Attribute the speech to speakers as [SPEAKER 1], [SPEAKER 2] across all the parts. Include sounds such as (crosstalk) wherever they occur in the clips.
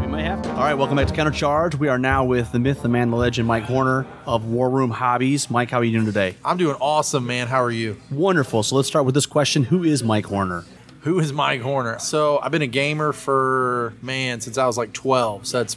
[SPEAKER 1] We may have to. All right, welcome back to Countercharge. We are now with the myth, the man, the legend, Mike Horner of War Room Hobbies. Mike, how are you doing today?
[SPEAKER 2] I'm doing awesome, man. How are you?
[SPEAKER 1] Wonderful. So let's start with this question Who is Mike Horner?
[SPEAKER 2] Who is Mike Horner? So I've been a gamer for man since I was like 12. So that's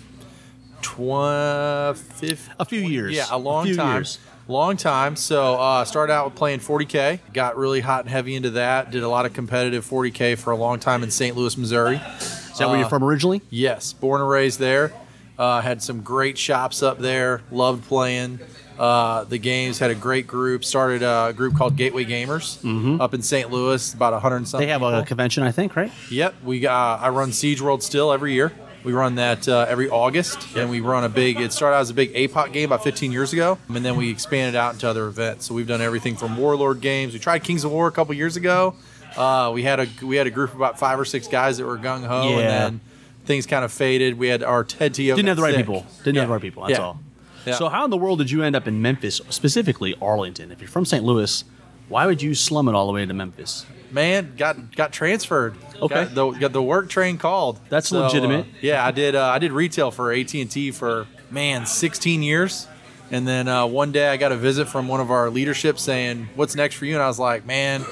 [SPEAKER 2] 12,
[SPEAKER 1] A few years.
[SPEAKER 2] Yeah, a long
[SPEAKER 1] few
[SPEAKER 2] time.
[SPEAKER 1] years.
[SPEAKER 2] Long time. So uh, started out with playing 40k. Got really hot and heavy into that. Did a lot of competitive 40k for a long time in St. Louis, Missouri.
[SPEAKER 1] Is that where
[SPEAKER 2] Uh,
[SPEAKER 1] you're from originally?
[SPEAKER 2] Yes, born and raised there. Uh, had some great shops up there. Loved playing uh, the games. Had a great group. Started a group called Gateway Gamers up in St. Louis. About a hundred and something.
[SPEAKER 1] Mm-hmm. They have a
[SPEAKER 2] people.
[SPEAKER 1] convention, I think, right?
[SPEAKER 2] Yep, we uh, I run Siege World still every year. We run that uh, every August, and we run a big. It started out as a big APOC game about 15 years ago, and then we expanded out into other events. So we've done everything from Warlord games. We tried Kings of War a couple years ago. Uh, we had a we had a group of about five or six guys that were gung ho,
[SPEAKER 1] Yeah.
[SPEAKER 2] and then things kind of faded. We had our Ted Teo
[SPEAKER 1] Didn't
[SPEAKER 2] got
[SPEAKER 1] have the right
[SPEAKER 2] sick.
[SPEAKER 1] people. Didn't have
[SPEAKER 2] Yeah.
[SPEAKER 1] the right people. That's
[SPEAKER 2] Yeah.
[SPEAKER 1] all.
[SPEAKER 2] Yeah.
[SPEAKER 1] So, how in the world did you end up in Memphis, specifically Arlington? If you're from St. Louis, why would you slum it all the way to Memphis?
[SPEAKER 2] man got got transferred.
[SPEAKER 1] Okay.
[SPEAKER 2] got the, got the work train called.
[SPEAKER 1] That's legitimate.
[SPEAKER 2] uh, yeah, I did. Uh, I did retail for AT and T for man 16 years, and then uh, one day I got a visit from one of our leadership saying, "What's next for you?" And I was like, "Man,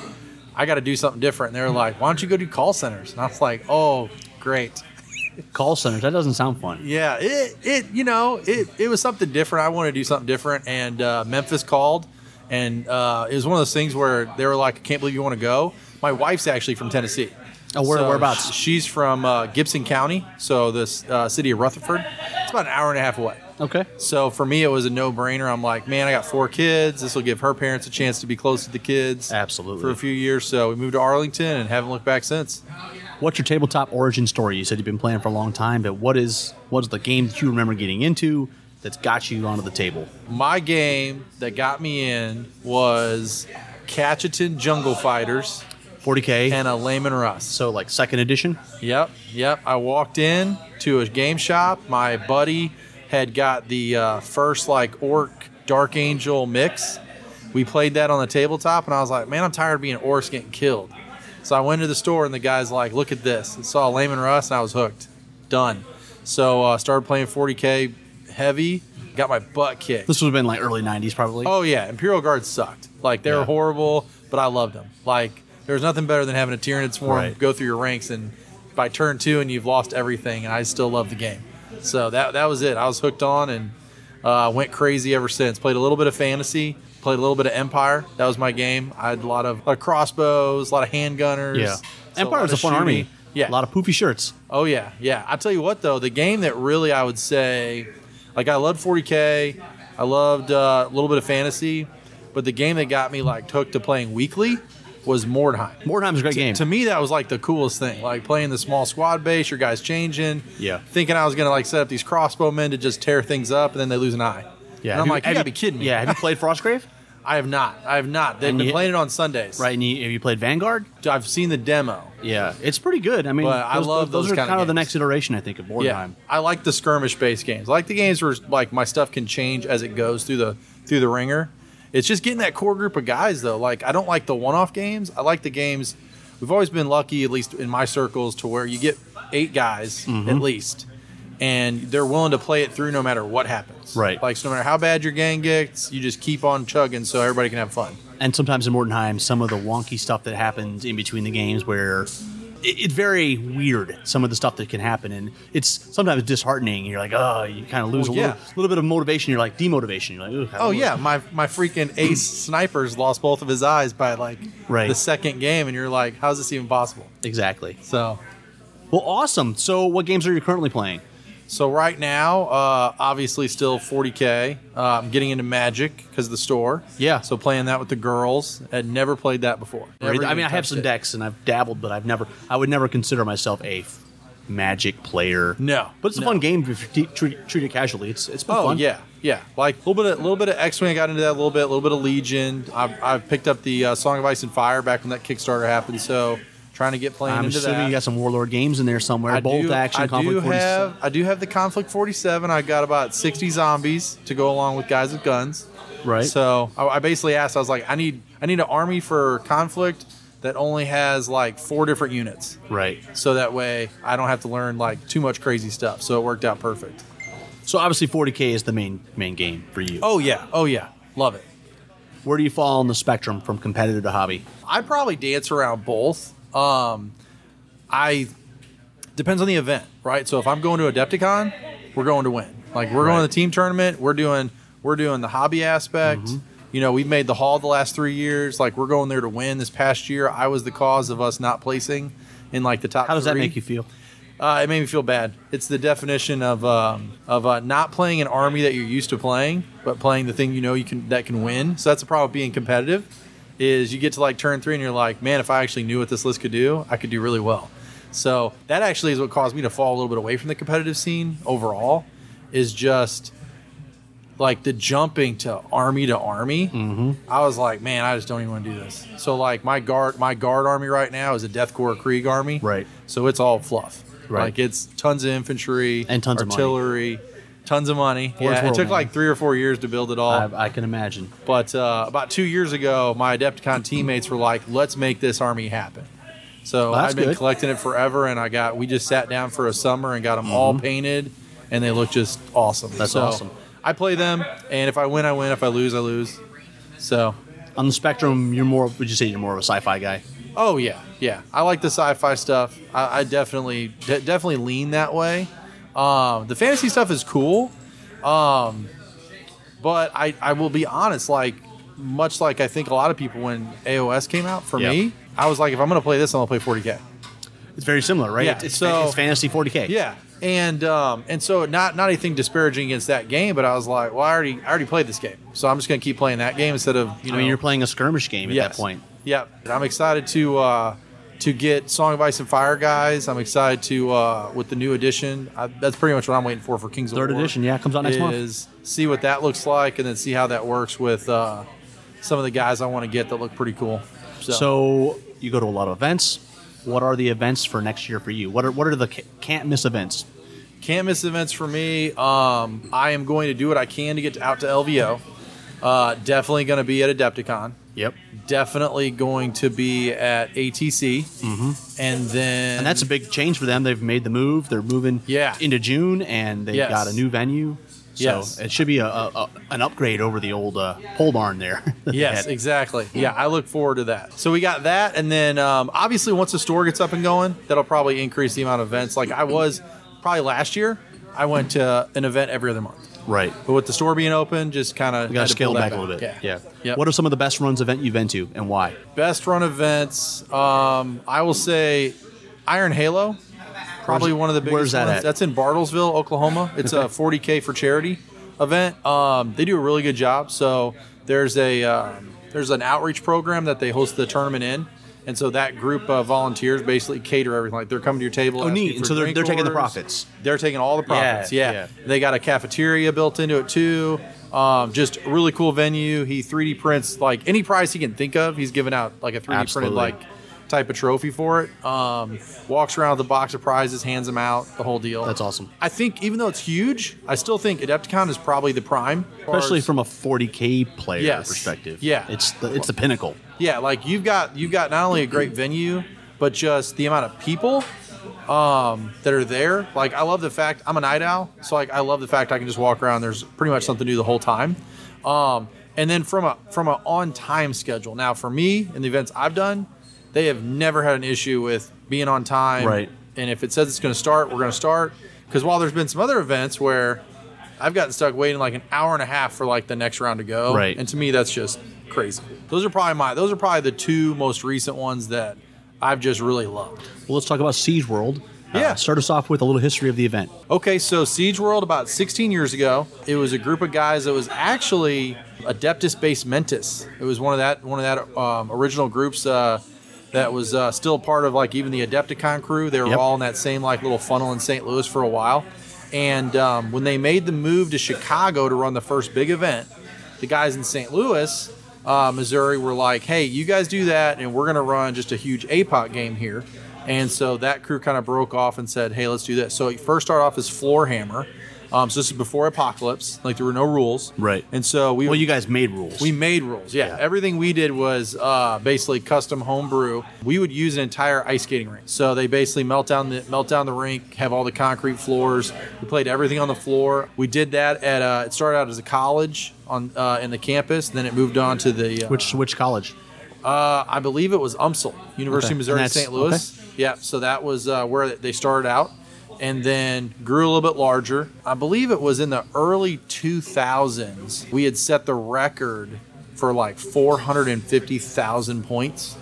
[SPEAKER 2] I got to do something different." And they're like, "Why don't you go do call centers?" And I was like, "Oh, great."
[SPEAKER 1] Call centers. That doesn't sound fun.
[SPEAKER 2] Yeah, it it you know it it was something different. I wanted to do something different, and uh, Memphis called, and uh, it was one of those things where they were like, "I can't believe you want to go." My wife's actually from Tennessee.
[SPEAKER 1] Oh, where- whereabouts?
[SPEAKER 2] sh- She's from uh, Gibson County, so this uh, city of Rutherford. It's about an hour and a half away.
[SPEAKER 1] Okay.
[SPEAKER 2] So for me, it was a no-brainer. I'm like, man, I got four kids. This will give her parents a chance to be close to the kids.
[SPEAKER 1] Absolutely.
[SPEAKER 2] For a few years, so we moved to Arlington and haven't looked back since.
[SPEAKER 1] What's your tabletop origin story? You said you've been playing for a long time, but what is what's the game that you remember getting into that's got you onto the table?
[SPEAKER 2] my game that got me in was Catcheton Jungle Fighters
[SPEAKER 1] 40k.
[SPEAKER 2] and a Layman Russ.
[SPEAKER 1] so like second edition.
[SPEAKER 2] Yep, yep. I walked in to a game shop. My buddy had got the uh, first like orc dark angel mix. We played that on the tabletop, and I was like, man, I'm tired of being orcs getting killed. So I went to the store, and the guy's like, look at this. And saw Layman Russ, and I was hooked. Done. So uh, started playing 40k heavy. Got my butt kicked.
[SPEAKER 1] This would have been like early 90s probably.
[SPEAKER 2] Oh yeah, Imperial Guards sucked. Like they
[SPEAKER 1] Yeah.
[SPEAKER 2] were horrible, but I loved them. Like there was nothing better than having a Tyranid swarm
[SPEAKER 1] Right.
[SPEAKER 2] go through your ranks and by turn two and you've lost everything. And I still love the game. So that that was it. I was hooked on and uh, went crazy ever since. Played a little bit of fantasy. Played a little bit of Empire. That was my game. I had a lot of, a lot of crossbows, a lot of handgunners.
[SPEAKER 1] yeah.
[SPEAKER 2] So
[SPEAKER 1] Empire
[SPEAKER 2] lot
[SPEAKER 1] was a
[SPEAKER 2] of
[SPEAKER 1] fun
[SPEAKER 2] shooting.
[SPEAKER 1] army.
[SPEAKER 2] Yeah,
[SPEAKER 1] A lot of poofy shirts.
[SPEAKER 2] Oh yeah, yeah. I tell you what though, the game that really I would say, like I loved 40k, I loved uh, a little bit of fantasy, but the game that got me like hooked to playing weekly was Mordheim.
[SPEAKER 1] Mordheim's a great game.
[SPEAKER 2] To me, that was like the coolest thing. Like playing the small squad base, your guys changing.
[SPEAKER 1] Yeah.
[SPEAKER 2] Thinking I was gonna like set up these crossbowmen to just tear things up, and then they lose an eye.
[SPEAKER 1] yeah.
[SPEAKER 2] And
[SPEAKER 1] have
[SPEAKER 2] I'm like, you
[SPEAKER 1] have
[SPEAKER 2] gotta be kidding me.
[SPEAKER 1] Yeah, have you played
[SPEAKER 2] (laughs)
[SPEAKER 1] Frostgrave?
[SPEAKER 2] I have not. I have not. They've
[SPEAKER 1] And
[SPEAKER 2] been
[SPEAKER 1] you-
[SPEAKER 2] playing it on Sundays.
[SPEAKER 1] Right, and you, have you played Vanguard?
[SPEAKER 2] I've seen the demo.
[SPEAKER 1] Yeah, it's pretty good. I mean,
[SPEAKER 2] But I
[SPEAKER 1] those,
[SPEAKER 2] love
[SPEAKER 1] those,
[SPEAKER 2] those
[SPEAKER 1] are
[SPEAKER 2] kinda
[SPEAKER 1] kind of the
[SPEAKER 2] games.
[SPEAKER 1] next iteration, I think, of Mordheim.
[SPEAKER 2] I like the skirmish based games. I like the games where like my stuff can change as it goes through the through the ringer. It's just getting that core group of guys though. Like I don't like the one off games. I like the games. We've always been lucky, at least in my circles, to where you get eight guys
[SPEAKER 1] Mm-hmm.
[SPEAKER 2] at least, and they're willing to play it through no matter what happens.
[SPEAKER 1] Right.
[SPEAKER 2] Like so no matter how bad your gang gets, you just keep on chugging so everybody can have fun.
[SPEAKER 1] and sometimes in Mordenheim, some of the wonky stuff that happens in between the games where it, it's very weird. Some of the stuff that can happen, and it's sometimes disheartening. You're like, oh, you kind of lose
[SPEAKER 2] Well,
[SPEAKER 1] a
[SPEAKER 2] yeah.
[SPEAKER 1] little, little bit of motivation. You're like demotivation. You're like, "Ooh, I
[SPEAKER 2] Oh
[SPEAKER 1] don't
[SPEAKER 2] yeah,
[SPEAKER 1] know."
[SPEAKER 2] my
[SPEAKER 1] (clears throat)
[SPEAKER 2] my freaking ace snipers lost both of his eyes by like
[SPEAKER 1] Right.
[SPEAKER 2] the second game, and you're like, how's this even possible?
[SPEAKER 1] exactly.
[SPEAKER 2] So
[SPEAKER 1] Well, awesome. So, what games are you currently playing?
[SPEAKER 2] So right now, uh, obviously still 40k. Uh, I'm getting into Magic because of the store.
[SPEAKER 1] Yeah.
[SPEAKER 2] So playing that with the girls. I'd never played that before. Never
[SPEAKER 1] I
[SPEAKER 2] even
[SPEAKER 1] mean, I have
[SPEAKER 2] touched
[SPEAKER 1] some
[SPEAKER 2] it.
[SPEAKER 1] decks and I've dabbled, but I've never, I would never consider myself a magic player.
[SPEAKER 2] No,
[SPEAKER 1] But it's a
[SPEAKER 2] no.
[SPEAKER 1] fun game if you te- treat, treat it casually. It's it's been
[SPEAKER 2] Oh
[SPEAKER 1] fun.
[SPEAKER 2] yeah, yeah. Like a little bit, of, little bit of X Wing. I got into that a little bit. A little bit of Legion. I, I picked up the uh, Song of Ice and Fire back when that Kickstarter happened. So trying to get playing
[SPEAKER 1] I'm
[SPEAKER 2] into
[SPEAKER 1] assuming
[SPEAKER 2] that.
[SPEAKER 1] you got some Warlord games in there somewhere. Bolt action,
[SPEAKER 2] uh, I
[SPEAKER 1] conflict
[SPEAKER 2] do
[SPEAKER 1] 46.
[SPEAKER 2] have, I do have the conflict forty-seven. I got about sixty zombies to go along with guys with guns.
[SPEAKER 1] Right.
[SPEAKER 2] So I, I basically asked. I was like, I need, I need an army for conflict that only has like four different units.
[SPEAKER 1] right.
[SPEAKER 2] So that way, I don't have to learn like too much crazy stuff. So it worked out perfect.
[SPEAKER 1] So obviously 40k is the main main game for you.
[SPEAKER 2] Oh yeah, oh yeah, love it.
[SPEAKER 1] Where do you fall on the spectrum from competitive to hobby?
[SPEAKER 2] I probably dance around both. Um, I depends on the event, right? So if I'm going to Adepticon, we're going to win. Like we're going to the team tournament. We're doing we're doing the hobby aspect.
[SPEAKER 1] Mm-hmm.
[SPEAKER 2] You know, we've made the hall the last three years. Like we're going there to win. This past year, I was the cause of us not placing in like the top.
[SPEAKER 1] How does that
[SPEAKER 2] three.
[SPEAKER 1] make you feel?
[SPEAKER 2] Uh, it made me feel bad. It's the definition of um, of uh, not playing an army that you're used to playing, but playing the thing you know you can that can win. So that's the problem with being competitive. Is you get to like turn three and you're like, man, if I actually knew what this list could do, I could do really well. So that actually is what caused me to fall a little bit away from the competitive scene overall. Is just like the jumping to army to army. I was like, man, I just don't even want to do this. So like my guard my guard army right now is a Deathcore Krieg army.
[SPEAKER 1] Right.
[SPEAKER 2] So it's all fluff.
[SPEAKER 1] Right.
[SPEAKER 2] Like it's tons of infantry
[SPEAKER 1] And tons of money.
[SPEAKER 2] artillery, tons of money.
[SPEAKER 1] Words
[SPEAKER 2] yeah, it
[SPEAKER 1] world,
[SPEAKER 2] took
[SPEAKER 1] man.
[SPEAKER 2] like three or four years to build it all.
[SPEAKER 1] I, I can imagine.
[SPEAKER 2] But uh, about two years ago, my Adepticon teammates were like, "Let's make this army happen." So
[SPEAKER 1] Well, that's
[SPEAKER 2] I've been
[SPEAKER 1] good.
[SPEAKER 2] collecting it forever, and I got we just sat down for a summer and got them all painted, and they look just awesome.
[SPEAKER 1] Mm-hmm. That's
[SPEAKER 2] So
[SPEAKER 1] awesome.
[SPEAKER 2] I play them, and if I win, I win. If I lose, I lose. So,
[SPEAKER 1] On the spectrum, you're more. Would you say you're more of a sci-fi guy?
[SPEAKER 2] oh yeah, yeah, I like the sci-fi stuff. I, I definitely de- definitely lean that way. Um, the fantasy stuff is cool. Um, But I, I will be honest, like much like I think a lot of people when AOS came out for
[SPEAKER 1] Yeah.
[SPEAKER 2] me, I was like, if I'm gonna play this, I'm gonna play 40k.
[SPEAKER 1] It's very similar, right?
[SPEAKER 2] Yeah,
[SPEAKER 1] It's- it's,
[SPEAKER 2] so-
[SPEAKER 1] it's fantasy 40k.
[SPEAKER 2] Yeah, and um, and so not not anything disparaging against that game, but I was like, well, I already I already played this game, so I'm just gonna keep playing that game instead of you know
[SPEAKER 1] I mean, you're playing a skirmish game at
[SPEAKER 2] Yes.
[SPEAKER 1] that point.
[SPEAKER 2] Yeah, And I'm excited to uh, to get Song of Ice and Fire guys. I'm excited to uh, with the new edition. I, that's pretty much what I'm waiting for for Kings
[SPEAKER 1] Third
[SPEAKER 2] of War.
[SPEAKER 1] edition, yeah, comes out next month.
[SPEAKER 2] is see what that looks like, and then see how that works with uh, some of the guys I want to get that look pretty cool. So,
[SPEAKER 1] So you go to a lot of events. What are the events for next year for you? What are what are the ca- can't miss events?
[SPEAKER 2] can't miss events for me. Um, I am going to do what I can to get out to LVO. Uh, definitely going to be at Adepticon.
[SPEAKER 1] Yep.
[SPEAKER 2] Definitely going to be at ATC, mm-hmm. and then
[SPEAKER 1] And that's a big change for them. They've made the move. They're moving
[SPEAKER 2] Yeah.
[SPEAKER 1] into June, and they've
[SPEAKER 2] Yes.
[SPEAKER 1] got a new venue. So
[SPEAKER 2] Yes.
[SPEAKER 1] it should be a, a, a- an upgrade over the old uh, pole barn there. (laughs) that they
[SPEAKER 2] Yes,
[SPEAKER 1] had.
[SPEAKER 2] exactly. Yeah, I look forward to that. So we got that, and then um, obviously once the store gets up and going, that'll probably increase the amount of events. Like I was probably last year, I went to an event every other month.
[SPEAKER 1] right.
[SPEAKER 2] But with the store being open, just kind of
[SPEAKER 1] We got to scale it back, a little bit.
[SPEAKER 2] Yeah, Yep.
[SPEAKER 1] What are some of the best runs event you've been to, and why?
[SPEAKER 2] best run events? Um, I will say, Iron Halo, probably
[SPEAKER 1] Where's-
[SPEAKER 2] one of the biggest.
[SPEAKER 1] where's that
[SPEAKER 2] ones.
[SPEAKER 1] at?
[SPEAKER 2] That's in Bartlesville, Oklahoma. It's a 40k for charity event. Um, they do a really good job. So there's a um, there's an outreach program that they host the tournament in. And so that group of volunteers basically cater everything. Like they're coming to your table.
[SPEAKER 1] Oh,
[SPEAKER 2] asking
[SPEAKER 1] neat.
[SPEAKER 2] for
[SPEAKER 1] And so they're-
[SPEAKER 2] drink
[SPEAKER 1] they're taking the
[SPEAKER 2] orders.
[SPEAKER 1] profits.
[SPEAKER 2] They're taking all the profits. Yeah,
[SPEAKER 1] yeah.
[SPEAKER 2] They got a cafeteria built into it too. Um, just a really cool venue. He 3D prints like any prize he can think of. He's giving out like a 3D
[SPEAKER 1] Absolutely.
[SPEAKER 2] printed like type of trophy for it. Um, walks around with a box of prizes, hands them out, the whole deal.
[SPEAKER 1] That's awesome.
[SPEAKER 2] I think even though it's huge, I still think Adepticon is probably the prime,
[SPEAKER 1] Especially from a 40k player
[SPEAKER 2] Yes.
[SPEAKER 1] perspective.
[SPEAKER 2] Yeah.
[SPEAKER 1] It's the, it's the pinnacle.
[SPEAKER 2] yeah. Like you've got you've got not only a great venue, but just the amount of people um, that are there. Like I love the fact I'm a night owl, so like I love the fact I can just walk around. There's pretty much something to do the whole time. Um, and then from a from a on time schedule. Now for me and the events I've done, they have never had an issue with being on time.
[SPEAKER 1] Right.
[SPEAKER 2] And if it says it's going to start, we're going to start. Because while there's been some other events where I've gotten stuck waiting like an hour and a half for like the next round to go.
[SPEAKER 1] Right.
[SPEAKER 2] And to me, that's just crazy. Those are probably my those are probably the two most recent ones that I've just really loved.
[SPEAKER 1] Well, let's talk about Siege World. Uh,
[SPEAKER 2] Yeah.
[SPEAKER 1] start us off with a little history of the event.
[SPEAKER 2] Okay, so Siege World about 16 years ago, it was a group of guys that was actually Adeptus based Mentis. It was one of that one of that um, original groups. Uh, that was uh, still part of like even the Adepticon crew. They were
[SPEAKER 1] Yep.
[SPEAKER 2] all in that same like little funnel in St. Louis for a while. And um, when they made the move to Chicago to run the first big event, the guys in St. Louis, uh, Missouri, were like, "Hey, you guys do that, and we're gonna run just a huge APOC game here." And so that crew kind of broke off and said, "Hey, let's do this." So it first started off as Floor Hammer. Um, so this is before Apocalypse. Like there were no rules,
[SPEAKER 1] Right.
[SPEAKER 2] And so we
[SPEAKER 1] Well, you guys made rules.
[SPEAKER 2] we made rules. Yeah.
[SPEAKER 1] Yeah.
[SPEAKER 2] Everything we did was uh, basically custom homebrew. We would use an entire ice skating rink. So they basically melt down the melt down the rink, have all the concrete floors. We played everything on the floor. We did that at uh, it started out as a college on uh, in the campus, then it moved on to the uh,
[SPEAKER 1] which which college?
[SPEAKER 2] uh, I believe it was UMSL, University
[SPEAKER 1] Okay.
[SPEAKER 2] of Missouri
[SPEAKER 1] And that's-
[SPEAKER 2] St. Louis. Yeah, so that was uh, where they started out and then grew a little bit larger. I believe it was in the early 2000s. We had set the record for like 450,000 points.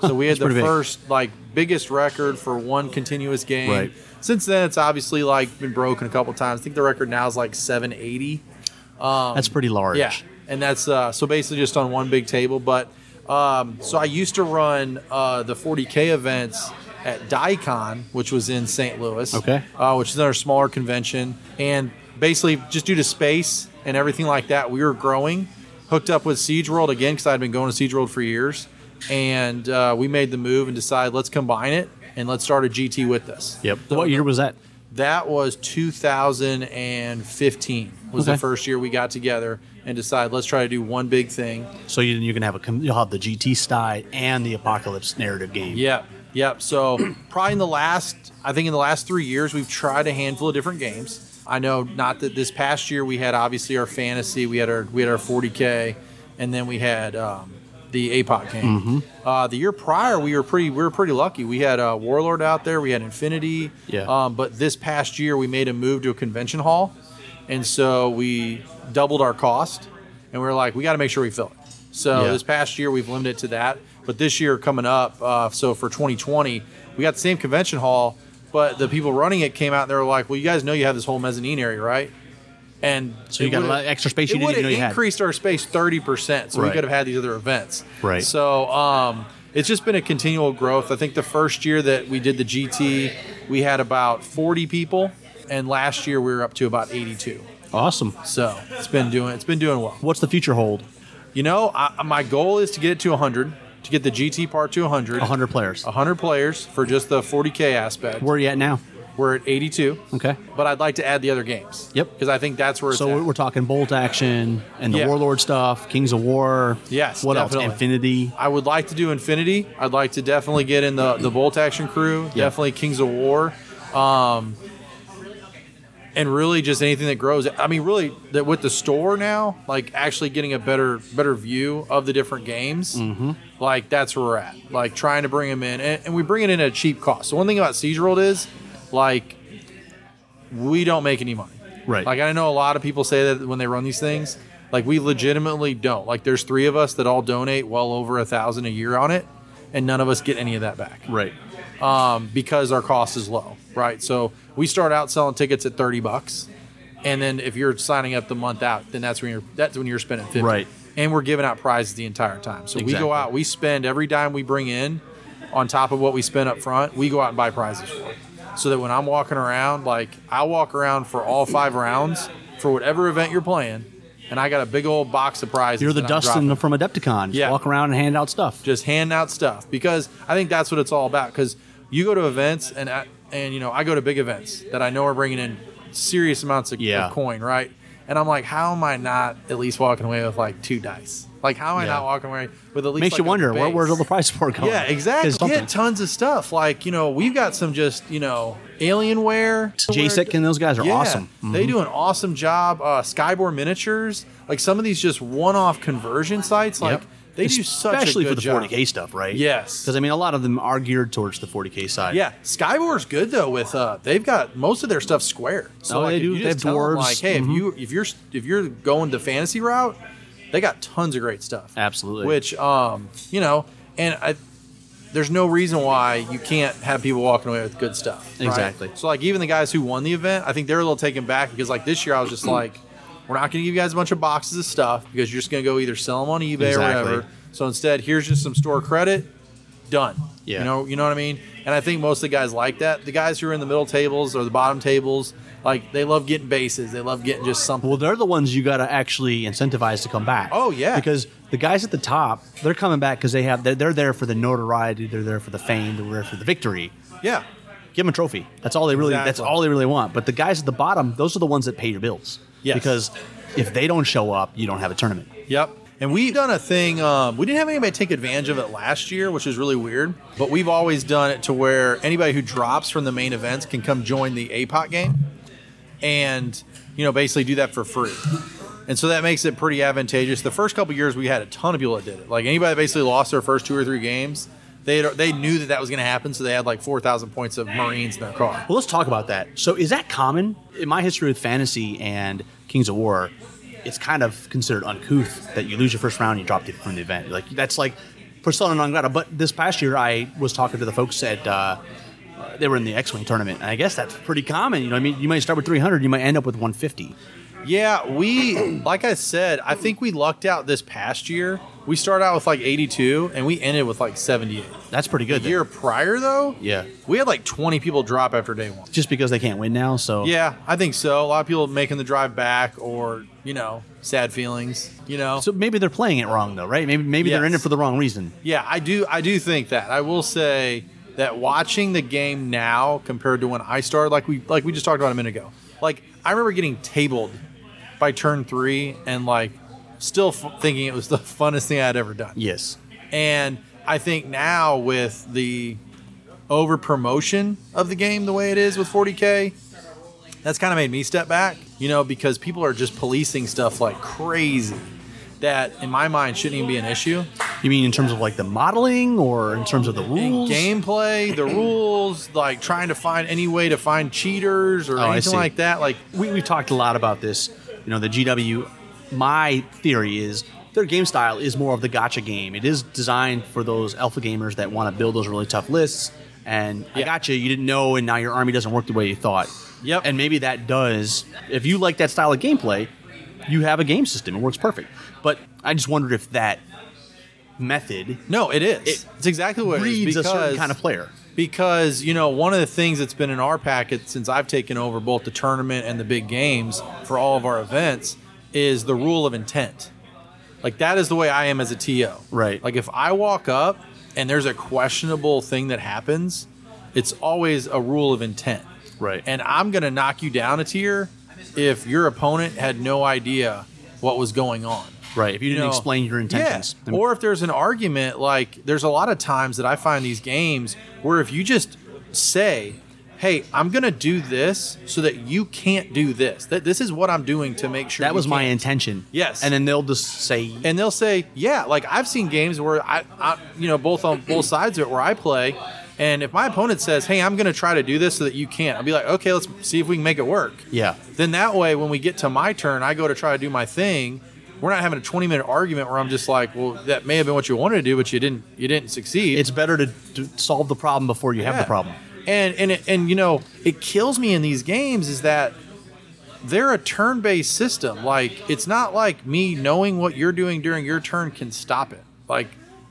[SPEAKER 2] So we had
[SPEAKER 1] That's
[SPEAKER 2] the
[SPEAKER 1] pretty big.
[SPEAKER 2] first, like, biggest record for one continuous game.
[SPEAKER 1] Right.
[SPEAKER 2] Since then, it's obviously like been broken a couple times. I think the record now is like 780.
[SPEAKER 1] That's pretty large.
[SPEAKER 2] Um, Yeah, and that's uh, so basically just on one big table. But um, so I used to run uh, the 40k events at DICON, which was in St. Louis.
[SPEAKER 1] Okay.
[SPEAKER 2] uh, which is another smaller convention, and basically just due to space and everything like that, we were growing. Hooked up with Siege World again because I'd been going to Siege World for years, and uh, we made the move and decided let's combine it and let's start a GT with this.
[SPEAKER 1] Yep.
[SPEAKER 2] So
[SPEAKER 1] what year was that?
[SPEAKER 2] that was 2015 was the
[SPEAKER 1] Okay.
[SPEAKER 2] first year we got together and decided let's try to do one big thing.
[SPEAKER 1] So you you can have a com- you'll have the GT side and the apocalypse narrative game.
[SPEAKER 2] Yep. Yep. So probably in the last, I think in the last three years, we've tried a handful of different games. I know not that this past year we had obviously our fantasy, we had our we had our 40k, and then we had um, the APOC game. Uh, the year prior, we were pretty we were pretty lucky. We had uh, Warlord out there, we had Infinity.
[SPEAKER 1] Yeah.
[SPEAKER 2] Um, but this past year, we made a move to a convention hall, and so we doubled our cost, and we were like, we got to make sure we fill it. So
[SPEAKER 1] Yeah.
[SPEAKER 2] this past year we've limited it to that, but this year coming up, uh, so for 2020, we got the same convention hall, but the people running it came out and they were like, "Well, you guys know you have this whole mezzanine area, right?" And
[SPEAKER 1] So you
[SPEAKER 2] it
[SPEAKER 1] got a
[SPEAKER 2] would've-
[SPEAKER 1] lot of extra space
[SPEAKER 2] It
[SPEAKER 1] you didn't even know
[SPEAKER 2] would've
[SPEAKER 1] you had.
[SPEAKER 2] increased our space 30 percent, so we
[SPEAKER 1] Right.
[SPEAKER 2] could have had these other events.
[SPEAKER 1] Right.
[SPEAKER 2] So um, it's just been a continual growth. I think the first year that we did the GT, we had about 40 people, and last year we were up to about 82.
[SPEAKER 1] Awesome.
[SPEAKER 2] So it's been doing it's been doing well.
[SPEAKER 1] What's the future hold?
[SPEAKER 2] You know, I, my goal is to get it to 100, to get the GT part to 100.
[SPEAKER 1] 100 players.
[SPEAKER 2] 100 players for just the 40K aspect. We're,
[SPEAKER 1] Where are you at now?
[SPEAKER 2] at 82,
[SPEAKER 1] Okay.
[SPEAKER 2] but I'd like to add the other games.
[SPEAKER 1] Yep.
[SPEAKER 2] Because I think that's where it's
[SPEAKER 1] So
[SPEAKER 2] at.
[SPEAKER 1] we're, we're talking bolt action and the
[SPEAKER 2] Yeah.
[SPEAKER 1] warlord stuff, Kings of War.
[SPEAKER 2] Yes,
[SPEAKER 1] What
[SPEAKER 2] definitely.
[SPEAKER 1] else? Infinity.
[SPEAKER 2] I would like to do Infinity. I'd like to definitely get in the, the Bolt Action crew, definitely Kings of War. Um, and really just anything that grows. I mean, really, that with the store now, like actually getting a better better view of the different games, like that's where we're at. Like trying to bring them in, and, and we bring it in at a cheap cost. So one thing about Siege World is, like, we don't make any money.
[SPEAKER 1] Right.
[SPEAKER 2] Like I know a lot of people say that when they run these things, like we legitimately don't. Like there's three of us that all donate well over a thousand a year on it, and none of us get any of that back
[SPEAKER 1] Right.
[SPEAKER 2] um, because our cost is low, right? So we start out selling tickets at thirty bucks, and then if you're signing up the month out, then that's when you're that's when you're spending fifty.
[SPEAKER 1] Right.
[SPEAKER 2] And we're giving out prizes the entire time. So we go
[SPEAKER 1] Exactly.
[SPEAKER 2] out, we spend every dime we bring in, on top of what we spend up front. We go out and buy prizes for it, so that when I'm walking around, like I walk around for all five rounds for whatever event you're playing, and I got a big old box of prizes.
[SPEAKER 1] You're the
[SPEAKER 2] that I'm dropping
[SPEAKER 1] Dustin from Adepticon. Just
[SPEAKER 2] Yeah.
[SPEAKER 1] Walk around and hand out stuff.
[SPEAKER 2] just handing out stuff because I think that's what it's all about. Because you go to events and I, and you know I go to big events that I know are bringing in serious amounts of, of
[SPEAKER 1] Yeah.
[SPEAKER 2] coin, right? And I'm like, how am I not at least walking away with like two dice? Like, how am I
[SPEAKER 1] Yeah.
[SPEAKER 2] not walking away with at least
[SPEAKER 1] Makes
[SPEAKER 2] like,
[SPEAKER 1] you
[SPEAKER 2] a
[SPEAKER 1] wonder where,
[SPEAKER 2] base?
[SPEAKER 1] where's all the price support going?
[SPEAKER 2] Yeah, exactly.
[SPEAKER 1] Because something-
[SPEAKER 2] Get tons of stuff. Like you know, we've got some just you know Alienware,
[SPEAKER 1] JSEC E and those guys are awesome. Mm-hmm.
[SPEAKER 2] they do an awesome job. Uh, Skyborn miniatures, like some of these just one-off conversion sites, like
[SPEAKER 1] Yep.
[SPEAKER 2] they do such a
[SPEAKER 1] especially
[SPEAKER 2] good
[SPEAKER 1] for the
[SPEAKER 2] job.
[SPEAKER 1] 40k stuff, right?
[SPEAKER 2] Yes.
[SPEAKER 1] because I mean, a lot of them are geared towards the 40k side.
[SPEAKER 2] Yeah, Skywar's good though. With uh, they've got most of their stuff square. So
[SPEAKER 1] Oh,
[SPEAKER 2] like,
[SPEAKER 1] they
[SPEAKER 2] if
[SPEAKER 1] do.
[SPEAKER 2] You
[SPEAKER 1] They
[SPEAKER 2] just
[SPEAKER 1] have
[SPEAKER 2] tell them,
[SPEAKER 1] dwarves. Mm-hmm.
[SPEAKER 2] like, hey, if you if you're if you're going the fantasy route, they got tons of great stuff.
[SPEAKER 1] Absolutely.
[SPEAKER 2] Which um, you know, and I, there's no reason why you can't have people walking away with good stuff. right?
[SPEAKER 1] Exactly.
[SPEAKER 2] So like even the guys who won the event, I think they're a little taken back because like this year I was just like, we're not going to give you guys a bunch of boxes of stuff because you're just going to go either sell them on eBay
[SPEAKER 1] Exactly.
[SPEAKER 2] or whatever. So instead, here's just some store credit. done.
[SPEAKER 1] Yeah.
[SPEAKER 2] You know, you know what I mean? And I think most of the guys like that. The guys who are in the middle tables or the bottom tables, like they love getting bases. They love getting just something.
[SPEAKER 1] Well, they're the ones you got to actually incentivize to come back.
[SPEAKER 2] Oh, yeah.
[SPEAKER 1] because the guys at the top, they're coming back because they have they're, they're there for the notoriety, they're there for the fame, they're there for the victory.
[SPEAKER 2] Yeah.
[SPEAKER 1] Give them a trophy. That's all they really. That's
[SPEAKER 2] Exactly.
[SPEAKER 1] all they really want. But the guys at the bottom, those are the ones that pay your bills.
[SPEAKER 2] Yes.
[SPEAKER 1] Because if they don't show up, you don't have a tournament.
[SPEAKER 2] Yep. And we've done a thing. Um, we didn't have anybody take advantage of it last year, which is really weird. But we've always done it to where anybody who drops from the main events can come join the APOC game, and you know basically do that for free. And so that makes it pretty advantageous. The first couple years, we had a ton of people that did it. Like anybody that basically lost their first two or three games, they had, they knew that that was going to happen, so they had like four thousand points of Marines in their car.
[SPEAKER 1] Well, let's talk about that. So, is that common in my history with fantasy and Kings of War? It's kind of considered uncouth that you lose your first round and you drop people from the event. Like that's like persona non grata. But this past year, I was talking to the folks at uh, they were in the X Wing tournament, and I guess that's pretty common. You know, what I mean, you might start with 300, you might end up with 150.
[SPEAKER 2] Yeah, we like I said, I think we lucked out this past year. We started out with like 82 and we ended with like 78.
[SPEAKER 1] That's pretty good.
[SPEAKER 2] The year prior though,
[SPEAKER 1] Yeah.
[SPEAKER 2] we had like 20 people drop after day one.
[SPEAKER 1] just because they can't win now. So
[SPEAKER 2] Yeah, I think so. A lot of people making the drive back or you know sad feelings. You know,
[SPEAKER 1] So maybe they're playing it wrong though, right? Maybe maybe they're in it
[SPEAKER 2] Yes.
[SPEAKER 1] for the wrong reason.
[SPEAKER 2] yeah, I do. I do think that. I will say that watching the game now compared to when I started, like we like we just talked about a minute ago. Like I remember getting tabled by turn three and like still f- thinking it was the (laughs) funnest thing I'd ever done.
[SPEAKER 1] Yes.
[SPEAKER 2] And I think now with the over promotion of the game the way it is with 40K, that's kind of made me step back, you know, because people are just policing stuff like crazy that in my mind shouldn't even be an issue.
[SPEAKER 1] You mean in terms of like the modeling or in terms of the rules? (clears throat)
[SPEAKER 2] Gameplay, the rules, like trying to find any way to find cheaters or
[SPEAKER 1] Oh, I
[SPEAKER 2] anything
[SPEAKER 1] see.
[SPEAKER 2] like that. Like,
[SPEAKER 1] we, we've talked a lot about this. You know, the GW, my theory is their game style is more of the gotcha game. It is designed for those alpha gamers that want to build those really tough lists. And I
[SPEAKER 2] Yeah.
[SPEAKER 1] gotcha, you didn't know, and now your army doesn't work the way you thought.
[SPEAKER 2] Yep.
[SPEAKER 1] And maybe that does, if you like that style of gameplay, you have a game system. It works perfect. But I just wondered if that method
[SPEAKER 2] no, it is.
[SPEAKER 1] It
[SPEAKER 2] it's exactly what it is
[SPEAKER 1] breeds a certain
[SPEAKER 2] because-
[SPEAKER 1] kind of player.
[SPEAKER 2] because you know one of the things that's been in our packet since I've taken over both the tournament and the big games for all of our events is the rule of intent. Like that is the way I am as a TO.
[SPEAKER 1] Right.
[SPEAKER 2] Like if I walk up and there's a questionable thing that happens, it's always a rule of intent.
[SPEAKER 1] Right.
[SPEAKER 2] And I'm going to knock you down a tier if your opponent had no idea what was going on
[SPEAKER 1] Right. If you didn't
[SPEAKER 2] know,
[SPEAKER 1] explain your intentions.
[SPEAKER 2] Yeah. Or if there's an argument, like there's a lot of times that I find these games where if you just say, "Hey, I'm gonna do this so that you can't do this. That this is what I'm doing to make sure
[SPEAKER 1] that
[SPEAKER 2] you
[SPEAKER 1] was my
[SPEAKER 2] can't."
[SPEAKER 1] intention.
[SPEAKER 2] Yes.
[SPEAKER 1] And then they'll just say,
[SPEAKER 2] and they'll say, "Yeah, like I've seen games where I, I you know, both on both sides of it where I play, and if my opponent says, "Hey, I'm going to try to do this so that you can't." I'll be like, "Okay, let's see if we can make it work."
[SPEAKER 1] Yeah.
[SPEAKER 2] Then that way when we get to my turn, I go to try to do my thing. We're not having a 20-minute argument where I'm just like, "Well, that may have been what you wanted to do, but you didn't you didn't succeed."
[SPEAKER 1] it's better to, to solve the problem before you have the
[SPEAKER 2] Yeah.
[SPEAKER 1] problem.
[SPEAKER 2] And and it, and you know, it kills me in these games is that they're a turn-based system. Like it's not like me knowing what you're doing during your turn can stop it. Like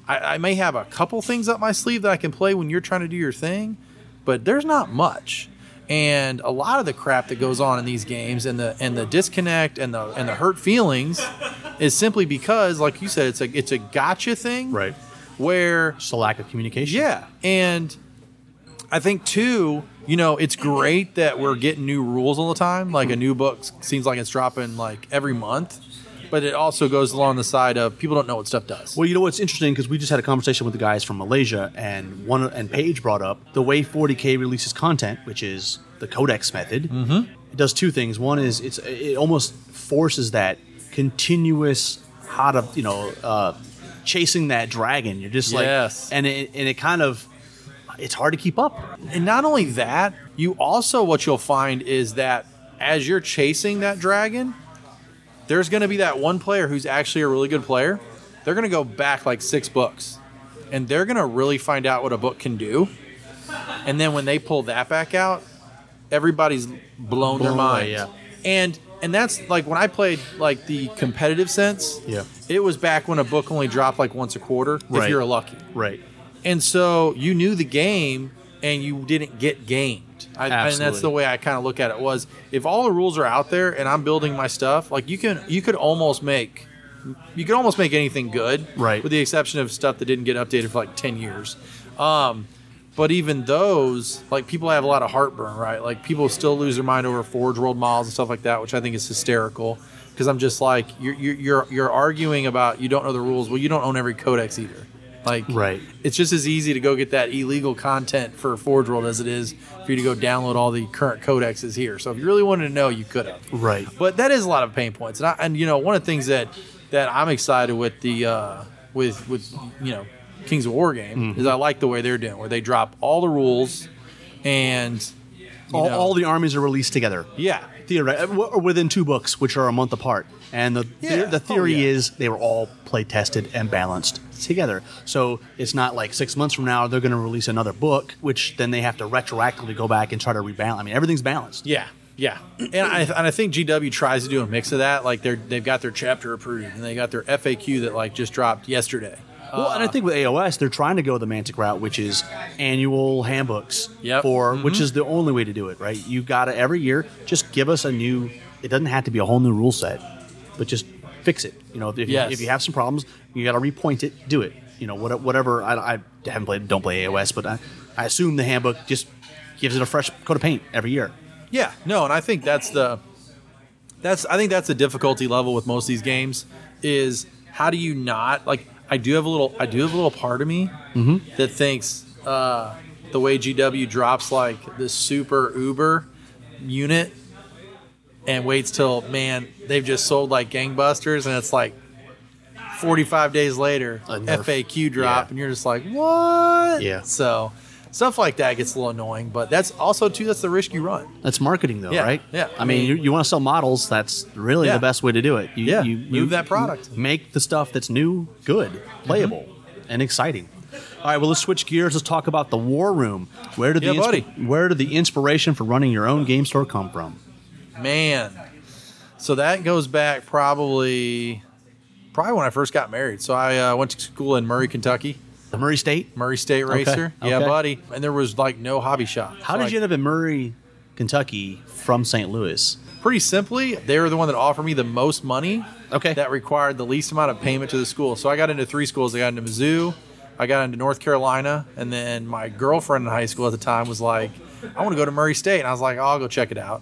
[SPEAKER 2] I, I may have a couple things up my sleeve that I can play when you're trying to do your thing, but there's not much. And a lot of the crap that goes on in these games and the and the disconnect and the and the hurt feelings is simply because, like you said, it's a it's a gotcha thing.
[SPEAKER 1] Right.
[SPEAKER 2] Where
[SPEAKER 1] Just a lack of communication.
[SPEAKER 2] yeah. And I think, too, you know, it's great that we're getting new rules all the time. Like a new book s- seems like it's dropping like every month. But it also goes along the side of people don't know what stuff does.
[SPEAKER 1] Well, you know what's interesting because we just had a conversation with the guys from Malaysia, and one and Paige brought up the way 40k releases content, which is the Codex method. Mm-hmm. It does two things. One is it's it almost forces that continuous hot of you know uh, chasing that dragon. You're just like
[SPEAKER 2] Yes.
[SPEAKER 1] and it and it kind of it's hard to keep up.
[SPEAKER 2] And not only that, you also, what you'll find is that as you're chasing that dragon, there's going to be that one player who's actually a really good player. They're going to go back like six books and they're going to really find out what a book can do. And then when they pull that back out, everybody's blown, their
[SPEAKER 1] away,
[SPEAKER 2] mind.
[SPEAKER 1] yeah.
[SPEAKER 2] And and that's like when I played like the competitive sense.
[SPEAKER 1] Yeah.
[SPEAKER 2] It was back when a book only dropped like once a quarter
[SPEAKER 1] Right.
[SPEAKER 2] if you're lucky
[SPEAKER 1] Right.
[SPEAKER 2] And so you knew the game and you didn't get gamed. I, and that's
[SPEAKER 1] Absolutely.
[SPEAKER 2] the way I kind of look at it was if all the rules are out there and I'm building my stuff, like you can you could almost make you could almost make anything good.
[SPEAKER 1] Right.
[SPEAKER 2] With the exception of stuff that didn't get updated for like 10 years. Um but even those, like people have a lot of heartburn, right? Like people still lose their mind over Forge World models and stuff like that, which I think is hysterical. Because I'm just like you're, you're you're you're arguing about you don't know the rules. Well, you don't own every codex either. Like
[SPEAKER 1] Right.
[SPEAKER 2] it's just as easy to go get that illegal content for Forge World as it is for you to go download all the current codexes here. So if you really wanted to know, you could have.
[SPEAKER 1] Right.
[SPEAKER 2] But that is a lot of pain points, and I, and you know one of the things that that I'm excited with the uh, with with you know Kings of War game is I like the way they're doing where they drop all the rules and you
[SPEAKER 1] all,
[SPEAKER 2] know,
[SPEAKER 1] all the armies are released together.
[SPEAKER 2] yeah
[SPEAKER 1] Theoretically, or uh, within two books, which are a month apart. And the
[SPEAKER 2] Yeah.
[SPEAKER 1] the theory
[SPEAKER 2] Oh, yeah.
[SPEAKER 1] is they were all play tested and balanced together. So it's not like six months from now they're going to release another book, which then they have to retroactively go back and try to rebalance. I mean, everything's balanced.
[SPEAKER 2] Yeah, yeah, and I and I think GW tries to do a mix of that. Like they're they've got their chapter approved and they got their FAQ that like just dropped yesterday.
[SPEAKER 1] Well, and I think with AOS, they're trying to go the Mantic route, which is annual handbooks
[SPEAKER 2] Yep. Mm-hmm.
[SPEAKER 1] for which is the only way to do it, right? You got to every year just give us a new. It doesn't have to be a whole new rule set, but just fix it. You know, if, if
[SPEAKER 2] Yes.
[SPEAKER 1] you, if you have some problems, you got to repoint it. Do it. You know, what, whatever. I, I haven't played, don't play AOS, but I, I assume the handbook just gives it a fresh coat of paint every year.
[SPEAKER 2] Yeah, no, and I think that's the that's I think that's the difficulty level with most of these games is how do you not like I do have a little I do have a little part of me
[SPEAKER 1] Mm-hmm.
[SPEAKER 2] that thinks uh, the way GW drops like this super Uber unit and waits till man they've just sold like gangbusters and it's like 45 days later
[SPEAKER 1] A nerf.
[SPEAKER 2] FAQ drop
[SPEAKER 1] Yeah.
[SPEAKER 2] and you're just like what
[SPEAKER 1] Yeah.
[SPEAKER 2] so stuff like that gets a little annoying but that's also too that's the risk you run
[SPEAKER 1] That's marketing, though,
[SPEAKER 2] Yeah,
[SPEAKER 1] right?
[SPEAKER 2] yeah.
[SPEAKER 1] I mean, you, you want to sell models. That's really
[SPEAKER 2] Yeah.
[SPEAKER 1] the best way to do it. You,
[SPEAKER 2] Yeah,
[SPEAKER 1] You,
[SPEAKER 2] move
[SPEAKER 1] you-
[SPEAKER 2] that product. Mm-hmm.
[SPEAKER 1] you Make the stuff that's new good, playable, and exciting. All right. Well, let's switch gears. Let's talk about the War Room. Where did
[SPEAKER 2] Yeah,
[SPEAKER 1] the
[SPEAKER 2] buddy.
[SPEAKER 1] where did the inspiration for running your own game store come from?
[SPEAKER 2] Man. So that goes back probably probably when I first got married. So I uh, went to school in Murray, Kentucky,
[SPEAKER 1] The Murray State.
[SPEAKER 2] Murray State
[SPEAKER 1] Okay,
[SPEAKER 2] Racer. Yeah,
[SPEAKER 1] okay.
[SPEAKER 2] buddy. And there was like no hobby shop.
[SPEAKER 1] How did you end up in Murray, Kentucky, from St. Louis?
[SPEAKER 2] Pretty simply, they were the one that offered me the most money.
[SPEAKER 1] Okay.
[SPEAKER 2] That required the least amount of payment to the school. So I got into three schools. I got into Mizzou, I got into North Carolina, and then my girlfriend in high school at the time was like, "I want to go to Murray State," and I was like, "I'll go check it out."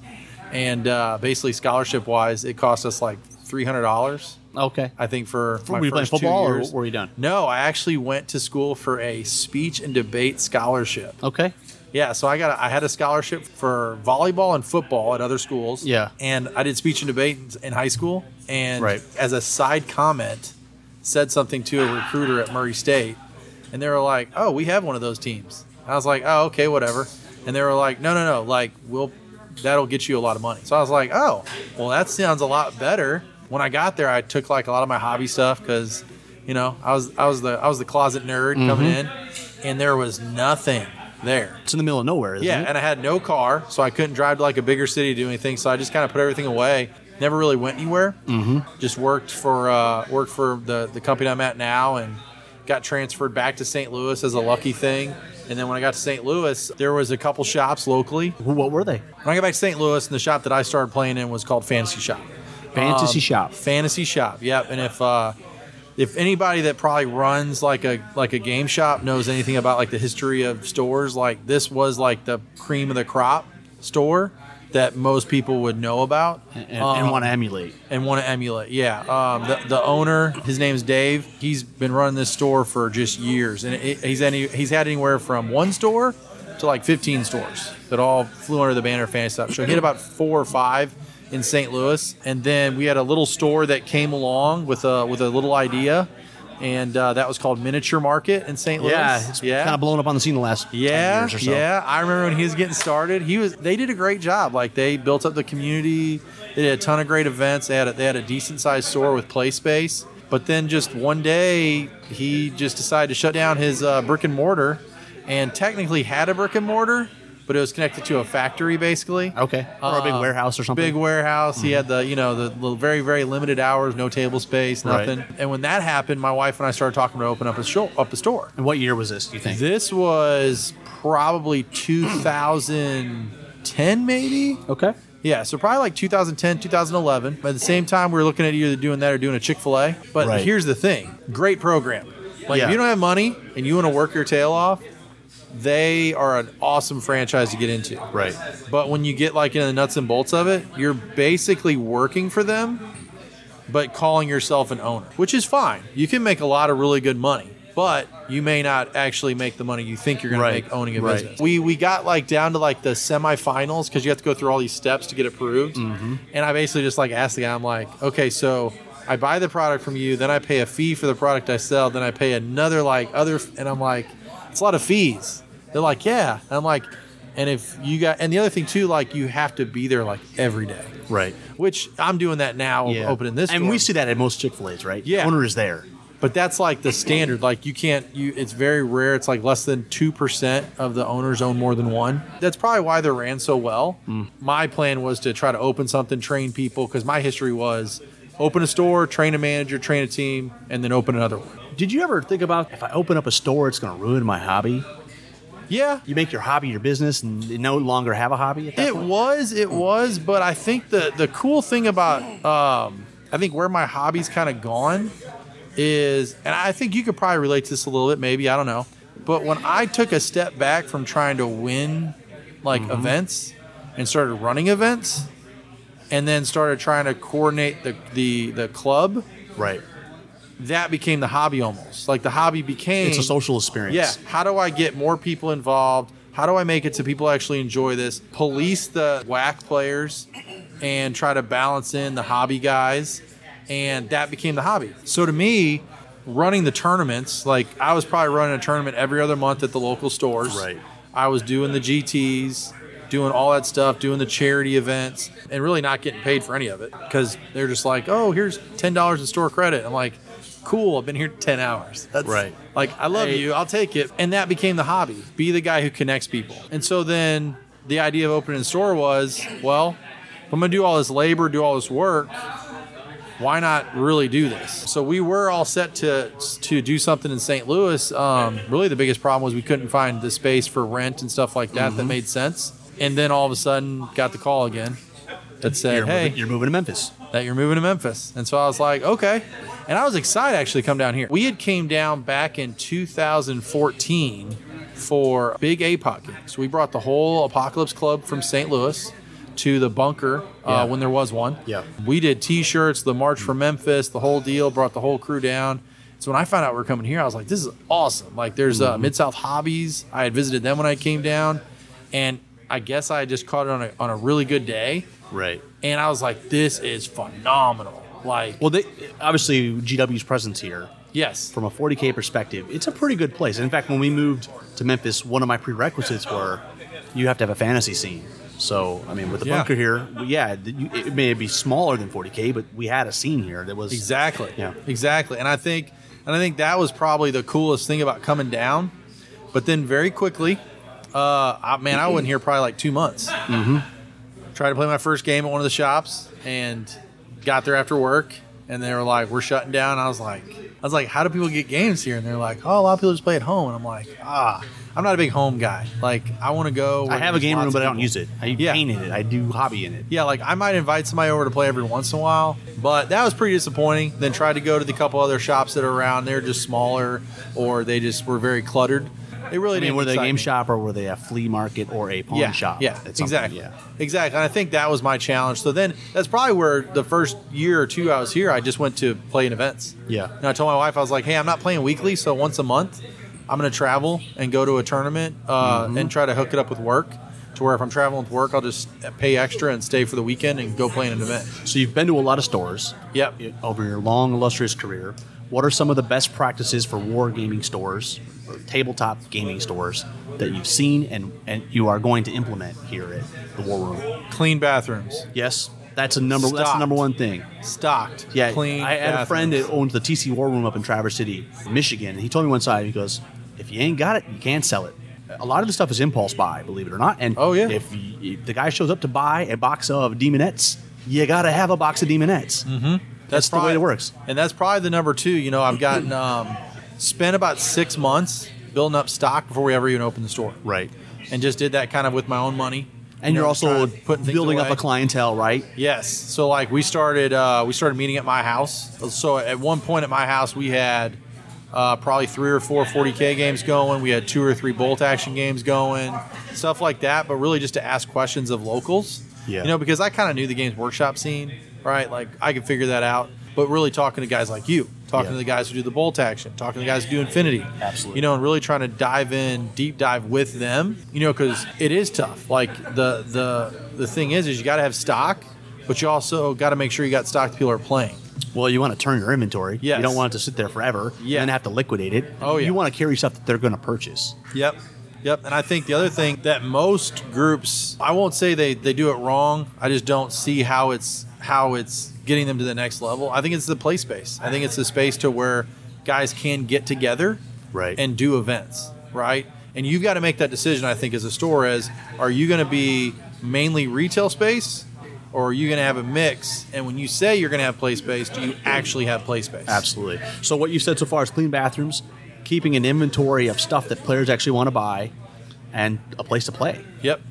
[SPEAKER 2] And uh, basically, scholarship wise, it cost us like three hundred dollars.
[SPEAKER 1] Okay.
[SPEAKER 2] I think for my
[SPEAKER 1] were you playing
[SPEAKER 2] first two
[SPEAKER 1] football or
[SPEAKER 2] years.
[SPEAKER 1] were you done?
[SPEAKER 2] No, I actually went to school for a speech and debate scholarship.
[SPEAKER 1] Okay.
[SPEAKER 2] Yeah, so I got a, I had a scholarship for volleyball and football at other schools.
[SPEAKER 1] Yeah.
[SPEAKER 2] and I did speech and debate in, in high school, and
[SPEAKER 1] Right.
[SPEAKER 2] as a side comment, said something to a recruiter at Murray State, and they were like, "Oh, we have one of those teams." I was like, "Oh, okay, whatever," and they were like, "No, no, no, like we'll that'll get you a lot of money." So I was like, "Oh, well, that sounds a lot better." When I got there, I took like a lot of my hobby stuff because, you know, I was I was the I was the closet nerd
[SPEAKER 1] Mm-hmm.
[SPEAKER 2] coming in, and there was nothing there.
[SPEAKER 1] It's in the middle of nowhere. Isn't
[SPEAKER 2] Yeah,
[SPEAKER 1] It?
[SPEAKER 2] and I had no car, so I couldn't drive to like a bigger city to do anything. So I just kind of put everything away. Never really went anywhere. Mm-hmm. Just worked for uh, worked for the the company I'm at now, and got transferred back to St. Louis as a lucky thing. And then when I got to St. Louis, there was a couple shops locally.
[SPEAKER 1] Who- what were they?
[SPEAKER 2] When I got back to St. Louis, and the shop that I started playing in was called Fantasy Shop.
[SPEAKER 1] Fantasy
[SPEAKER 2] Um,
[SPEAKER 1] shop.
[SPEAKER 2] Fantasy Shop. Yep. And if uh, if anybody that probably runs like a like a game shop knows anything about like the history of stores, like this was like the cream of the crop store that most people would know about
[SPEAKER 1] And, and,
[SPEAKER 2] um,
[SPEAKER 1] want to emulate.
[SPEAKER 2] and want to emulate. Yeah, um, the, the owner, his name's Dave. He's been running this store for just years, and it, he's any he's had anywhere from one store to like 15 stores that all flew under the banner of Fantasy Shop. So he had about four or five in St. Louis, and then we had a little store that came along with a with a little idea, and uh, that was called Miniature Market in St. Louis.
[SPEAKER 1] Yeah, it's kind of blown up on the scene the last 10
[SPEAKER 2] Yeah,
[SPEAKER 1] years or so.
[SPEAKER 2] yeah. I remember when he was getting started. He was. They did a great job. Like they built up the community. They did a ton of great events. They had a, they had a decent sized store with play space. But then just one day, he just decided to shut down his uh, brick and mortar, and technically had a brick and mortar, but it was connected to a factory basically.
[SPEAKER 1] Okay. Or a big
[SPEAKER 2] Uh,
[SPEAKER 1] warehouse or something.
[SPEAKER 2] Big warehouse. He
[SPEAKER 1] Mm-hmm.
[SPEAKER 2] had the you know the little very very limited hours, no table space,
[SPEAKER 1] Right.
[SPEAKER 2] nothing. And when that happened, my wife and I started talking to open up a shop, up a store.
[SPEAKER 1] and what year was this? Do you think?
[SPEAKER 2] This was probably 2010 maybe.
[SPEAKER 1] okay.
[SPEAKER 2] Yeah, so probably like 2010, 2011. But at the same time, we were looking at either doing that or doing a Chick fil A. But
[SPEAKER 1] Right.
[SPEAKER 2] here's the thing great program. Like,
[SPEAKER 1] Yeah.
[SPEAKER 2] if you don't have money and you want to work your tail off, they are an awesome franchise to get into.
[SPEAKER 1] Right.
[SPEAKER 2] But when you get like in the nuts and bolts of it, you're basically working for them, but calling yourself an owner, which is fine. You can make a lot of really good money, but you may not actually make the money you think you're going
[SPEAKER 1] Right.
[SPEAKER 2] to make owning a
[SPEAKER 1] Right.
[SPEAKER 2] business. We we got like down to like the semifinals because you have to go through all these steps to get approved.
[SPEAKER 1] Mm-hmm.
[SPEAKER 2] And I basically just like asked the guy, I'm like, okay, so. I buy the product from you, then I pay a fee for the product I sell, then I pay another like other, f- and I'm like, it's a lot of fees. They're like, yeah. And I'm like, and if you got, and the other thing too, like you have to be there like every day,
[SPEAKER 1] Right.
[SPEAKER 2] which I'm doing that now,
[SPEAKER 1] Yeah.
[SPEAKER 2] opening this.
[SPEAKER 1] And
[SPEAKER 2] store.
[SPEAKER 1] we see that at most Chick Fil A's, right?
[SPEAKER 2] Yeah.
[SPEAKER 1] The owner is there.
[SPEAKER 2] but that's like the standard. Like you can't, you it's very rare. It's like less than two percent of the owners own more than one. That's probably why they ran so well. My plan was to try to open something, train people, because my history was open a store, train a manager, train a team, and then open another one.
[SPEAKER 1] Did you ever think about if I open up a store, it's going to ruin my hobby?
[SPEAKER 2] Yeah,
[SPEAKER 1] You make your hobby your business and you no longer have a hobby. At that
[SPEAKER 2] It
[SPEAKER 1] point?
[SPEAKER 2] was, it was, but I think the the cool thing about um, I think where my hobby's kind of gone is, and I think you could probably relate to this a little bit, maybe I don't know, but when I took a step back from trying to win like
[SPEAKER 1] Mm-hmm.
[SPEAKER 2] events and started running events, and then started trying to coordinate the the the club,
[SPEAKER 1] Right.
[SPEAKER 2] that became the hobby almost. Like the hobby became
[SPEAKER 1] It's a social experience.
[SPEAKER 2] yeah. How do I get more people involved? How do I make it so people actually enjoy this? Police the whack players and try to balance in the hobby guys. And that became the hobby. So to me, running the tournaments, like I was probably running a tournament every other month at the local stores.
[SPEAKER 1] Right.
[SPEAKER 2] I was doing the GTs, doing all that stuff, doing the charity events, and really not getting paid for any of it because they're just like, oh, here's $10 in store credit. I'm like, cool, I've been here 10 hours. That's
[SPEAKER 1] Right.
[SPEAKER 2] Like, I love
[SPEAKER 1] Hey.
[SPEAKER 2] you. I'll take it. And that became the hobby. Be the guy who connects people. And so then the idea of opening a store was, well, if I'm gonna do all this labor, do all this work, why not really do this? So we were all set to to do something in St. Louis. Um, really, the biggest problem was we couldn't find the space for rent and stuff like that that made sense. And then all of a sudden, got the call again that said,
[SPEAKER 1] You're,
[SPEAKER 2] "Hey,
[SPEAKER 1] moving, you're moving to Memphis.
[SPEAKER 2] that you're moving to Memphis. And so I was like, okay. And I was excited actually to come down here. We had came down back in 2014 for Big APOC. Games. So we brought the whole Apocalypse Club from St. Louis to the bunker
[SPEAKER 1] Yeah.
[SPEAKER 2] uh, when there was one.
[SPEAKER 1] Yeah.
[SPEAKER 2] We did T-shirts, the March for Memphis, the whole deal. Brought the whole crew down. So when I found out we were coming here, I was like, this is awesome. Like there's uh,
[SPEAKER 1] Mm-hmm.
[SPEAKER 2] Mid South Hobbies. I had visited them when I came down, and I guess I just caught it on a, on a really good day
[SPEAKER 1] Right.
[SPEAKER 2] and I was like, "This is phenomenal!" Like,
[SPEAKER 1] Well, they obviously GW's presence here
[SPEAKER 2] yes,
[SPEAKER 1] from a 40k perspective, it's a pretty good place. In fact, when we moved to Memphis, one of my prerequisites were you have to have a fantasy scene. So, I mean, with the
[SPEAKER 2] Yeah.
[SPEAKER 1] bunker here, we- yeah, th- you- it may be smaller than 40k, but we had a scene here that was
[SPEAKER 2] exactly,
[SPEAKER 1] Yeah.
[SPEAKER 2] exactly. And I think, and I think that was probably the coolest thing about coming down. But then very quickly, uh, I, man, I wasn't here probably like two months. Mm-hmm. Tried to play my first game at one of the shops and got there after work, and they were like, "We're shutting down." I was like, "I was like, how do people get games here?" And they're like, "Oh, a lot of people just play at home." And I'm like, "Ah." I'm not a big home guy. Like, I want to go.
[SPEAKER 1] I
[SPEAKER 2] where
[SPEAKER 1] have a
[SPEAKER 2] there's
[SPEAKER 1] game
[SPEAKER 2] lots
[SPEAKER 1] room,
[SPEAKER 2] of
[SPEAKER 1] but I don't
[SPEAKER 2] people.
[SPEAKER 1] use it. I
[SPEAKER 2] Yeah.
[SPEAKER 1] paint in it. I do hobby in it.
[SPEAKER 2] yeah, like I might invite somebody over to play every once in a while, but that was pretty disappointing. Then tried to go to the couple other shops that are around. They're just smaller, or they just were very cluttered. They really
[SPEAKER 1] I mean,
[SPEAKER 2] didn't.
[SPEAKER 1] were they a
[SPEAKER 2] excite
[SPEAKER 1] game
[SPEAKER 2] me.
[SPEAKER 1] shop or were they a flea market or a pawn
[SPEAKER 2] yeah,
[SPEAKER 1] shop?
[SPEAKER 2] Yeah,
[SPEAKER 1] It's something,
[SPEAKER 2] exactly.
[SPEAKER 1] Yeah.
[SPEAKER 2] Exactly. And I think that was my challenge. So then that's probably where the first year or two I was here, I just went to playing events.
[SPEAKER 1] Yeah.
[SPEAKER 2] And I told my wife, I was like, hey, I'm not playing weekly, so once a month, I'm going to travel and go to a tournament uh,
[SPEAKER 1] Mm-hmm.
[SPEAKER 2] and try to hook it up with work to where if I'm traveling with work, I'll just pay extra and stay for the weekend and go play in an event.
[SPEAKER 1] So you've been to a lot of stores.
[SPEAKER 2] Yep.
[SPEAKER 1] you- Over your long illustrious career, what are some of the best practices for wargaming stores, or tabletop gaming stores that you've seen and and you are going to implement here at the War Room?
[SPEAKER 2] Clean bathrooms.
[SPEAKER 1] Yes, that's a number. That's the
[SPEAKER 2] Stocked.
[SPEAKER 1] number one thing.
[SPEAKER 2] Stocked.
[SPEAKER 1] Yeah,
[SPEAKER 2] Clean.
[SPEAKER 1] I had a
[SPEAKER 2] bathrooms.
[SPEAKER 1] friend that owns the TC War Room up in Traverse City, Michigan. And he told me one side, he goes, "If you ain't got it, you can't sell it." a lot of the stuff is impulse buy, believe it or not. And
[SPEAKER 2] Oh, yeah.
[SPEAKER 1] if, y- if the guy shows up to buy a box of Demonettes, you gotta have a box of Demonettes. Mm-hmm. That's, the way
[SPEAKER 2] probably-
[SPEAKER 1] it works.
[SPEAKER 2] And that's probably the number two. You know, I've gotten um, spent about six months building up stock before we ever even opened the store,
[SPEAKER 1] Right.
[SPEAKER 2] and just did that kind of with my own money.
[SPEAKER 1] And
[SPEAKER 2] You
[SPEAKER 1] you're
[SPEAKER 2] know,
[SPEAKER 1] also
[SPEAKER 2] trying to put things
[SPEAKER 1] building up
[SPEAKER 2] away.
[SPEAKER 1] a clientele, right?
[SPEAKER 2] Yes. So like we started uh, we started meeting at my house. So at one point at my house we had uh, probably three or four 40k games going. We had two or three bolt action games going, stuff like that. But really just to ask questions of locals.
[SPEAKER 1] Yeah.
[SPEAKER 2] You know because I kind of knew the games workshop scene, right? Like I could figure that out. But really talking to guys like you, talking
[SPEAKER 1] Yeah.
[SPEAKER 2] to the guys who do the bolt action, talking to the guys who do infinity.
[SPEAKER 1] Absolutely.
[SPEAKER 2] You know, and really trying to dive in, deep dive with them. You know, because it is tough. Like the the the thing is, is you got to have stock, but you also got to make sure you got stock that people are playing.
[SPEAKER 1] Well, you want to turn your inventory.
[SPEAKER 2] Yes.
[SPEAKER 1] You don't want it to sit there forever
[SPEAKER 2] Yeah.
[SPEAKER 1] and then have to liquidate it.
[SPEAKER 2] Oh, yeah.
[SPEAKER 1] You want to carry stuff that they're going to purchase.
[SPEAKER 2] Yep. Yep. And I think the other thing that most groups, I won't say they, they do it wrong. I just don't see how it's how it's getting them to the next level. I think it's the play space. I think it's the space to where guys can get together
[SPEAKER 1] Right.
[SPEAKER 2] and do events, right? And you've got to make that decision, I think, as a store is are you going to be mainly retail space or are you going to have a mix? And when you say you're going to have play space, do you actually have play space?
[SPEAKER 1] Absolutely. So what you said so far is clean bathrooms, keeping an inventory of stuff that players actually want to buy, and a place to play.
[SPEAKER 2] Yep.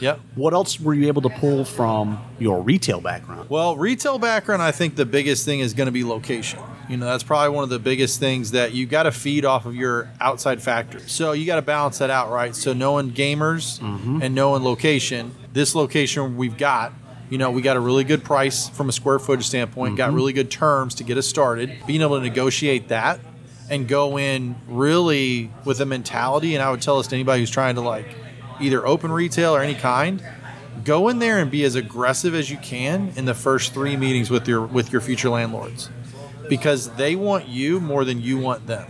[SPEAKER 2] Yep.
[SPEAKER 1] What else were you able to pull from your retail background?
[SPEAKER 2] Well, retail background, I think the biggest thing is going to be location. You know, that's probably one of the biggest things that you got to feed off of your outside factor. So you got to balance that out, right? So knowing gamers and knowing location, this location we've got, you know, we got a really good price from a square footage standpoint, got really good terms to get us started. Being able to negotiate that and go in really with a mentality, and I would tell this to anybody who's trying to like either open retail or any kind, go in there and be as aggressive as you can in the first three meetings with your with your future landlords because they want you more than you want them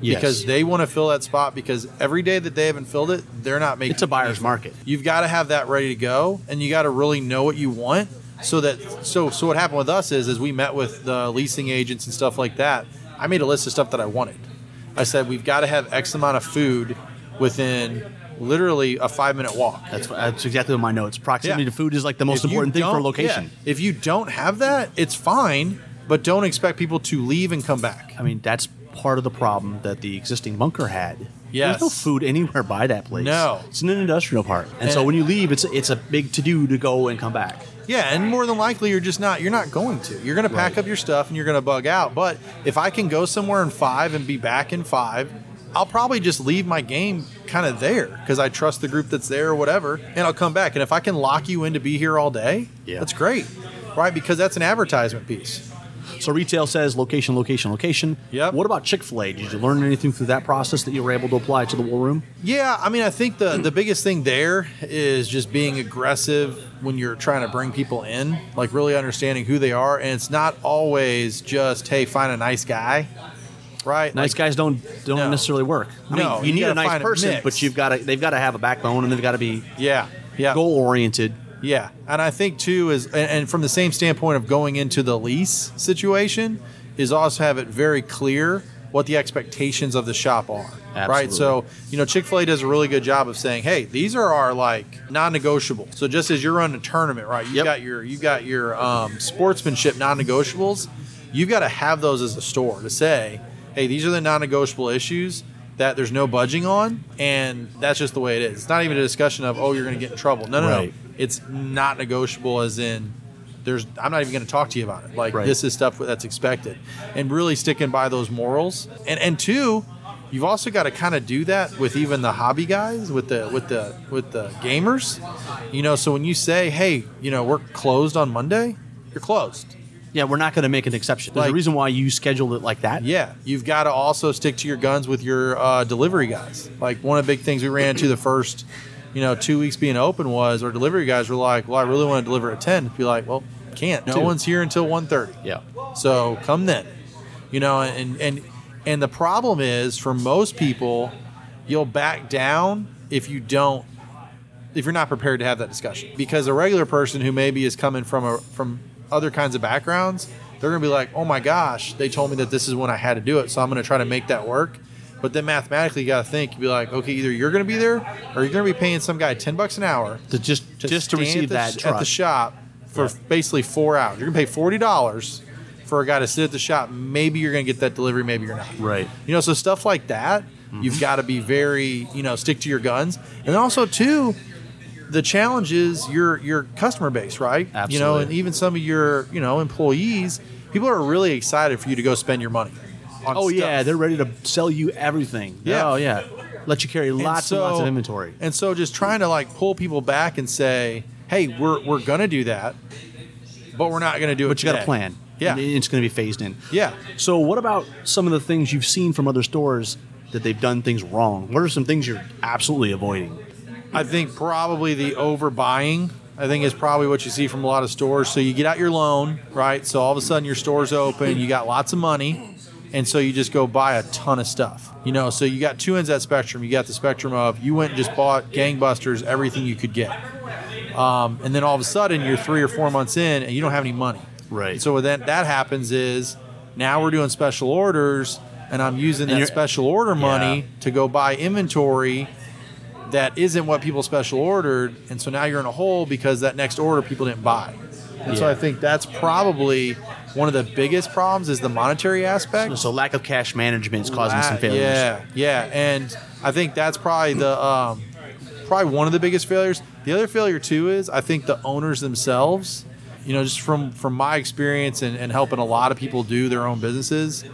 [SPEAKER 1] Yes.
[SPEAKER 2] because they want to fill that spot because every day that they haven't filled it they're not making
[SPEAKER 1] it's a buyer's market.
[SPEAKER 2] you've got to have that ready to go and you got to really know what you want so that so so what happened with us is is we met with the leasing agents and stuff like that i made a list of stuff that i wanted i said we've got to have x amount of food within literally a five minute walk
[SPEAKER 1] That's, that's exactly what my notes. Proximity
[SPEAKER 2] Yeah.
[SPEAKER 1] to food is like the most
[SPEAKER 2] if you
[SPEAKER 1] important thing for
[SPEAKER 2] don't-
[SPEAKER 1] location.
[SPEAKER 2] yeah, if you don't have that, it's fine, but don't expect people to leave and come back.
[SPEAKER 1] I mean, that's part of the problem that the existing bunker had.
[SPEAKER 2] Yes.
[SPEAKER 1] There's no food anywhere by that place.
[SPEAKER 2] No.
[SPEAKER 1] It's in an industrial park. And, so
[SPEAKER 2] And-
[SPEAKER 1] when you leave, it's it's a big to do to go and come back.
[SPEAKER 2] Yeah, and more than likely you're just not you're not going to. You're going to pack
[SPEAKER 1] Right.
[SPEAKER 2] up your stuff and you're going to bug out. But if I can go somewhere in 5 and be back in 5, I'll probably just leave my game kind of there cuz I trust the group that's there or whatever and I'll come back. And if I can lock you in to be here all day,
[SPEAKER 1] Yeah.
[SPEAKER 2] that's great. Right? Because that's an advertisement piece.
[SPEAKER 1] So retail says location, location, location.
[SPEAKER 2] Yep.
[SPEAKER 1] What about Chick fil A? Did you learn anything through that process that you were able to apply to the war room?
[SPEAKER 2] Yeah, I mean, I think the the biggest thing there is just being aggressive when you're trying to bring people in, like really understanding who they are, and it's not always just hey, find a nice guy, right?
[SPEAKER 1] Nice
[SPEAKER 2] Like,
[SPEAKER 1] guys don't don't
[SPEAKER 2] No.
[SPEAKER 1] necessarily work. I mean,
[SPEAKER 2] No,
[SPEAKER 1] you,
[SPEAKER 2] you
[SPEAKER 1] need
[SPEAKER 2] gotta
[SPEAKER 1] a nice
[SPEAKER 2] find a
[SPEAKER 1] person,
[SPEAKER 2] mix.
[SPEAKER 1] but you've got to they've got to have a backbone and they've got to be
[SPEAKER 2] Yeah, yeah,
[SPEAKER 1] goal oriented.
[SPEAKER 2] yeah. And I think too is, and, and from the same standpoint of going into the lease situation, is also have it very clear what the expectations of the shop are, right?
[SPEAKER 1] Absolutely.
[SPEAKER 2] So you know, Chick Fil A does a really good job of saying, "Hey, these are our like non-negotiable." So just as you're running a tournament, right? You
[SPEAKER 1] Yep.
[SPEAKER 2] have got your you got your um, sportsmanship non-negotiables. You've got to have those as a store to say, "Hey, these are the non-negotiable issues that there's no budging on," and that's just the way it is. It's not even a discussion of, "Oh, you're going to get in trouble." No, no,
[SPEAKER 1] Right.
[SPEAKER 2] no. It's not negotiable, as in. There's, I'm not even going to talk to you about it. Like
[SPEAKER 1] Right.
[SPEAKER 2] this is stuff that's expected, and really sticking by those morals. And and two, you've also got to kind of do that with even the hobby guys, with the with the with the gamers. You know, so when you say, hey, you know, we're closed on Monday, you're closed.
[SPEAKER 1] Yeah, we're not going to make an exception. There's a
[SPEAKER 2] Like-
[SPEAKER 1] reason why you scheduled it like that.
[SPEAKER 2] Yeah, you've got to also stick to your guns with your uh, delivery guys. Like one of the big things we ran into the first, you know, two weeks being open was our delivery guys were like, well, I really want to deliver at ten. Be like, well, can't. No
[SPEAKER 1] Two.
[SPEAKER 2] one's here until 1.30.
[SPEAKER 1] Yeah.
[SPEAKER 2] So come then. You know, and and and the problem is for most people, you'll back down if you don't if you're not prepared to have that discussion. Because a regular person who maybe is coming from a from other kinds of backgrounds, they're gonna be like, Oh my gosh, they told me that this is when I had to do it, so I'm gonna try to make that work. But then mathematically, you got to think. You be like, okay, either you're going to be there, or you're going to be paying some guy ten bucks an hour
[SPEAKER 1] To just just to
[SPEAKER 2] stand
[SPEAKER 1] receive
[SPEAKER 2] at
[SPEAKER 1] that
[SPEAKER 2] the, at
[SPEAKER 1] truck.
[SPEAKER 2] the shop for basically four hours. You're gonna pay forty dollars for a guy to sit at the shop. Maybe you're gonna get that delivery. Maybe you're not.
[SPEAKER 1] Right. Mm-hmm.
[SPEAKER 2] You know, so stuff like that, you've got to be very, you know, stick to your guns. And also too, the challenge is your your customer base, right? You know,
[SPEAKER 1] Absolutely.
[SPEAKER 2] and even some of your you know employees, people are really excited for you to go spend your money. on
[SPEAKER 1] Oh yeah,
[SPEAKER 2] stuff.
[SPEAKER 1] they're ready to sell you everything.
[SPEAKER 2] Yeah.
[SPEAKER 1] Oh yeah, let you carry
[SPEAKER 2] And
[SPEAKER 1] lots and, lots
[SPEAKER 2] so-
[SPEAKER 1] of inventory.
[SPEAKER 2] And so just trying to like pull people back and say, hey, we're, we're going to do that, but we're not going to do it.
[SPEAKER 1] But you got
[SPEAKER 2] today."
[SPEAKER 1] a plan.
[SPEAKER 2] Yeah.
[SPEAKER 1] And it's going to be phased in.
[SPEAKER 2] Yeah.
[SPEAKER 1] So what about some of the things you've seen from other stores that they've done things wrong? What are some things you're absolutely avoiding?
[SPEAKER 2] I think probably the overbuying. I think is probably what you see from a lot of stores. So you get out your loan, right? So all of a sudden your store's open, you got lots of money, and so you just go buy a ton of stuff. You know, so you got two ends of that spectrum. You got the spectrum of you went and just bought gangbusters, everything you could get. Um, and then all of a sudden you're three or four months in and you don't have any money.
[SPEAKER 1] Right.
[SPEAKER 2] So what then that happens is now we're doing special orders and I'm using that
[SPEAKER 1] you're-
[SPEAKER 2] special order money
[SPEAKER 1] Yeah.
[SPEAKER 2] to go buy inventory that isn't what people special ordered, and so now you're in a hole because that next order people didn't buy. And so
[SPEAKER 1] Yeah.
[SPEAKER 2] I think that's probably one of the biggest problems is the monetary aspect.
[SPEAKER 1] So lack of cash management is causing some
[SPEAKER 2] Ah,
[SPEAKER 1] failures.
[SPEAKER 2] Yeah, yeah, and I think that's probably the um, probably one of the biggest failures. The other failure too is I think the owners themselves, you know, just from from my experience and, and helping a lot of people do their own businesses,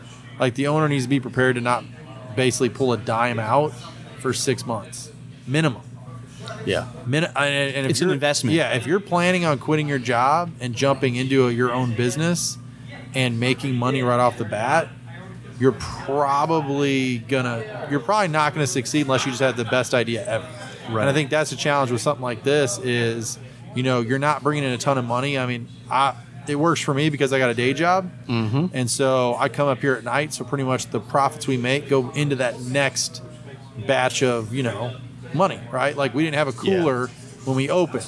[SPEAKER 2] like the owner needs to be prepared to not basically pull a dime out for six months minimum.
[SPEAKER 1] Yeah.
[SPEAKER 2] Min- and- and if
[SPEAKER 1] It's an
[SPEAKER 2] you're-
[SPEAKER 1] investment.
[SPEAKER 2] Yeah, if you're planning on quitting your job and jumping into a, your own business and making money right off the bat, you're probably gonna you're probably not gonna succeed unless you just have the best idea ever.
[SPEAKER 1] Right.
[SPEAKER 2] And I think that's the challenge with something like this is, you know, you're not bringing in a ton of money. I mean, I it works for me because I got a day job, mm-hmm. and so I come up here at night. So pretty much the profits we make go into that next batch of you know money, right? Like we didn't have a cooler when we opened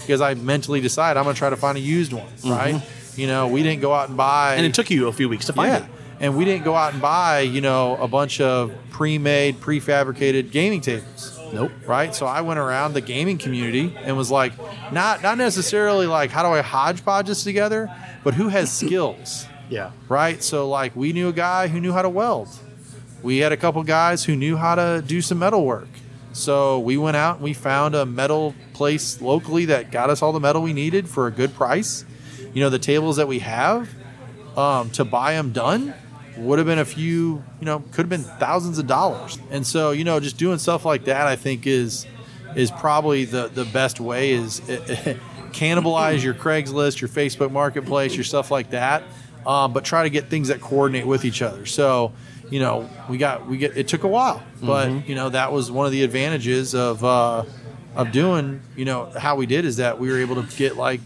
[SPEAKER 2] because I mentally decided I'm going to try to find a used one, right? You know, we didn't go out and buy
[SPEAKER 1] Mm-hmm. And it took you a few weeks to find
[SPEAKER 2] yeah.
[SPEAKER 1] it.
[SPEAKER 2] And we didn't go out and buy, you know, a bunch of pre-made, prefabricated gaming tables,
[SPEAKER 1] Nope.
[SPEAKER 2] right? So I went around the gaming community and was like, not not necessarily like how do I hodgepodge this together, but who has skills,
[SPEAKER 1] Yeah.
[SPEAKER 2] right? So like we knew a guy who knew how to weld. We had a couple guys who knew how to do some metal work. So we went out and we found a metal place locally that got us all the metal we needed for a good price. You know, the tables that we have, um, to buy them done would have been a few, you know, could have been thousands of dollars. And so, you know, just doing stuff like that, I think is is probably the the best way is (laughs) cannibalize your Craigslist, your Facebook Marketplace, your stuff like that, um, but try to get things that coordinate with each other. So, you know, we got we get it took a while, but you know that was one of the advantages of uh, of doing you know how we did is that we were able to get like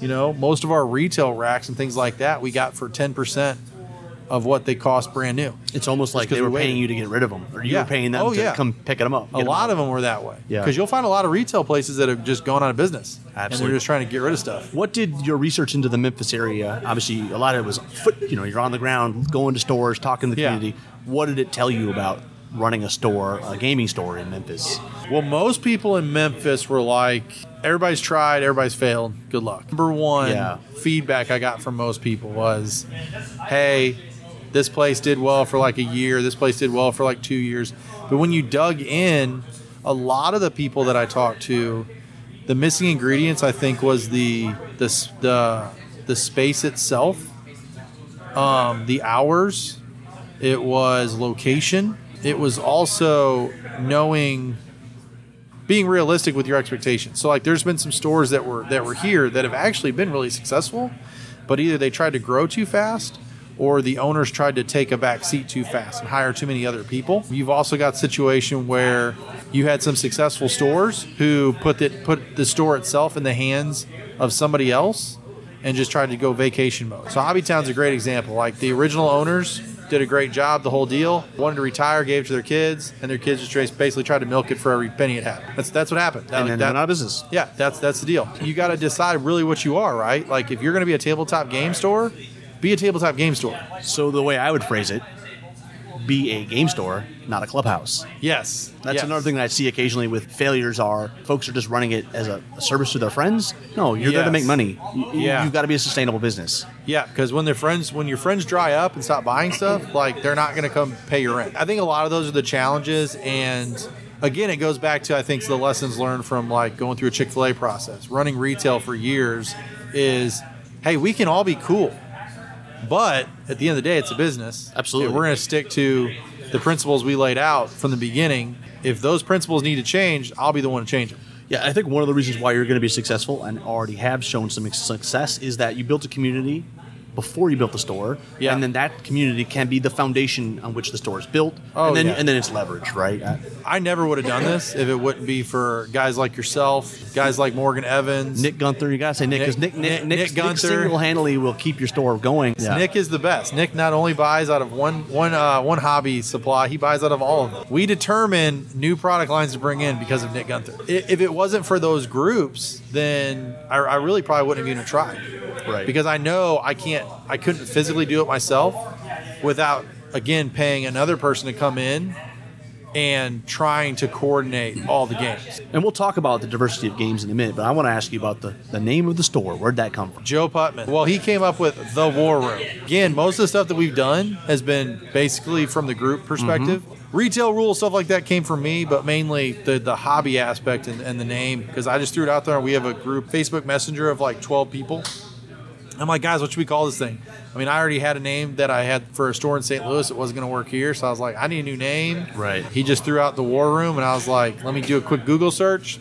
[SPEAKER 2] you know, most of our retail racks and things like that we got for 10% of what they cost brand new.
[SPEAKER 1] It's almost like
[SPEAKER 2] 'cause
[SPEAKER 1] they were
[SPEAKER 2] we waited.
[SPEAKER 1] paying you to get rid of them, or you
[SPEAKER 2] Yeah.
[SPEAKER 1] were paying them
[SPEAKER 2] Oh,
[SPEAKER 1] to
[SPEAKER 2] yeah.
[SPEAKER 1] come pick them up.
[SPEAKER 2] A lot of them were that way.
[SPEAKER 1] Yeah.
[SPEAKER 2] Because you'll find a lot of retail places that have just gone out of business. And
[SPEAKER 1] Absolutely.
[SPEAKER 2] they're just trying to get rid of stuff.
[SPEAKER 1] What did your research into the Memphis area? Obviously, a lot of it was foot. You know, you're on the ground, going to stores, talking to the
[SPEAKER 2] Yeah.
[SPEAKER 1] community. What did it tell you about running a store, a gaming store in Memphis?
[SPEAKER 2] Well, most people in Memphis were like, everybody's tried, everybody's failed. Good luck. Number one
[SPEAKER 1] Yeah.
[SPEAKER 2] feedback I got from most people was, hey, this place did well for like a year, this place did well for like two years. But when you dug in, a lot of the people that I talked to, the missing ingredients I think was the the s- the, the space itself, um, the hours, it was location, it was also knowing being realistic with your expectations. So like there's been some stores that were that were here that have actually been really successful, but either they tried to grow too fast or the owners tried to take a back seat too fast and hire too many other people. You've also got situation where you had some successful stores who put the, put the store itself in the hands of somebody else and just tried to go vacation mode. So Hobbytown's a great example. Like the original owners did a great job, the whole deal. Wanted to retire, gave it to their kids, and their kids just trace- basically tried to milk it for every penny it had. That's that's what happened. That-
[SPEAKER 1] and then
[SPEAKER 2] that-
[SPEAKER 1] went out of business.
[SPEAKER 2] yeah, that's that's the deal. You got to decide really what you are, right? Like if you're going to be a tabletop game store, be a tabletop game store.
[SPEAKER 1] So the way I would phrase it, be a game store, not a clubhouse.
[SPEAKER 2] Yes.
[SPEAKER 1] That's
[SPEAKER 2] yes.
[SPEAKER 1] another thing that I see occasionally with failures are folks are just running it as a, a service to their friends. No, you're there to
[SPEAKER 2] Yes.
[SPEAKER 1] make money. You,
[SPEAKER 2] Yeah.
[SPEAKER 1] You've got to be a sustainable business.
[SPEAKER 2] Yeah, because when their friends, when your friends dry up and stop buying stuff, like they're not going to come pay your rent. I think a lot of those are the challenges, and again, it goes back to I think the lessons learned from like going through a Chick Fil A process, running retail for years, is hey, we can all be cool, but at the end of the day, it's a business.
[SPEAKER 1] Absolutely.
[SPEAKER 2] And we're going to stick to the principles we laid out from the beginning. If those principles need to change, I'll be the one to change them.
[SPEAKER 1] Yeah, I think one of the reasons why you're going to be successful and already have shown some success is that you built a community before you built the store,
[SPEAKER 2] Yeah.
[SPEAKER 1] and then that community can be the foundation on which the store is built,
[SPEAKER 2] Oh,
[SPEAKER 1] and then
[SPEAKER 2] yeah.
[SPEAKER 1] and then it's leverage, right? Uh,
[SPEAKER 2] I never would have done this if it wouldn't be for guys like yourself, guys like Morgan Evans,
[SPEAKER 1] Nick Gunther, you gotta say Nick because Nick
[SPEAKER 2] Nick-
[SPEAKER 1] Nick,
[SPEAKER 2] Nick-
[SPEAKER 1] Nick,
[SPEAKER 2] Nick Gunther.
[SPEAKER 1] single-handedly will keep your store going. Yeah.
[SPEAKER 2] Nick is the best. Nick not only buys out of one one uh, one hobby supply, he buys out of all of them. We determine new product lines to bring in because of Nick Gunther. I- If it wasn't for those groups, then I, I really probably wouldn't have even tried.
[SPEAKER 1] Right.
[SPEAKER 2] Because I know I can't, I couldn't physically do it myself without again paying another person to come in and trying to coordinate all the games.
[SPEAKER 1] and we'll talk about the diversity of games in a minute, but I want to ask you about the, the name of the store. Where'd that come from?
[SPEAKER 2] Joe Putman. Well, he came up with the War Room. Again, most of the stuff that we've done has been basically from the group perspective. Retail rules, stuff like that, came from me, but mainly the the hobby aspect and, and the name because I just threw it out there. and We have a group Facebook Messenger of like twelve people. I'm like, guys, what should we call this thing? I mean, I already had a name that I had for a store in St. Louis. It wasn't going to work here, so I was like, I need a new name.
[SPEAKER 1] Right.
[SPEAKER 2] He just threw out the War Room, and I was like, let me do a quick Google search.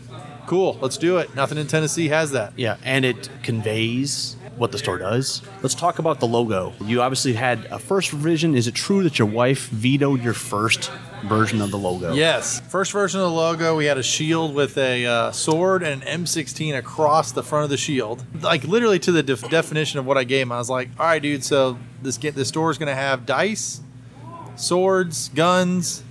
[SPEAKER 2] Cool, let's do it. Nothing in Tennessee has that.
[SPEAKER 1] Yeah, and it conveys what the store does. Let's talk about the logo. You obviously had a first revision. Is it true that your wife vetoed your first version of the logo?
[SPEAKER 2] Yes. First version of the logo, we had a shield with a uh, sword and an M16 across the front of the shield. Like literally to the def- definition of what I gave him, I was like, "All right, dude. So this get this store is going to have dice, swords, guns,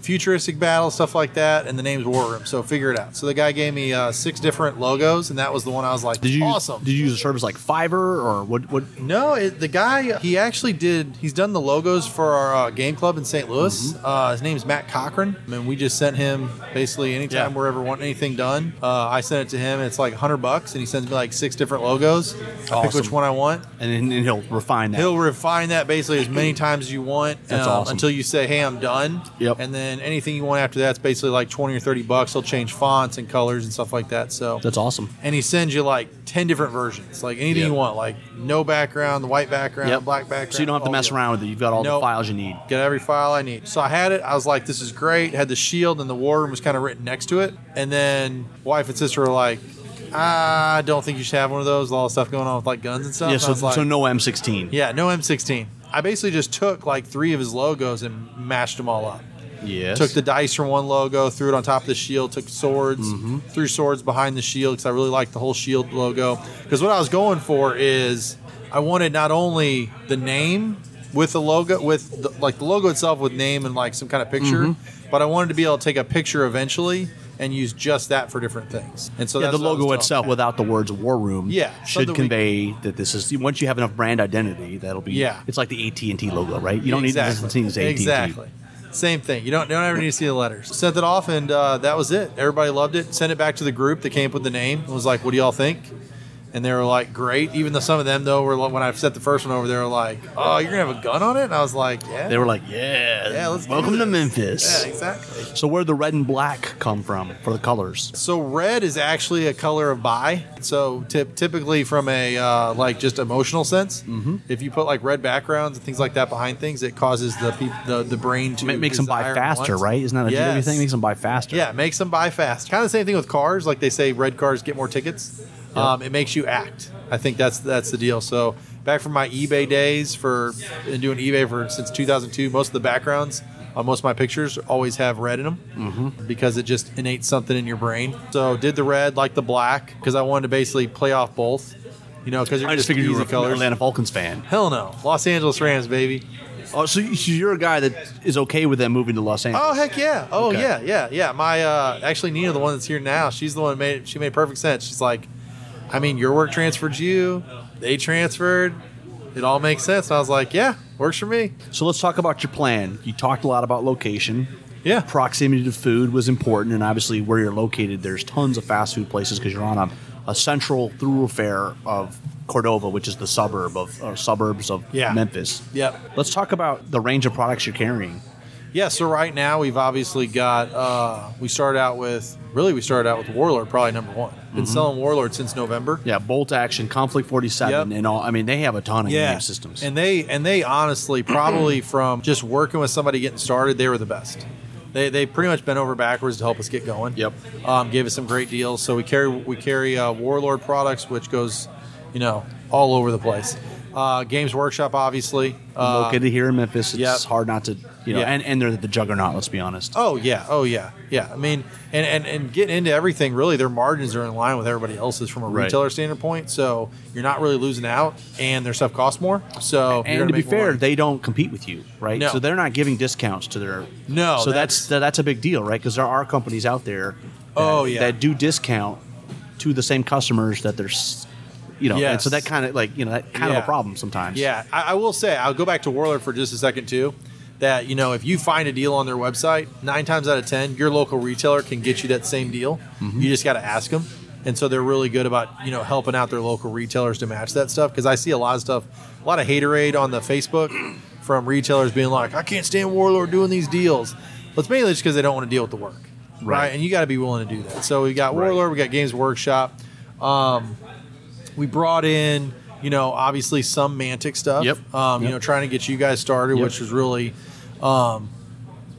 [SPEAKER 2] futuristic battle stuff like that, and the name's War Room. So figure it out." So the guy gave me uh, six different logos, and that was the one I was like,
[SPEAKER 1] Did you
[SPEAKER 2] awesome."
[SPEAKER 1] Did you use a service like Fiverr or what? What?
[SPEAKER 2] No, it, the guy he actually did. He's done the logos for our uh, game club in St. Louis.
[SPEAKER 1] Mm-hmm.
[SPEAKER 2] Uh, his name is Matt Cochran, and we just sent him basically anytime
[SPEAKER 1] Yeah.
[SPEAKER 2] we're ever wanting anything done. Uh, I sent it to him. And it's like hundred bucks, and he sends me like six different logos. I pick
[SPEAKER 1] Awesome.
[SPEAKER 2] which one I want.
[SPEAKER 1] And then and he'll refine that.
[SPEAKER 2] He'll refine that basically as many times as you want um,
[SPEAKER 1] That's awesome.
[SPEAKER 2] until you say, "Hey, I'm done."
[SPEAKER 1] Yep.
[SPEAKER 2] And then anything you want after that's basically like twenty or thirty bucks. He'll change fonts and colors and stuff like that. So
[SPEAKER 1] That's awesome.
[SPEAKER 2] and he sends you like 10 different versions like anything
[SPEAKER 1] Yep.
[SPEAKER 2] you want like no background the white background
[SPEAKER 1] Yep.
[SPEAKER 2] black background
[SPEAKER 1] So you don't have to
[SPEAKER 2] all
[SPEAKER 1] mess
[SPEAKER 2] good.
[SPEAKER 1] around with it. You've got all the
[SPEAKER 2] Nope.
[SPEAKER 1] files you need.
[SPEAKER 2] get every file i need so i had it i was like this is great had the shield and the war room was kind of written next to it and then wife and sister were like i don't think you should have one of those with all the stuff going on with like guns and stuff
[SPEAKER 1] Yeah.
[SPEAKER 2] And I
[SPEAKER 1] So,
[SPEAKER 2] was like,
[SPEAKER 1] so no M16.
[SPEAKER 2] yeah no m16 i basically just took like three of his logos and mashed them all up
[SPEAKER 1] Yes.
[SPEAKER 2] Took the dice from one logo, threw it on top of the shield, took swords,
[SPEAKER 1] Mm-hmm.
[SPEAKER 2] threw swords behind the shield because I really liked the whole shield logo. Because what I was going for is I wanted not only the name with the logo, with the, like the logo itself with name and like some kind of picture,
[SPEAKER 1] Mm-hmm.
[SPEAKER 2] but I wanted to be able to take a picture eventually and use just that for different things. And so
[SPEAKER 1] yeah,
[SPEAKER 2] that's
[SPEAKER 1] the
[SPEAKER 2] what I was
[SPEAKER 1] logo
[SPEAKER 2] telling-
[SPEAKER 1] itself without the words "war room"
[SPEAKER 2] Yeah, so
[SPEAKER 1] should
[SPEAKER 2] that we-
[SPEAKER 1] convey that this is once you have enough brand identity that'll be
[SPEAKER 2] Yeah.
[SPEAKER 1] It's like the AT and T logo, right? You don't need the AT and T.
[SPEAKER 2] Exactly. Same thing. You don't, don't ever need to see the letters. Sent it off, and uh, that was it. Everybody loved it. Sent it back to the group that came up with the name. It was like, "What do y'all think?" And they were like, "Great." Even though some of them though were like, when I sent the first one over, they were like, "Oh, you're gonna have a gun on it?" And I was like, "Yeah,
[SPEAKER 1] They were like, "Yeah,
[SPEAKER 2] Yeah, let's do
[SPEAKER 1] welcome to
[SPEAKER 2] this."
[SPEAKER 1] Memphis."
[SPEAKER 2] yeah, exactly."
[SPEAKER 1] So where the red and black come from for the colors?
[SPEAKER 2] So red is actually a color of buy. So tip, typically from a uh, like just emotional sense, mm-hmm. if you put like red backgrounds and things like that behind things, it causes the peop- the, the brain to
[SPEAKER 1] Ma- makes them buy
[SPEAKER 2] desire
[SPEAKER 1] faster,
[SPEAKER 2] and want.
[SPEAKER 1] right? Isn't that a GW
[SPEAKER 2] Yes.
[SPEAKER 1] thing? Makes them buy faster.
[SPEAKER 2] Yeah, it makes them buy fast. Kind of the same thing with cars. Like they say, red cars get more tickets. Um, it makes you act. I think that's that's the deal. So back from my eBay days for and doing eBay for since 2002, most of the backgrounds on most of my pictures always have red in them
[SPEAKER 1] Mm-hmm.
[SPEAKER 2] because it just innate something in your brain. So did the red, like the black, because I wanted to basically play off both. You know, because you're
[SPEAKER 1] I just figured you were
[SPEAKER 2] easy
[SPEAKER 1] an Atlanta
[SPEAKER 2] colors.
[SPEAKER 1] Falcons fan.
[SPEAKER 2] Hell no, Los Angeles Rams, baby.
[SPEAKER 1] Oh, so you- so you're a guy that is okay with them moving to Los Angeles?
[SPEAKER 2] Oh heck yeah! Oh
[SPEAKER 1] Okay.
[SPEAKER 2] yeah, yeah, yeah. My uh, actually Nina, the one that's here now, she's the one that made she made perfect sense. She's like, I mean, your work transferred you, they transferred. It all makes sense. And I was like, yeah, works for me.
[SPEAKER 1] So let's talk about your plan. You talked a lot about location.
[SPEAKER 2] Yeah.
[SPEAKER 1] Proximity to food was important, and obviously where you're located, there's tons of fast food places because you're on a, a central thoroughfare of Cordova, which is the suburb of or suburbs of
[SPEAKER 2] Yeah.
[SPEAKER 1] Memphis.
[SPEAKER 2] Yep.
[SPEAKER 1] Let's talk about the range of products you're carrying.
[SPEAKER 2] Yeah, so right now we've obviously got uh, we started out with really we started out with Warlord probably number one. Been selling Warlord since November.
[SPEAKER 1] Yeah, Bolt Action, Conflict 47,
[SPEAKER 2] Yep.
[SPEAKER 1] and all. I mean, they have a ton of game systems.
[SPEAKER 2] And they and they honestly probably (clears throat) from just working with somebody getting started, they were the best. They, they pretty much bent over backwards to help us get going.
[SPEAKER 1] Yep.
[SPEAKER 2] Um, gave us some great deals. So we carry we carry uh, Warlord products, which goes, you know, all over the place. Uh, Games Workshop, obviously. Uh,
[SPEAKER 1] located here in Memphis, it's
[SPEAKER 2] yep.
[SPEAKER 1] hard not to, you know,
[SPEAKER 2] Yeah.
[SPEAKER 1] and, and they're the juggernaut, let's be honest.
[SPEAKER 2] Oh yeah, oh yeah, yeah. I mean, and and and getting into everything, really, their margins are in line with everybody else's from a
[SPEAKER 1] Right.
[SPEAKER 2] retailer standpoint. So you're not really losing out, and their stuff costs more. So
[SPEAKER 1] and
[SPEAKER 2] you're
[SPEAKER 1] to
[SPEAKER 2] gonna
[SPEAKER 1] be
[SPEAKER 2] make more
[SPEAKER 1] fair,
[SPEAKER 2] money.
[SPEAKER 1] they don't compete with you, right?
[SPEAKER 2] No.
[SPEAKER 1] So they're not giving discounts to their
[SPEAKER 2] No,
[SPEAKER 1] So that's that's, a big deal, right? Because there are companies out there, that,
[SPEAKER 2] Oh, yeah.
[SPEAKER 1] that do discount to the same customers that they're, s- you know, and so
[SPEAKER 2] Yes.
[SPEAKER 1] that kind of like you know that kind of
[SPEAKER 2] Yeah.
[SPEAKER 1] a problem sometimes.
[SPEAKER 2] yeah, I, I will say I'll go back to Warlord for just a second too. That you know, if you find a deal on their website, nine times out of ten, your local retailer can get you that same deal.
[SPEAKER 1] Mm-hmm.
[SPEAKER 2] You just got to ask them. And so they're really good about you know helping out their local retailers to match that stuff because I see a lot of stuff, a lot of haterade on the Facebook
[SPEAKER 1] (clears throat)
[SPEAKER 2] from retailers being like, I can't stand Warlord doing these deals. But it's mainly just because they don't want to deal with the work, right?
[SPEAKER 1] Right.
[SPEAKER 2] And you got to be willing to do that. So we got
[SPEAKER 1] Right.
[SPEAKER 2] Warlord, we got Games Workshop, we brought in you know obviously some mantic stuff
[SPEAKER 1] Yep.
[SPEAKER 2] um you
[SPEAKER 1] Yep.
[SPEAKER 2] know trying to get you guys started
[SPEAKER 1] Yep.
[SPEAKER 2] which was really um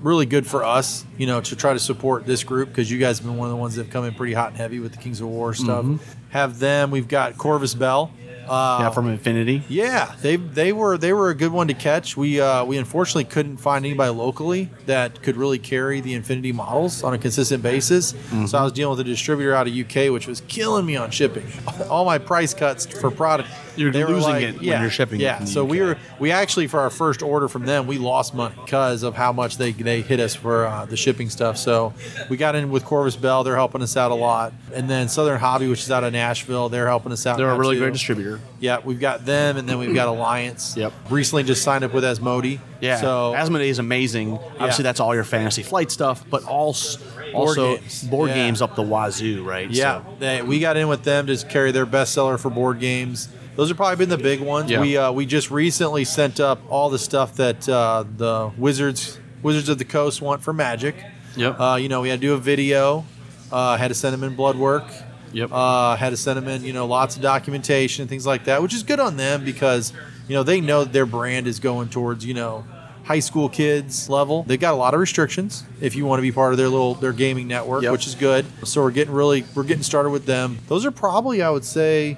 [SPEAKER 2] really good for us you know to try to support this group because you guys have been one of the ones that have come in pretty hot and heavy with the kings of war stuff
[SPEAKER 1] Mm-hmm.
[SPEAKER 2] have them we've got corvus bell uh
[SPEAKER 1] yeah, from Infinity.
[SPEAKER 2] yeah, they they were they were a good one to catch. We uh, we unfortunately couldn't find anybody locally that could really carry the Infinity models on a consistent basis.
[SPEAKER 1] Mm-hmm.
[SPEAKER 2] So I was dealing with a distributor out of UK, which was killing me on shipping. (laughs) All my price cuts for product,
[SPEAKER 1] You're
[SPEAKER 2] they were
[SPEAKER 1] losing
[SPEAKER 2] like-
[SPEAKER 1] it when you're shipping it
[SPEAKER 2] Yeah,
[SPEAKER 1] from the
[SPEAKER 2] so we
[SPEAKER 1] UK.
[SPEAKER 2] were we actually for our first order from them, we lost money because of how much they they hit us for uh, the shipping stuff. So we got in with Corvus Bell; they're helping us out a lot, and then Southern Hobby, which is out of Nashville, they're helping us out.
[SPEAKER 1] They're
[SPEAKER 2] now,
[SPEAKER 1] a really
[SPEAKER 2] too.
[SPEAKER 1] great distributor.
[SPEAKER 2] Yeah, we've got them, and then we've got Alliance.
[SPEAKER 1] Yep.
[SPEAKER 2] Recently, just signed up with Asmodee.
[SPEAKER 1] Yeah,
[SPEAKER 2] So
[SPEAKER 1] Asmodee is amazing. Obviously, that's all your fantasy flight stuff, but also also
[SPEAKER 2] games.
[SPEAKER 1] board
[SPEAKER 2] Yeah.
[SPEAKER 1] games up the wazoo, right?
[SPEAKER 2] yeah,
[SPEAKER 1] So-
[SPEAKER 2] they, we got in with them to carry their bestseller for board games. Those have probably been the big ones.
[SPEAKER 1] Yeah.
[SPEAKER 2] We uh, we just recently sent up all the stuff that uh, the Wizards Wizards of the Coast want for Magic.
[SPEAKER 1] Yep.
[SPEAKER 2] Uh, you know, we had to do a video. Uh, had to send them in blood work.
[SPEAKER 1] Yep.
[SPEAKER 2] Uh, had to send them in, you know, lots of documentation and things like that, which is good on them because, you know, they know their brand is going towards, you know, high school kids level. They've got a lot of restrictions if you want to be part of their little their gaming network,
[SPEAKER 1] Yep.
[SPEAKER 2] which is good. So we're getting really we're getting started with them. Those are probably I would say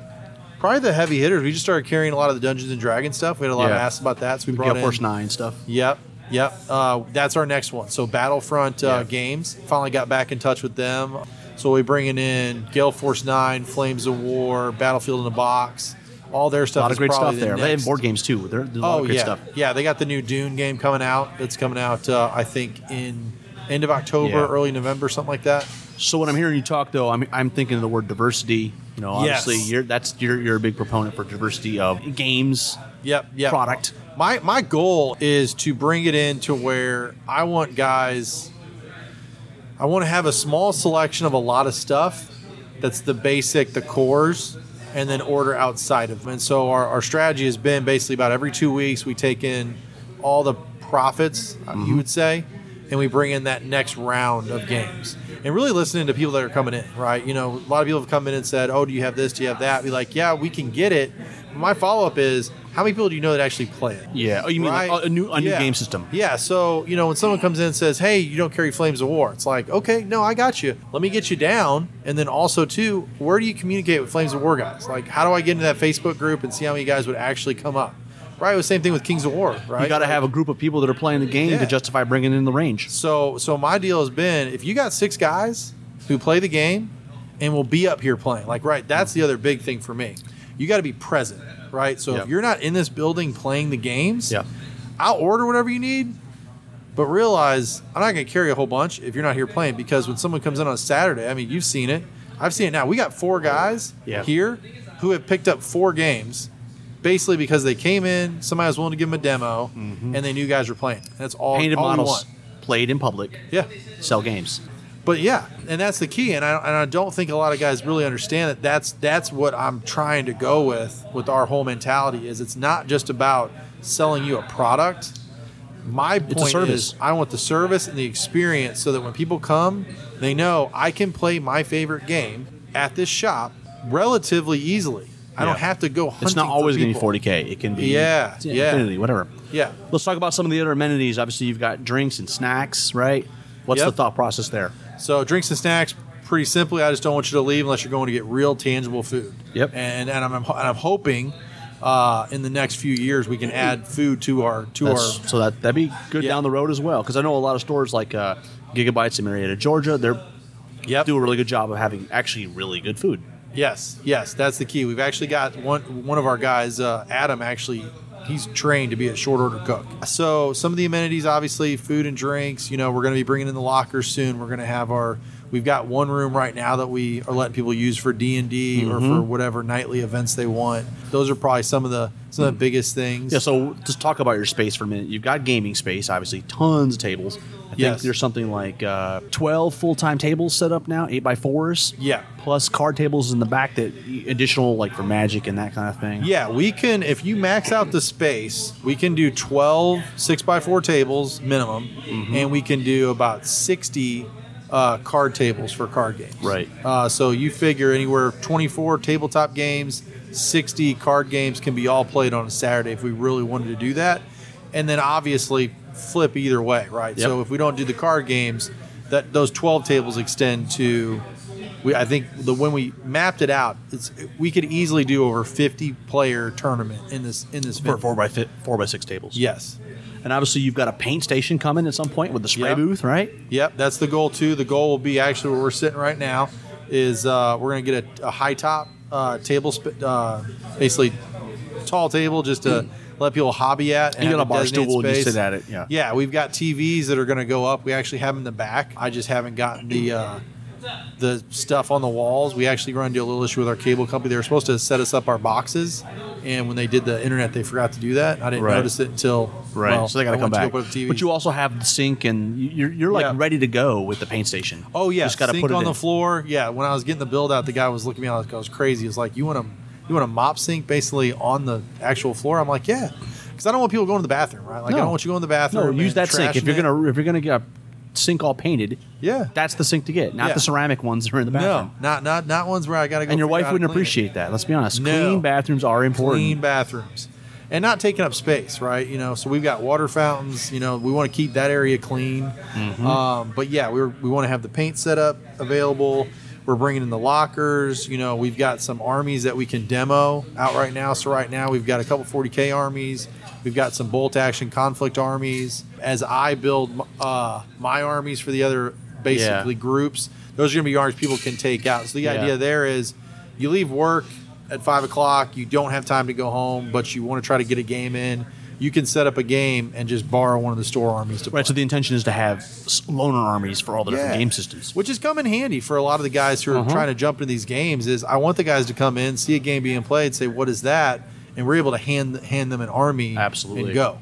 [SPEAKER 2] probably the heavy hitters. We just started carrying a lot of the Dungeons and Dragons stuff. We had a lot of
[SPEAKER 1] Yeah.
[SPEAKER 2] asks about that, so we brought
[SPEAKER 1] Gale
[SPEAKER 2] in
[SPEAKER 1] Force Nine stuff.
[SPEAKER 2] Yep. Yep. Uh, that's our next one. So Battlefront uh,
[SPEAKER 1] Yeah.
[SPEAKER 2] Games finally got back in touch with them. So we're bringing in Gale Force Nine, Flames of War, Battlefield in a Box, all their
[SPEAKER 1] A
[SPEAKER 2] stuff.
[SPEAKER 1] lot of
[SPEAKER 2] is
[SPEAKER 1] great
[SPEAKER 2] probably
[SPEAKER 1] stuff
[SPEAKER 2] the
[SPEAKER 1] there. They have
[SPEAKER 2] next-
[SPEAKER 1] board games too. They're, there's a lot
[SPEAKER 2] Oh
[SPEAKER 1] of great
[SPEAKER 2] yeah,
[SPEAKER 1] stuff.
[SPEAKER 2] yeah. They got the new Dune game coming out. That's coming out. Uh, I think in end of October,
[SPEAKER 1] Yeah.
[SPEAKER 2] early November, something like that.
[SPEAKER 1] So when I'm hearing you talk, though, I'm, I'm thinking of the word diversity. You know,
[SPEAKER 2] Yes.
[SPEAKER 1] obviously, you're that's you're, you're a big proponent for diversity of games.
[SPEAKER 2] Yep. Yep.
[SPEAKER 1] Product.
[SPEAKER 2] My my goal is to bring it in to where I want guys. I want to have a small selection of a lot of stuff that's the basic, the cores, and then order outside of them. And so our, our strategy has been basically about every two weeks we take in all the profits, uh, you would say, and we bring in that next round of games. And really listening to people that are coming in, right? You know, a lot of people have come in and said, Oh, do you have this? Do you have that? Be like, Yeah, we can get it. My follow up is, How many people do you know that actually play it?
[SPEAKER 1] Yeah. Oh, you mean
[SPEAKER 2] Right.
[SPEAKER 1] like a, a new a new
[SPEAKER 2] Yeah.
[SPEAKER 1] game system?
[SPEAKER 2] Yeah. So you know, when someone comes in and says, "Hey, you don't carry Flames of War," it's like, "Okay, no, I got you. Let me get you down." And then also too, where do you communicate with Flames of War guys? Like, how do I get into that Facebook group and see how many guys would actually come up? Right. It was the same thing with Kings of War. Right.
[SPEAKER 1] You got to have a group of people that are playing the game
[SPEAKER 2] Yeah.
[SPEAKER 1] to justify bringing in the range.
[SPEAKER 2] So so my deal has been if you got six guys who play the game and will be up here playing, like right, that's the other big thing for me. You got to be present, right? So
[SPEAKER 1] Yeah.
[SPEAKER 2] if you're not in this building playing the games,
[SPEAKER 1] Yeah.
[SPEAKER 2] I'll order whatever you need, but realize I'm not going to carry a whole bunch if you're not here playing because when someone comes in on a Saturday, I mean, you've seen it. I've seen it now. We got four guys
[SPEAKER 1] Yeah.
[SPEAKER 2] here who have picked up four games basically because they came in, somebody was willing to give them a demo, and they knew guys were playing. That's all.
[SPEAKER 1] Mm-hmm. Painted
[SPEAKER 2] all we
[SPEAKER 1] models
[SPEAKER 2] want.
[SPEAKER 1] played in public,
[SPEAKER 2] Yeah.
[SPEAKER 1] sell games.
[SPEAKER 2] But yeah, and that's the key, and I, and I don't think a lot of guys really understand that. That's that's what I'm trying to go with with our whole mentality is it's not just about selling you a product. My point
[SPEAKER 1] service.
[SPEAKER 2] is I want the service and the experience so that when people come, they know I can play my favorite game at this shop relatively easily. I don't
[SPEAKER 1] Yeah.
[SPEAKER 2] have to go. Hunting
[SPEAKER 1] It's not always
[SPEAKER 2] going
[SPEAKER 1] going to be 40k. It can be
[SPEAKER 2] Yeah, yeah.
[SPEAKER 1] infinity, whatever.
[SPEAKER 2] Yeah,
[SPEAKER 1] Let's talk about some of the other amenities. Obviously, you've got drinks and snacks, right? What's
[SPEAKER 2] Yep.
[SPEAKER 1] the thought process there?
[SPEAKER 2] So drinks and snacks, pretty simply. I just don't want you to leave unless you're going to get real tangible food.
[SPEAKER 1] Yep.
[SPEAKER 2] And and I'm and I'm hoping uh, in the next few years we can add food to our to
[SPEAKER 1] That's-
[SPEAKER 2] our.
[SPEAKER 1] so that that'd be good
[SPEAKER 2] Yeah.
[SPEAKER 1] down the road as well, because I know a lot of stores like uh, Gigabytes in Marietta, Georgia, they
[SPEAKER 2] Yep.
[SPEAKER 1] do a really good job of having actually really good food.
[SPEAKER 2] Yes. Yes. That's the key. We've actually got one one of our guys, uh, Adam, actually. He's trained to be a short order cook. So some of the amenities, obviously, food and drinks. You know, we're going to be bringing in the lockers soon. We're going to have our. We've got one room right now that we are letting people use for D and D or for whatever nightly events they want. Those are probably some of the some of the biggest things.
[SPEAKER 1] Yeah, so just talk about your space for a minute. You've got gaming space, obviously, tons of tables. I think
[SPEAKER 2] Yes.
[SPEAKER 1] there's something like uh, 12 full time tables set up now, 8 by 4s
[SPEAKER 2] Yeah.
[SPEAKER 1] Plus card tables in the back that additional, like for magic and that kind of thing.
[SPEAKER 2] Yeah, we can. If you max out the space, we can do 12 six by four tables minimum,
[SPEAKER 1] Mm-hmm.
[SPEAKER 2] and we can do about 60 uh, card tables for card games.
[SPEAKER 1] Right.
[SPEAKER 2] Uh, so you figure anywhere 24 tabletop games, 60 card games can be all played on a Saturday if we really wanted to do that, and then obviously flip either way, right?
[SPEAKER 1] Yep.
[SPEAKER 2] So if we don't do the card games, that those 12 tables extend to we, I think the when we mapped it out, it's we could easily do over fifty player tournament in this in this
[SPEAKER 1] For
[SPEAKER 2] venue.
[SPEAKER 1] four by fi four by six tables.
[SPEAKER 2] Yes.
[SPEAKER 1] and obviously you've got a paint station coming at some point with the spray
[SPEAKER 2] Yeah.
[SPEAKER 1] booth, right?
[SPEAKER 2] Yep, that's the goal too. The goal will be actually where we're sitting right now is uh, we're gonna get a, a high top uh, table, sp- uh, basically tall table, just to let people hobby at. And
[SPEAKER 1] You got
[SPEAKER 2] have
[SPEAKER 1] a bar
[SPEAKER 2] designated
[SPEAKER 1] stool and you
[SPEAKER 2] space.
[SPEAKER 1] sit at it, yeah.
[SPEAKER 2] yeah, we've got TVs that are gonna go up. We actually have them in the back. I just haven't gotten the. Uh, the stuff on the walls. We actually run into a little issue with our cable company. They were supposed to set us up our boxes, and when they did the internet, they forgot to do that. I didn't
[SPEAKER 1] Right.
[SPEAKER 2] notice it until
[SPEAKER 1] Right.
[SPEAKER 2] well,
[SPEAKER 1] so they got to
[SPEAKER 2] I
[SPEAKER 1] come
[SPEAKER 2] went to
[SPEAKER 1] back.
[SPEAKER 2] go put up TVs.
[SPEAKER 1] But you also have the sink and you- you're, you're like
[SPEAKER 2] Yeah.
[SPEAKER 1] ready to go with the paint station.
[SPEAKER 2] Oh yeah,
[SPEAKER 1] Just got to
[SPEAKER 2] sink
[SPEAKER 1] put it
[SPEAKER 2] on the
[SPEAKER 1] in.
[SPEAKER 2] floor. Yeah, when I was getting the build out, the guy was looking at me like I was crazy. He was like, "You want a you want a mop sink basically on the actual floor?" I'm like, "Yeah," because I don't want people going to the bathroom, right? Like I
[SPEAKER 1] No.
[SPEAKER 2] don't want you going to the bathroom.
[SPEAKER 1] No,
[SPEAKER 2] and
[SPEAKER 1] use that sink. If
[SPEAKER 2] trashing
[SPEAKER 1] you're
[SPEAKER 2] it.
[SPEAKER 1] gonna if you're gonna get a sink all painted,
[SPEAKER 2] Yeah.
[SPEAKER 1] that's the sink to get, not
[SPEAKER 2] Yeah.
[SPEAKER 1] the ceramic ones that are in the bathroom.
[SPEAKER 2] no, not not not ones where I gotta go.
[SPEAKER 1] And your
[SPEAKER 2] figure out
[SPEAKER 1] wife
[SPEAKER 2] how to
[SPEAKER 1] wouldn't
[SPEAKER 2] clean it.
[SPEAKER 1] appreciate that. Let's be honest.
[SPEAKER 2] No.
[SPEAKER 1] Clean bathrooms are important.
[SPEAKER 2] clean bathrooms and not taking up space, right? You know, so we've got water fountains. You know, we want to keep that area clean.
[SPEAKER 1] Mm-hmm.
[SPEAKER 2] Um, but yeah, we we want to have the paint setup available. We're bringing in the lockers. You know, we've got some armies that we can demo out right now. So right now we've got a couple 40k armies. We've got some bolt action conflict armies. As I build uh, my armies for the other basically groups, those are going to be armies people can take out. So the
[SPEAKER 1] Yeah.
[SPEAKER 2] idea there is you leave work at five o'clock, you don't have time to go home, but you want to try to get a game in. You can set up a game and just borrow one of the store armies to play.
[SPEAKER 1] Right. So the intention is to have s- loaner armies for all the
[SPEAKER 2] Yeah.
[SPEAKER 1] different game systems.
[SPEAKER 2] Which has come in handy for a lot of the guys who are
[SPEAKER 1] Uh-huh.
[SPEAKER 2] trying to jump into these games. Is I want the guys to come in, see a game being played, say what is that, and we're able to hand hand them an army,
[SPEAKER 1] Absolutely.
[SPEAKER 2] and go.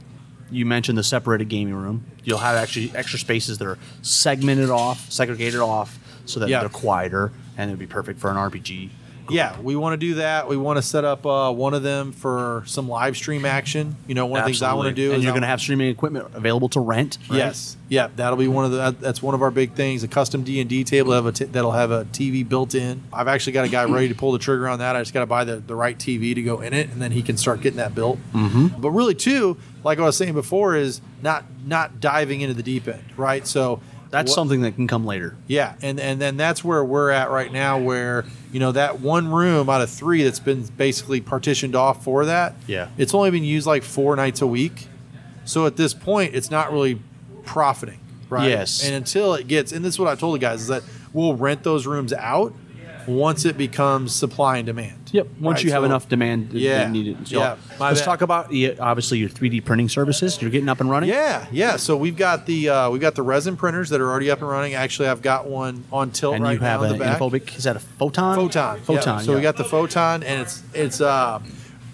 [SPEAKER 1] You mentioned the separated gaming room. You'll have actually extra spaces that are segmented off, segregated off, so that
[SPEAKER 2] Yeah.
[SPEAKER 1] they're quieter and it'd be perfect for an RPG.
[SPEAKER 2] Yeah, we want to do that. We want to set up uh, one of them for some live stream action. You know, one of the things I want to
[SPEAKER 1] Absolutely.
[SPEAKER 2] do
[SPEAKER 1] And
[SPEAKER 2] is
[SPEAKER 1] you're
[SPEAKER 2] I-
[SPEAKER 1] going to have streaming equipment available to rent. right?
[SPEAKER 2] Yes. Yeah, that'll be one of the that- that's one of our big things. A custom D and D table have a t- that'll have a TV built in. I've actually got a guy ready to pull the trigger on that. I just got to buy the, the right TV to go in it, and then he can start getting that built. Mm-hmm. But really, too, like I was saying before, is not not diving into the deep end, right? So
[SPEAKER 1] That's
[SPEAKER 2] what-
[SPEAKER 1] something that can come later.
[SPEAKER 2] yeah, and and then that's where we're at right now, where you know that one room out of three that's been basically partitioned off for that.
[SPEAKER 1] Yeah.
[SPEAKER 2] it's only been used like four nights a week, so at this point, it's not really profiting, right?
[SPEAKER 1] Yes.
[SPEAKER 2] and until it gets, and this is what I told the guys is that we'll rent those rooms out once it becomes supply and demand.
[SPEAKER 1] Yep. Once
[SPEAKER 2] Right,
[SPEAKER 1] you have
[SPEAKER 2] so-
[SPEAKER 1] enough demand, th-
[SPEAKER 2] Yeah,
[SPEAKER 1] that need it. So
[SPEAKER 2] yeah, my
[SPEAKER 1] let's
[SPEAKER 2] bad.
[SPEAKER 1] talk about yeah, obviously your 3D printing services. You're getting up and running.
[SPEAKER 2] Yeah, yeah. So we've got the uh, we've got the resin printers that are already up and running. Actually, I've got one on tilt
[SPEAKER 1] And
[SPEAKER 2] right
[SPEAKER 1] you have
[SPEAKER 2] now. in
[SPEAKER 1] an
[SPEAKER 2] the back.
[SPEAKER 1] infobic. Is that a photon?
[SPEAKER 2] Photon. yeah.
[SPEAKER 1] Photon.
[SPEAKER 2] So we
[SPEAKER 1] yeah.
[SPEAKER 2] got the photon, and it's it's uh,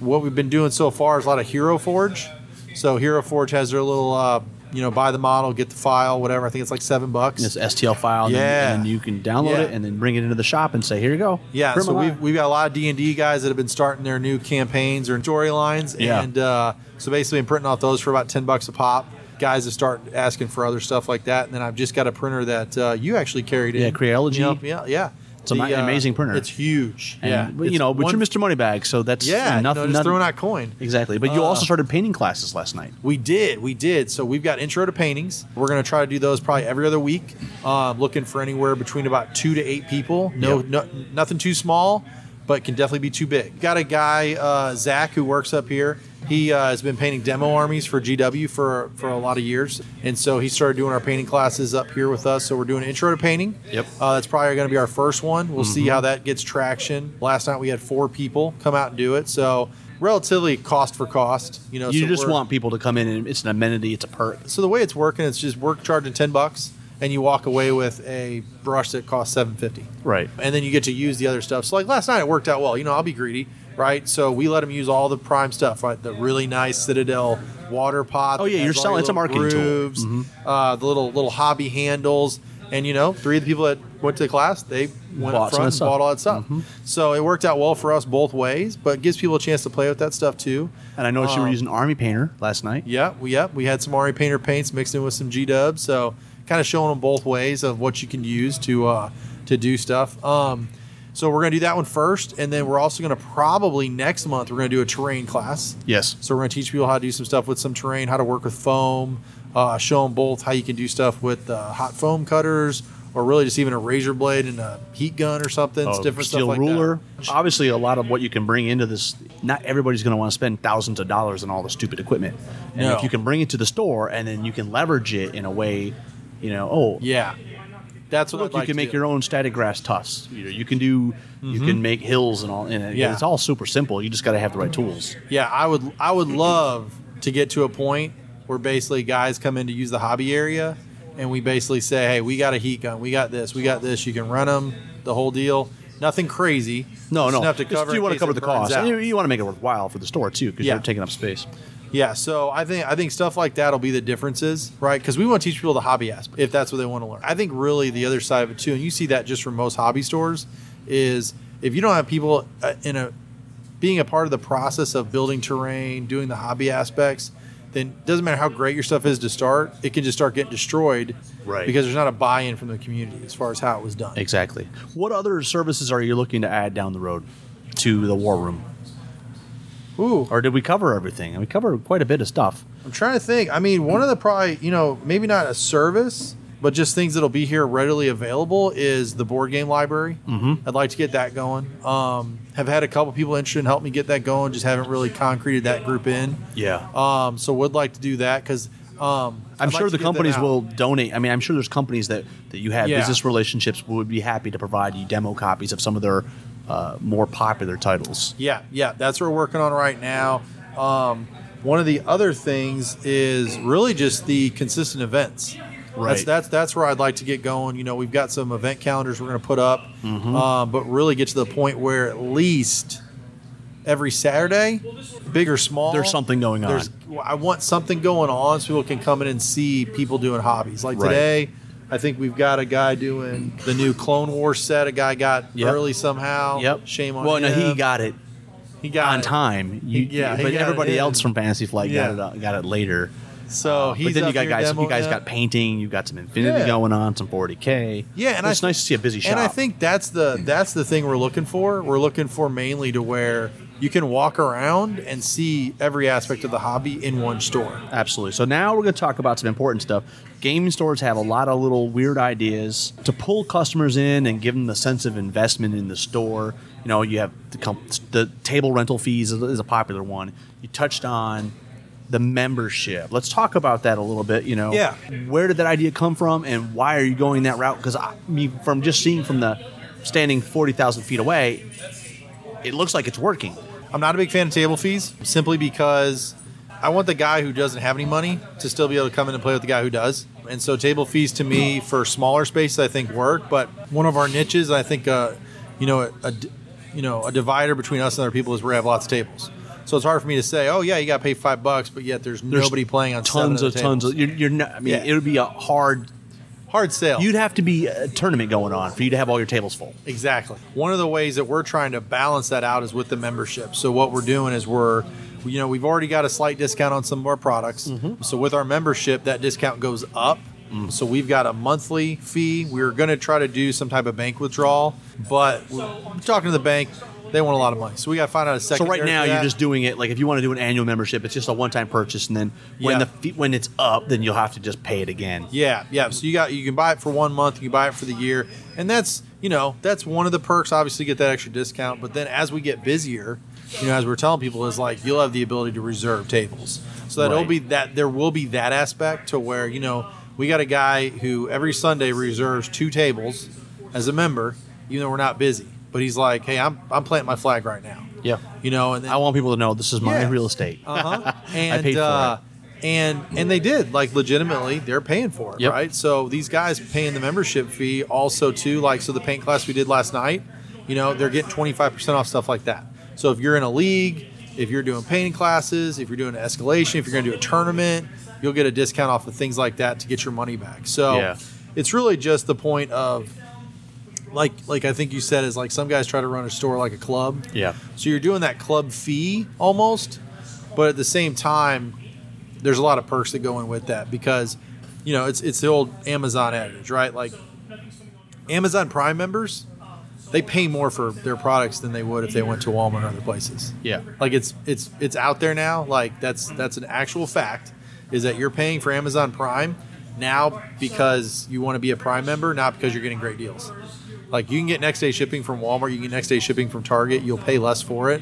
[SPEAKER 2] what we've been doing so far is a lot of Hero Forge. So Hero Forge has their little, uh, you know, buy the model, get the file, whatever. I think it's like seven bucks.
[SPEAKER 1] This STL file, and,
[SPEAKER 2] Yeah.
[SPEAKER 1] then, and then you can download
[SPEAKER 2] Yeah.
[SPEAKER 1] it and then bring it into the shop and say, "Here you go."
[SPEAKER 2] Yeah,
[SPEAKER 1] Print
[SPEAKER 2] so
[SPEAKER 1] my
[SPEAKER 2] we've,
[SPEAKER 1] line.
[SPEAKER 2] we've got a lot of D and D guys that have been starting their new campaigns or storylines,
[SPEAKER 1] Yeah.
[SPEAKER 2] and uh, so basically I'm printing off those for about ten bucks a pop. Guys have started asking for other stuff like that, and then I've just got a printer that uh, you actually carried in.
[SPEAKER 1] Yeah, Creology.
[SPEAKER 2] You know, yeah, yeah. uh,
[SPEAKER 1] It's an amazing printer.
[SPEAKER 2] It's huge.
[SPEAKER 1] And,
[SPEAKER 2] yeah,
[SPEAKER 1] you
[SPEAKER 2] It's
[SPEAKER 1] know, but
[SPEAKER 2] one-
[SPEAKER 1] you're Mr. Moneybag, so that's
[SPEAKER 2] Yeah,
[SPEAKER 1] nothing.
[SPEAKER 2] no, just
[SPEAKER 1] nothing-
[SPEAKER 2] throwing out coin.
[SPEAKER 1] exactly. But you also
[SPEAKER 2] Uh,
[SPEAKER 1] started painting classes last night.
[SPEAKER 2] We did, we did. So we've got intro to paintings. We're going to try to do those probably every other week. Um, looking for anywhere between about two to eight people. No,
[SPEAKER 1] Yep.
[SPEAKER 2] no nothing too small, but can definitely be too big. Got a guy, uh, Zach, who works up here. He uh, has been painting demo armies for GW for for a lot of years, and so he started doing our painting classes up here with us. So we're doing intro to painting.
[SPEAKER 1] Yep. Mm-hmm.
[SPEAKER 2] Uh, that's probably going to be our first one. We'll see how that gets traction. Last night we had four people come out and do it, so relatively cost for cost. You know,
[SPEAKER 1] You
[SPEAKER 2] so
[SPEAKER 1] just
[SPEAKER 2] we're-
[SPEAKER 1] want people to come in, and it's an amenity, it's a perk.
[SPEAKER 2] so the way it's working, it's just we're charging ten bucks, and you walk away with a brush that costs seven fifty.
[SPEAKER 1] Right.
[SPEAKER 2] And then you get to use the other stuff. So like last night, it worked out well. You know, I'll be greedy, right? So we let them use all the prime stuff, right? The really nice Citadel water pot.
[SPEAKER 1] Oh, yeah,
[SPEAKER 2] that
[SPEAKER 1] you're
[SPEAKER 2] has all
[SPEAKER 1] selling-
[SPEAKER 2] your
[SPEAKER 1] it's a
[SPEAKER 2] little
[SPEAKER 1] marketing tool. Mm-hmm.
[SPEAKER 2] grooves, Uh, the little little hobby handles. And you know, three of the people that went to the class, they went
[SPEAKER 1] Bought
[SPEAKER 2] up
[SPEAKER 1] some of that
[SPEAKER 2] front and
[SPEAKER 1] stuff. Mm-hmm.
[SPEAKER 2] bought all that stuff. So it worked out well for us both ways, but it gives people a chance to play with that stuff too.
[SPEAKER 1] And I noticed you were
[SPEAKER 2] Um,
[SPEAKER 1] using Army Painter last night.
[SPEAKER 2] yeah, we yep, we had some Ari Painter paints mixed in with some G Dub, so kind of showing them both ways of what you can use to uh, to do stuff. Um, so we're gonna do that one first, and then we're also gonna probably next month we're gonna do a terrain class.
[SPEAKER 1] Yes.
[SPEAKER 2] So we're gonna teach people how to do some stuff with some terrain, how to work with foam, uh, show them both how you can do stuff with uh, hot foam cutters, or really just even a razor blade and a heat gun or something. It's
[SPEAKER 1] Oh,
[SPEAKER 2] different
[SPEAKER 1] steel
[SPEAKER 2] stuff like
[SPEAKER 1] ruler.
[SPEAKER 2] that.
[SPEAKER 1] Obviously, a lot of what you can bring into this, not everybody's going to want to spend thousands of dollars on all the stupid equipment. And
[SPEAKER 2] No.
[SPEAKER 1] if you can bring it to the store and then you can leverage it in a way, you know, oh,
[SPEAKER 2] Yeah, that's what
[SPEAKER 1] look,
[SPEAKER 2] I'd like
[SPEAKER 1] you can
[SPEAKER 2] to
[SPEAKER 1] make
[SPEAKER 2] do. Mm-hmm.
[SPEAKER 1] your own static grass tufts. You, know, you can do, you can make hills and all. And it-
[SPEAKER 2] Yeah.
[SPEAKER 1] it's all super simple. You just got to have the right tools.
[SPEAKER 2] Yeah, I would I would love to get to a point where basically guys come in to use the hobby area and we basically say, "Hey, we got a heat gun. We got this. We got this. You can run them the whole deal. Nothing crazy.
[SPEAKER 1] No,
[SPEAKER 2] Just
[SPEAKER 1] no.
[SPEAKER 2] Enough to
[SPEAKER 1] Just-
[SPEAKER 2] cover
[SPEAKER 1] you
[SPEAKER 2] in
[SPEAKER 1] want to
[SPEAKER 2] case
[SPEAKER 1] cover
[SPEAKER 2] it
[SPEAKER 1] the
[SPEAKER 2] burns
[SPEAKER 1] cost.
[SPEAKER 2] out.
[SPEAKER 1] And You, want to make it worthwhile for the store too, because
[SPEAKER 2] Yeah.
[SPEAKER 1] you're taking up space.
[SPEAKER 2] Yeah, so I think I think stuff like that'll be the differences, right? Because we want to teach people the hobby aspect if that's what they want to learn. I think really the other side of it too, and you see that just from most hobby stores, is if you don't have people uh, in a being a part of the process of building terrain, doing the hobby aspects, then it doesn't matter how great your stuff is to start, it can just start getting destroyed,
[SPEAKER 1] Right.
[SPEAKER 2] Because there's not a buy-in from the community as far as how it was done.
[SPEAKER 1] Exactly. What other services are you looking to add down the road to the war room?
[SPEAKER 2] Ooh,
[SPEAKER 1] Or did we cover everything? We covered quite a bit of stuff.
[SPEAKER 2] I'm trying to think. I mean, one of the probably, you know, maybe not a service, but just things that'll be here readily available is the board game library. Mm-hmm. I'd like to get that going. Um, have had a couple people interested in helping me get that going. Just haven't really concreted that group in.
[SPEAKER 1] Yeah.
[SPEAKER 2] Um, so would like to do that because um,
[SPEAKER 1] I'm
[SPEAKER 2] I'd like
[SPEAKER 1] sure
[SPEAKER 2] to
[SPEAKER 1] the
[SPEAKER 2] get that
[SPEAKER 1] companies
[SPEAKER 2] out.
[SPEAKER 1] will donate. I mean, I'm sure there's companies that, that you have
[SPEAKER 2] Yeah.
[SPEAKER 1] business relationships would be happy to provide you demo copies of some of their uh, more popular titles.
[SPEAKER 2] Yeah, yeah, that's what we're working on right now. Um, one of the other things is really just the consistent events. That's,
[SPEAKER 1] Right.
[SPEAKER 2] that's that's where I'd like to get going. You know, we've got some event calendars we're going to put up,
[SPEAKER 1] Mm-hmm.
[SPEAKER 2] um, but really get to the point where at least every Saturday, big or small,
[SPEAKER 1] There's something going on.
[SPEAKER 2] there's- I want something going on so people can come in and see people doing hobbies. Like
[SPEAKER 1] Right.
[SPEAKER 2] today, I think we've got a guy doing the new Clone Wars set. A guy got
[SPEAKER 1] Yep.
[SPEAKER 2] early somehow. Oh, Shame on
[SPEAKER 1] Well,
[SPEAKER 2] him.
[SPEAKER 1] no, he got it
[SPEAKER 2] he got
[SPEAKER 1] on
[SPEAKER 2] it.
[SPEAKER 1] time. You,
[SPEAKER 2] Yeah, he
[SPEAKER 1] but
[SPEAKER 2] got it
[SPEAKER 1] everybody
[SPEAKER 2] in.
[SPEAKER 1] else from Fantasy Flight
[SPEAKER 2] Yeah.
[SPEAKER 1] got it got it later.
[SPEAKER 2] So
[SPEAKER 1] but
[SPEAKER 2] he's
[SPEAKER 1] then you
[SPEAKER 2] up
[SPEAKER 1] got
[SPEAKER 2] here
[SPEAKER 1] guys. You
[SPEAKER 2] demoing
[SPEAKER 1] guys
[SPEAKER 2] it.
[SPEAKER 1] got painting. You've got some Infinity
[SPEAKER 2] Yeah.
[SPEAKER 1] going on, some 40k.
[SPEAKER 2] Yeah, and I
[SPEAKER 1] it's
[SPEAKER 2] th-
[SPEAKER 1] nice to see a busy shop.
[SPEAKER 2] And I think that's the that's the thing we're looking for. We're looking for mainly to where you can walk around and see every aspect of the hobby in one store.
[SPEAKER 1] Absolutely. So now we're going to talk about some important stuff. Gaming stores have a lot of little weird ideas to pull customers in and give them the sense of investment in the store. You know, you have the, com- the table rental fees is- is a popular one. You touched on the membership. Let's talk about that a little bit. You know,
[SPEAKER 2] Yeah.
[SPEAKER 1] Where did that idea come from, and why are you going that route? Because I mean, from just seeing from the standing forty thousand feet away, it looks like it's working.
[SPEAKER 2] I'm not a big fan of table fees simply because I want the guy who doesn't have any money to still be able to come in and play with the guy who does. And so table fees to me for smaller spaces I think work, but one of our niches I think uh, you know a, a d- you know a divider between us and other people is we have lots of tables. So it's hard for me to say, oh yeah, you got to pay five bucks, but yet there's, nobody playing on
[SPEAKER 1] tons
[SPEAKER 2] seven
[SPEAKER 1] of
[SPEAKER 2] the
[SPEAKER 1] tons
[SPEAKER 2] tables.
[SPEAKER 1] of. You're, you're not, I mean,
[SPEAKER 2] Yeah.
[SPEAKER 1] it would be a hard.
[SPEAKER 2] hard sale.
[SPEAKER 1] You'd have to be a tournament going on for you to have all your tables full.
[SPEAKER 2] Exactly. One of the ways that we're trying to balance that out is with the membership. So what we're doing is we're, you know, we've already got a slight discount on some of our products.
[SPEAKER 1] Mm-hmm.
[SPEAKER 2] So with our membership, that discount goes up.
[SPEAKER 1] Mm.
[SPEAKER 2] So we've got a monthly fee. We're going to try to do some type of bank withdrawal, but we're talking to the bank. They want a lot of money, so we got to find out a
[SPEAKER 1] So
[SPEAKER 2] second.
[SPEAKER 1] right now you're just doing it like if you want to do an annual membership, it's just a one-time purchase, and then when the
[SPEAKER 2] Yeah.
[SPEAKER 1] fee, when it's up, then you'll have to just pay it again.
[SPEAKER 2] Yeah, yeah. So you got you can buy it for one month, you can buy it for the year, and that's you know that's one of the perks. Obviously, get that extra discount. But then as we get busier, you know, as we're telling people, is like you'll have the ability to reserve tables. So that'll
[SPEAKER 1] Right.
[SPEAKER 2] be that there will be that aspect to where you know we got a guy who every Sunday reserves two tables as a member, even though we're not busy. But he's like, hey, I'm I'm planting my flag right now.
[SPEAKER 1] Yeah,
[SPEAKER 2] You know, and then
[SPEAKER 1] I want people to know this is my
[SPEAKER 2] Yeah.
[SPEAKER 1] real estate.
[SPEAKER 2] (laughs)
[SPEAKER 1] (laughs)
[SPEAKER 2] uh-huh. And,
[SPEAKER 1] paid for
[SPEAKER 2] uh, And and they did like legitimately they're paying for it
[SPEAKER 1] Yep.
[SPEAKER 2] right so these guys paying the membership fee also too like so the paint class we did last night you know they're getting 25% off stuff like that so if you're in a league if you're doing painting classes if you're doing an escalation if you're going to do a tournament you'll get a discount off of things like that to get your money back so
[SPEAKER 1] Yeah.
[SPEAKER 2] it's really just the point of like like I think you said is like some guys try to run a store like a club
[SPEAKER 1] Yeah.
[SPEAKER 2] so you're doing that club fee almost, but at the same time, there's a lot of perks that go in with that because, you know, it's it's the old Amazon adage, right? Like Amazon Prime members, they pay more for their products than they would if they went to Walmart or other places.
[SPEAKER 1] Yeah.
[SPEAKER 2] Like it's it's it's out there now. Like that's that's an actual fact is that you're paying for Amazon Prime now because you want to be a Prime member, not because you're getting great deals. Like you can get next day shipping from Walmart, you can get next day shipping from Target, you'll pay less for it,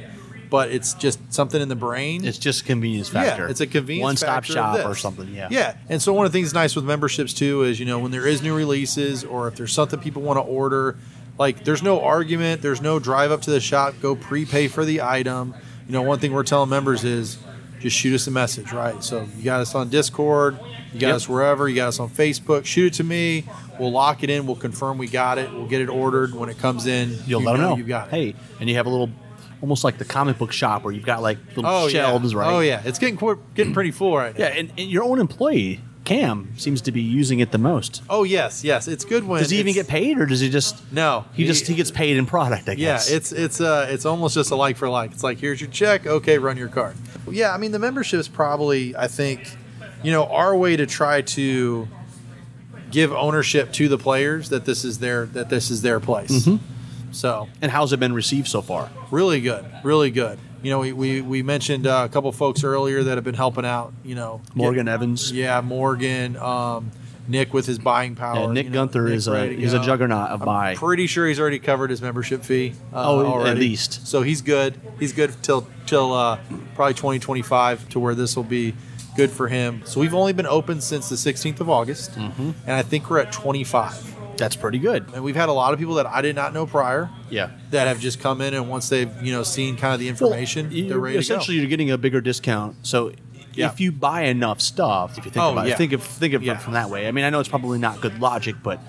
[SPEAKER 2] but it's just something in the brain.
[SPEAKER 1] It's just a convenience factor.
[SPEAKER 2] Yeah, it's a convenience
[SPEAKER 1] one-stop
[SPEAKER 2] factor of
[SPEAKER 1] shop or
[SPEAKER 2] this.
[SPEAKER 1] something. Yeah,
[SPEAKER 2] Yeah. And so one of the things nice with memberships too is, you know, when there is new releases or if there's something people want to order, like there's no argument, there's no drive up to the shop, go prepay for the item. You know, one thing we're telling members is just shoot us a message, right? So you got us on Discord, you got
[SPEAKER 1] Yep.
[SPEAKER 2] us wherever, you got us on Facebook, shoot it to me. We'll lock it in, we'll confirm we got it, we'll get it ordered. When it comes in,
[SPEAKER 1] You'll
[SPEAKER 2] you
[SPEAKER 1] let 'em know.
[SPEAKER 2] you got it.
[SPEAKER 1] Hey, and you have a little, almost like the comic book shop where you've got like little
[SPEAKER 2] oh,
[SPEAKER 1] shelves,
[SPEAKER 2] yeah.
[SPEAKER 1] right?
[SPEAKER 2] Oh, yeah. It's getting qu- getting pretty full right now.
[SPEAKER 1] Yeah, and, and your own employee Cam seems to be using it the most.
[SPEAKER 2] Oh, yes, yes. It's good when
[SPEAKER 1] Does he even
[SPEAKER 2] it's-
[SPEAKER 1] get paid, or does he just?
[SPEAKER 2] No,
[SPEAKER 1] he, just he gets paid in product. I
[SPEAKER 2] Yeah,
[SPEAKER 1] guess.
[SPEAKER 2] it's it's uh it's almost just a like for like. It's like here's your check, okay, run your card. Yeah, I mean the membership's probably I think, you know, our way to try to give ownership to the players that this is their that this is their place.
[SPEAKER 1] Mm-hmm.
[SPEAKER 2] So
[SPEAKER 1] and how's it been received so far?
[SPEAKER 2] really good, really good. You know, we we, we mentioned uh, a couple folks earlier that have been helping out. You know,
[SPEAKER 1] Morgan Evans.
[SPEAKER 2] yeah, Morgan, um, Nick with his buying power.
[SPEAKER 1] Yeah, Nick
[SPEAKER 2] you know,
[SPEAKER 1] Gunther
[SPEAKER 2] Nick
[SPEAKER 1] is a
[SPEAKER 2] ready to
[SPEAKER 1] is a
[SPEAKER 2] go.
[SPEAKER 1] juggernaut of buy.
[SPEAKER 2] Pretty sure he's already covered his membership fee. Uh,
[SPEAKER 1] Oh, at
[SPEAKER 2] already.
[SPEAKER 1] least.
[SPEAKER 2] So he's good. He's good till till uh, probably 2025 to where this will be good for him. So we've only been open since the 16th of August,
[SPEAKER 1] Mm-hmm.
[SPEAKER 2] and I think we're at 25.
[SPEAKER 1] That's pretty good.
[SPEAKER 2] And we've had a lot of people that I did not know prior
[SPEAKER 1] Yeah.
[SPEAKER 2] that have just come in, and once they've you know seen kind of the information,
[SPEAKER 1] Well, you-
[SPEAKER 2] they're ready
[SPEAKER 1] essentially,
[SPEAKER 2] to
[SPEAKER 1] you're getting a bigger discount. So.
[SPEAKER 2] Yeah.
[SPEAKER 1] If you buy enough stuff, if you think
[SPEAKER 2] Oh,
[SPEAKER 1] about
[SPEAKER 2] yeah.
[SPEAKER 1] it, think of think of
[SPEAKER 2] Yeah.
[SPEAKER 1] it from that way. I mean, I know it's probably not good logic, but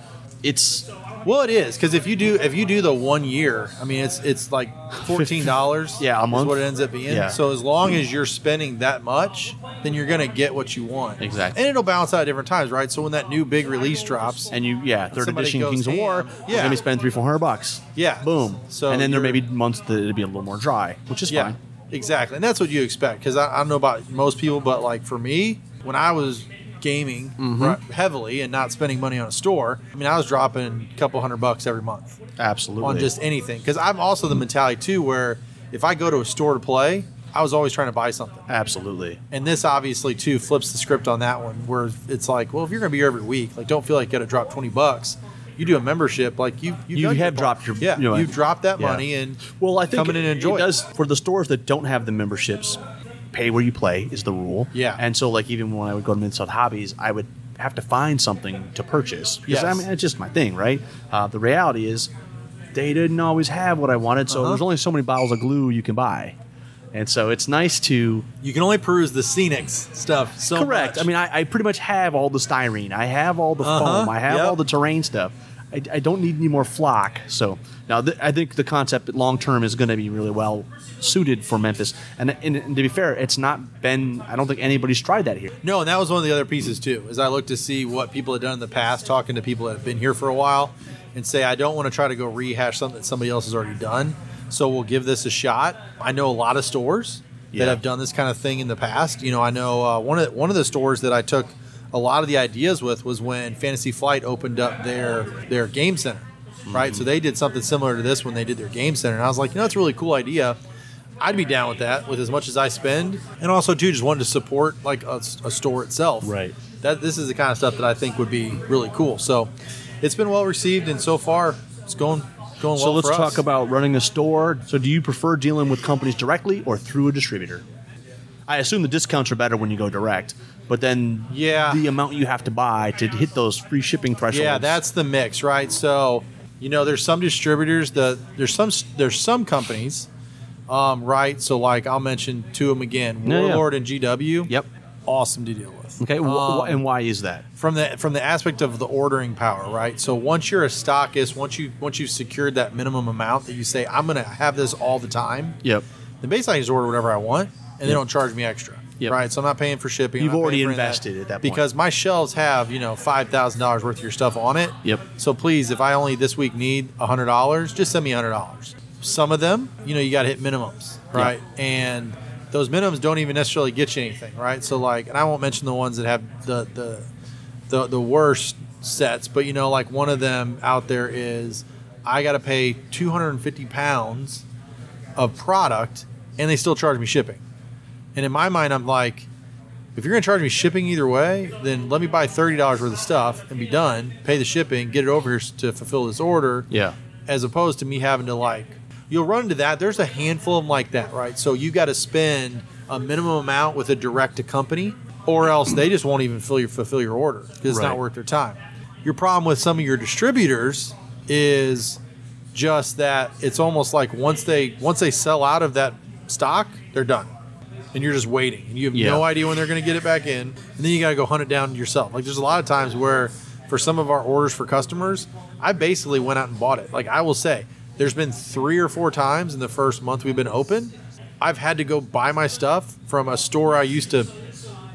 [SPEAKER 1] it's
[SPEAKER 2] go. Well, it is because if you do if you do the one year, I mean it's it's like
[SPEAKER 1] (laughs)
[SPEAKER 2] 14 dollars.
[SPEAKER 1] Yeah, a month.
[SPEAKER 2] is what it ends up being.
[SPEAKER 1] Yeah.
[SPEAKER 2] So as long as you're spending that much, then you're gonna get what you want.
[SPEAKER 1] Exactly.
[SPEAKER 2] And it'll bounce out at different times, right? So when that new big release drops,
[SPEAKER 1] and you yeah third
[SPEAKER 2] Somebody
[SPEAKER 1] edition
[SPEAKER 2] goes
[SPEAKER 1] Kings of
[SPEAKER 2] ham.
[SPEAKER 1] War
[SPEAKER 2] Yeah.
[SPEAKER 1] you're gonna be spending three four hundred bucks
[SPEAKER 2] Yeah.
[SPEAKER 1] boom
[SPEAKER 2] So
[SPEAKER 1] and then there may be
[SPEAKER 2] you're-
[SPEAKER 1] months that it'd be a little more dry which is fine
[SPEAKER 2] Exactly. And that's what you expect. Because I, I don't know about most people, but like for me, when I was gaming
[SPEAKER 1] Mm-hmm.
[SPEAKER 2] right, heavily and not spending money on a store, I mean, I was dropping a couple hundred bucks every month
[SPEAKER 1] absolutely
[SPEAKER 2] on just anything. Because I'm also the mentality too where if I go to a store to play, I was always trying to buy something.
[SPEAKER 1] absolutely
[SPEAKER 2] And this obviously too flips the script on that one, where it's like, well, if you're going to be here every week, like don't feel like you got to drop twenty bucks. You do a membership, like you you've
[SPEAKER 1] You
[SPEAKER 2] done
[SPEAKER 1] have dropped your-
[SPEAKER 2] yeah,
[SPEAKER 1] you know,
[SPEAKER 2] you've dropped that
[SPEAKER 1] yeah.
[SPEAKER 2] money and
[SPEAKER 1] well I think
[SPEAKER 2] come in and
[SPEAKER 1] it-
[SPEAKER 2] enjoy
[SPEAKER 1] it does for the stores that don't have the memberships pay where you play is the rule
[SPEAKER 2] Yeah.
[SPEAKER 1] and so like even when I would go to Mid South Hobbies I would have to find something to purchase because I
[SPEAKER 2] Yes.
[SPEAKER 1] mean it's just my thing right uh, the reality is they didn't always have what I wanted so
[SPEAKER 2] Uh-huh.
[SPEAKER 1] there's only so many bottles of glue you can buy and so it's nice to
[SPEAKER 2] You can only peruse the scenics stuff. So
[SPEAKER 1] Correct.
[SPEAKER 2] much.
[SPEAKER 1] I mean, I, I pretty much have all the styrene. I have all the
[SPEAKER 2] Uh-huh.
[SPEAKER 1] foam. I have
[SPEAKER 2] Yep.
[SPEAKER 1] all the terrain stuff. I, I don't need any more flock. So now th- I think the concept long term is going to be really well suited for Memphis. And, and, and to be fair, it's not been. I don't think anybody's tried that here.
[SPEAKER 2] No, and that was one of the other pieces too. Is I looked to see what people had done in the past, talking to people that have been here for a while, and say I don't want to try to go rehash something that somebody else has already done. So we'll give this a shot. I know a lot of stores
[SPEAKER 1] Yeah.
[SPEAKER 2] that have done this kind of thing in the past. You know, I know uh, one of the, one of the stores that I took a lot of the ideas with was when Fantasy Flight opened up their their game center, right? So they did something similar to this when they did their game center, and I was like, you know, it's a really cool idea. I'd be down with that with as much as I spend, and also too just wanted to support like a, s- a store itself.
[SPEAKER 1] Right.
[SPEAKER 2] That this is the kind of stuff that I think would be really cool. So, it's been well received, and so far it's going going
[SPEAKER 1] So
[SPEAKER 2] well.
[SPEAKER 1] let's
[SPEAKER 2] for
[SPEAKER 1] talk
[SPEAKER 2] us.
[SPEAKER 1] about running a store. So do you prefer dealing with companies directly or through a distributor? I assume the discounts are better when you go direct, but then
[SPEAKER 2] Yeah.
[SPEAKER 1] the amount you have to buy to hit those free shipping thresholds.
[SPEAKER 2] Yeah, that's the mix, right? So, you know, there's some distributors that there's some there's some companies, um, right? So, like I'll mention two of them again,
[SPEAKER 1] Yeah, yeah.
[SPEAKER 2] Warlord and GW.
[SPEAKER 1] Yep.
[SPEAKER 2] awesome to deal with.
[SPEAKER 1] okay. wh-
[SPEAKER 2] Um,
[SPEAKER 1] wh- and why is that?
[SPEAKER 2] From the from the aspect of the ordering power, right? So once you're a stockist, once you once you've secured that minimum amount that you say I'm going to have this all the time,
[SPEAKER 1] Yep.
[SPEAKER 2] then basically I just order whatever I want, and they don't charge me extra.
[SPEAKER 1] Yep.
[SPEAKER 2] Right, so I'm not paying for shipping. I'm
[SPEAKER 1] You've
[SPEAKER 2] not
[SPEAKER 1] already
[SPEAKER 2] paying for any of
[SPEAKER 1] invested at that point.
[SPEAKER 2] because my shelves have you know five thousand dollars worth of your stuff on it.
[SPEAKER 1] Yep.
[SPEAKER 2] So please, if I only this week need hundred dollars, just send me hundred dollars. Some of them, you know, you got to hit minimums, right? And those minimums don't even necessarily get you anything, right? So like, and I won't mention the ones that have the the the, the worst sets, but you know, like one of them out there is I got to pay two hundred and fifty pounds of product, and they still charge me shipping. And in my mind, I'm like, if you're going to charge me shipping either way, then let me buy $30 worth of stuff and be done, pay the shipping, get it over here s- to fulfill this order.
[SPEAKER 1] Yeah.
[SPEAKER 2] As opposed to me having to like, you'll run into that. There's a handful of them like that, right? So you got to spend a minimum amount with a direct to company or else they just won't even fill your, fulfill your order because it's
[SPEAKER 1] Right.
[SPEAKER 2] not worth their time. Your problem with some of your distributors is just that it's almost like once they once they sell out of that stock, they're done. And you're just waiting. And you have
[SPEAKER 1] Yeah.
[SPEAKER 2] no idea when they're going to get it back in. And then you got to go hunt it down yourself. Like there's a lot of times where for some of our orders for customers, I basically went out and bought it. Like I will say, there's been 3 or 4 times in the first month we've been open, I've had to go buy my stuff from a store I used to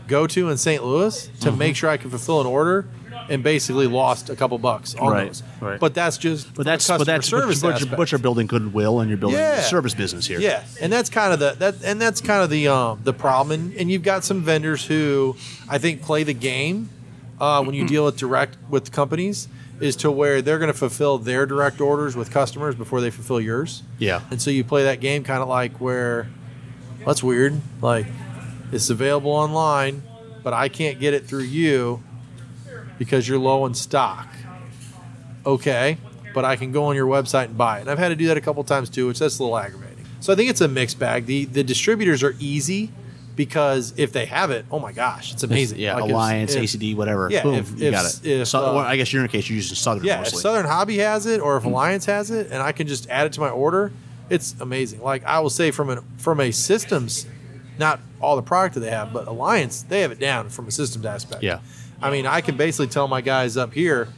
[SPEAKER 2] go to in St. Louis
[SPEAKER 1] Mm-hmm.
[SPEAKER 2] to make sure I could fulfill an order and basically lost a couple bucks on
[SPEAKER 1] Right,
[SPEAKER 2] those.
[SPEAKER 1] right.
[SPEAKER 2] But that's just
[SPEAKER 1] But that's
[SPEAKER 2] customer
[SPEAKER 1] but that's
[SPEAKER 2] service
[SPEAKER 1] but, you're,
[SPEAKER 2] aspect.
[SPEAKER 1] but you're building goodwill and you're building
[SPEAKER 2] Yeah.
[SPEAKER 1] a service business here.
[SPEAKER 2] Yeah, and that's kind of the that and that's kind of the um the problem. And, and you've got some vendors who I think play the game uh,
[SPEAKER 1] Hmm.
[SPEAKER 2] when you deal with direct with companies is to where they're going to fulfill their direct orders with customers before they fulfill yours.
[SPEAKER 1] Yeah.
[SPEAKER 2] and so you play that game kind of like where "Well, that's weird. Like it's available online, but I can't get it through you because you're low in stock okay, but I can go on your website and buy it. And I've had to do that a couple times too, which that's a little aggravating. So I think it's a mixed bag. The the distributors are easy because if they have it, oh my gosh, it's amazing.
[SPEAKER 1] Yeah,
[SPEAKER 2] Like if-
[SPEAKER 1] Alliance,
[SPEAKER 2] if-
[SPEAKER 1] ACD, whatever.
[SPEAKER 2] yeah,
[SPEAKER 1] Boom,
[SPEAKER 2] if-
[SPEAKER 1] you
[SPEAKER 2] if-
[SPEAKER 1] got it.
[SPEAKER 2] if,
[SPEAKER 1] So-
[SPEAKER 2] uh,
[SPEAKER 1] well, I guess you're in your case you're using Southern
[SPEAKER 2] Yeah,
[SPEAKER 1] mostly.
[SPEAKER 2] if Southern Hobby has it or if Alliance has it and I can just add it to my order, it's amazing. Like I will say from an from a systems not all the product that they have, but Alliance, they have it down from a systems aspect.
[SPEAKER 1] Yeah.
[SPEAKER 2] I mean, I can basically tell my guys up here,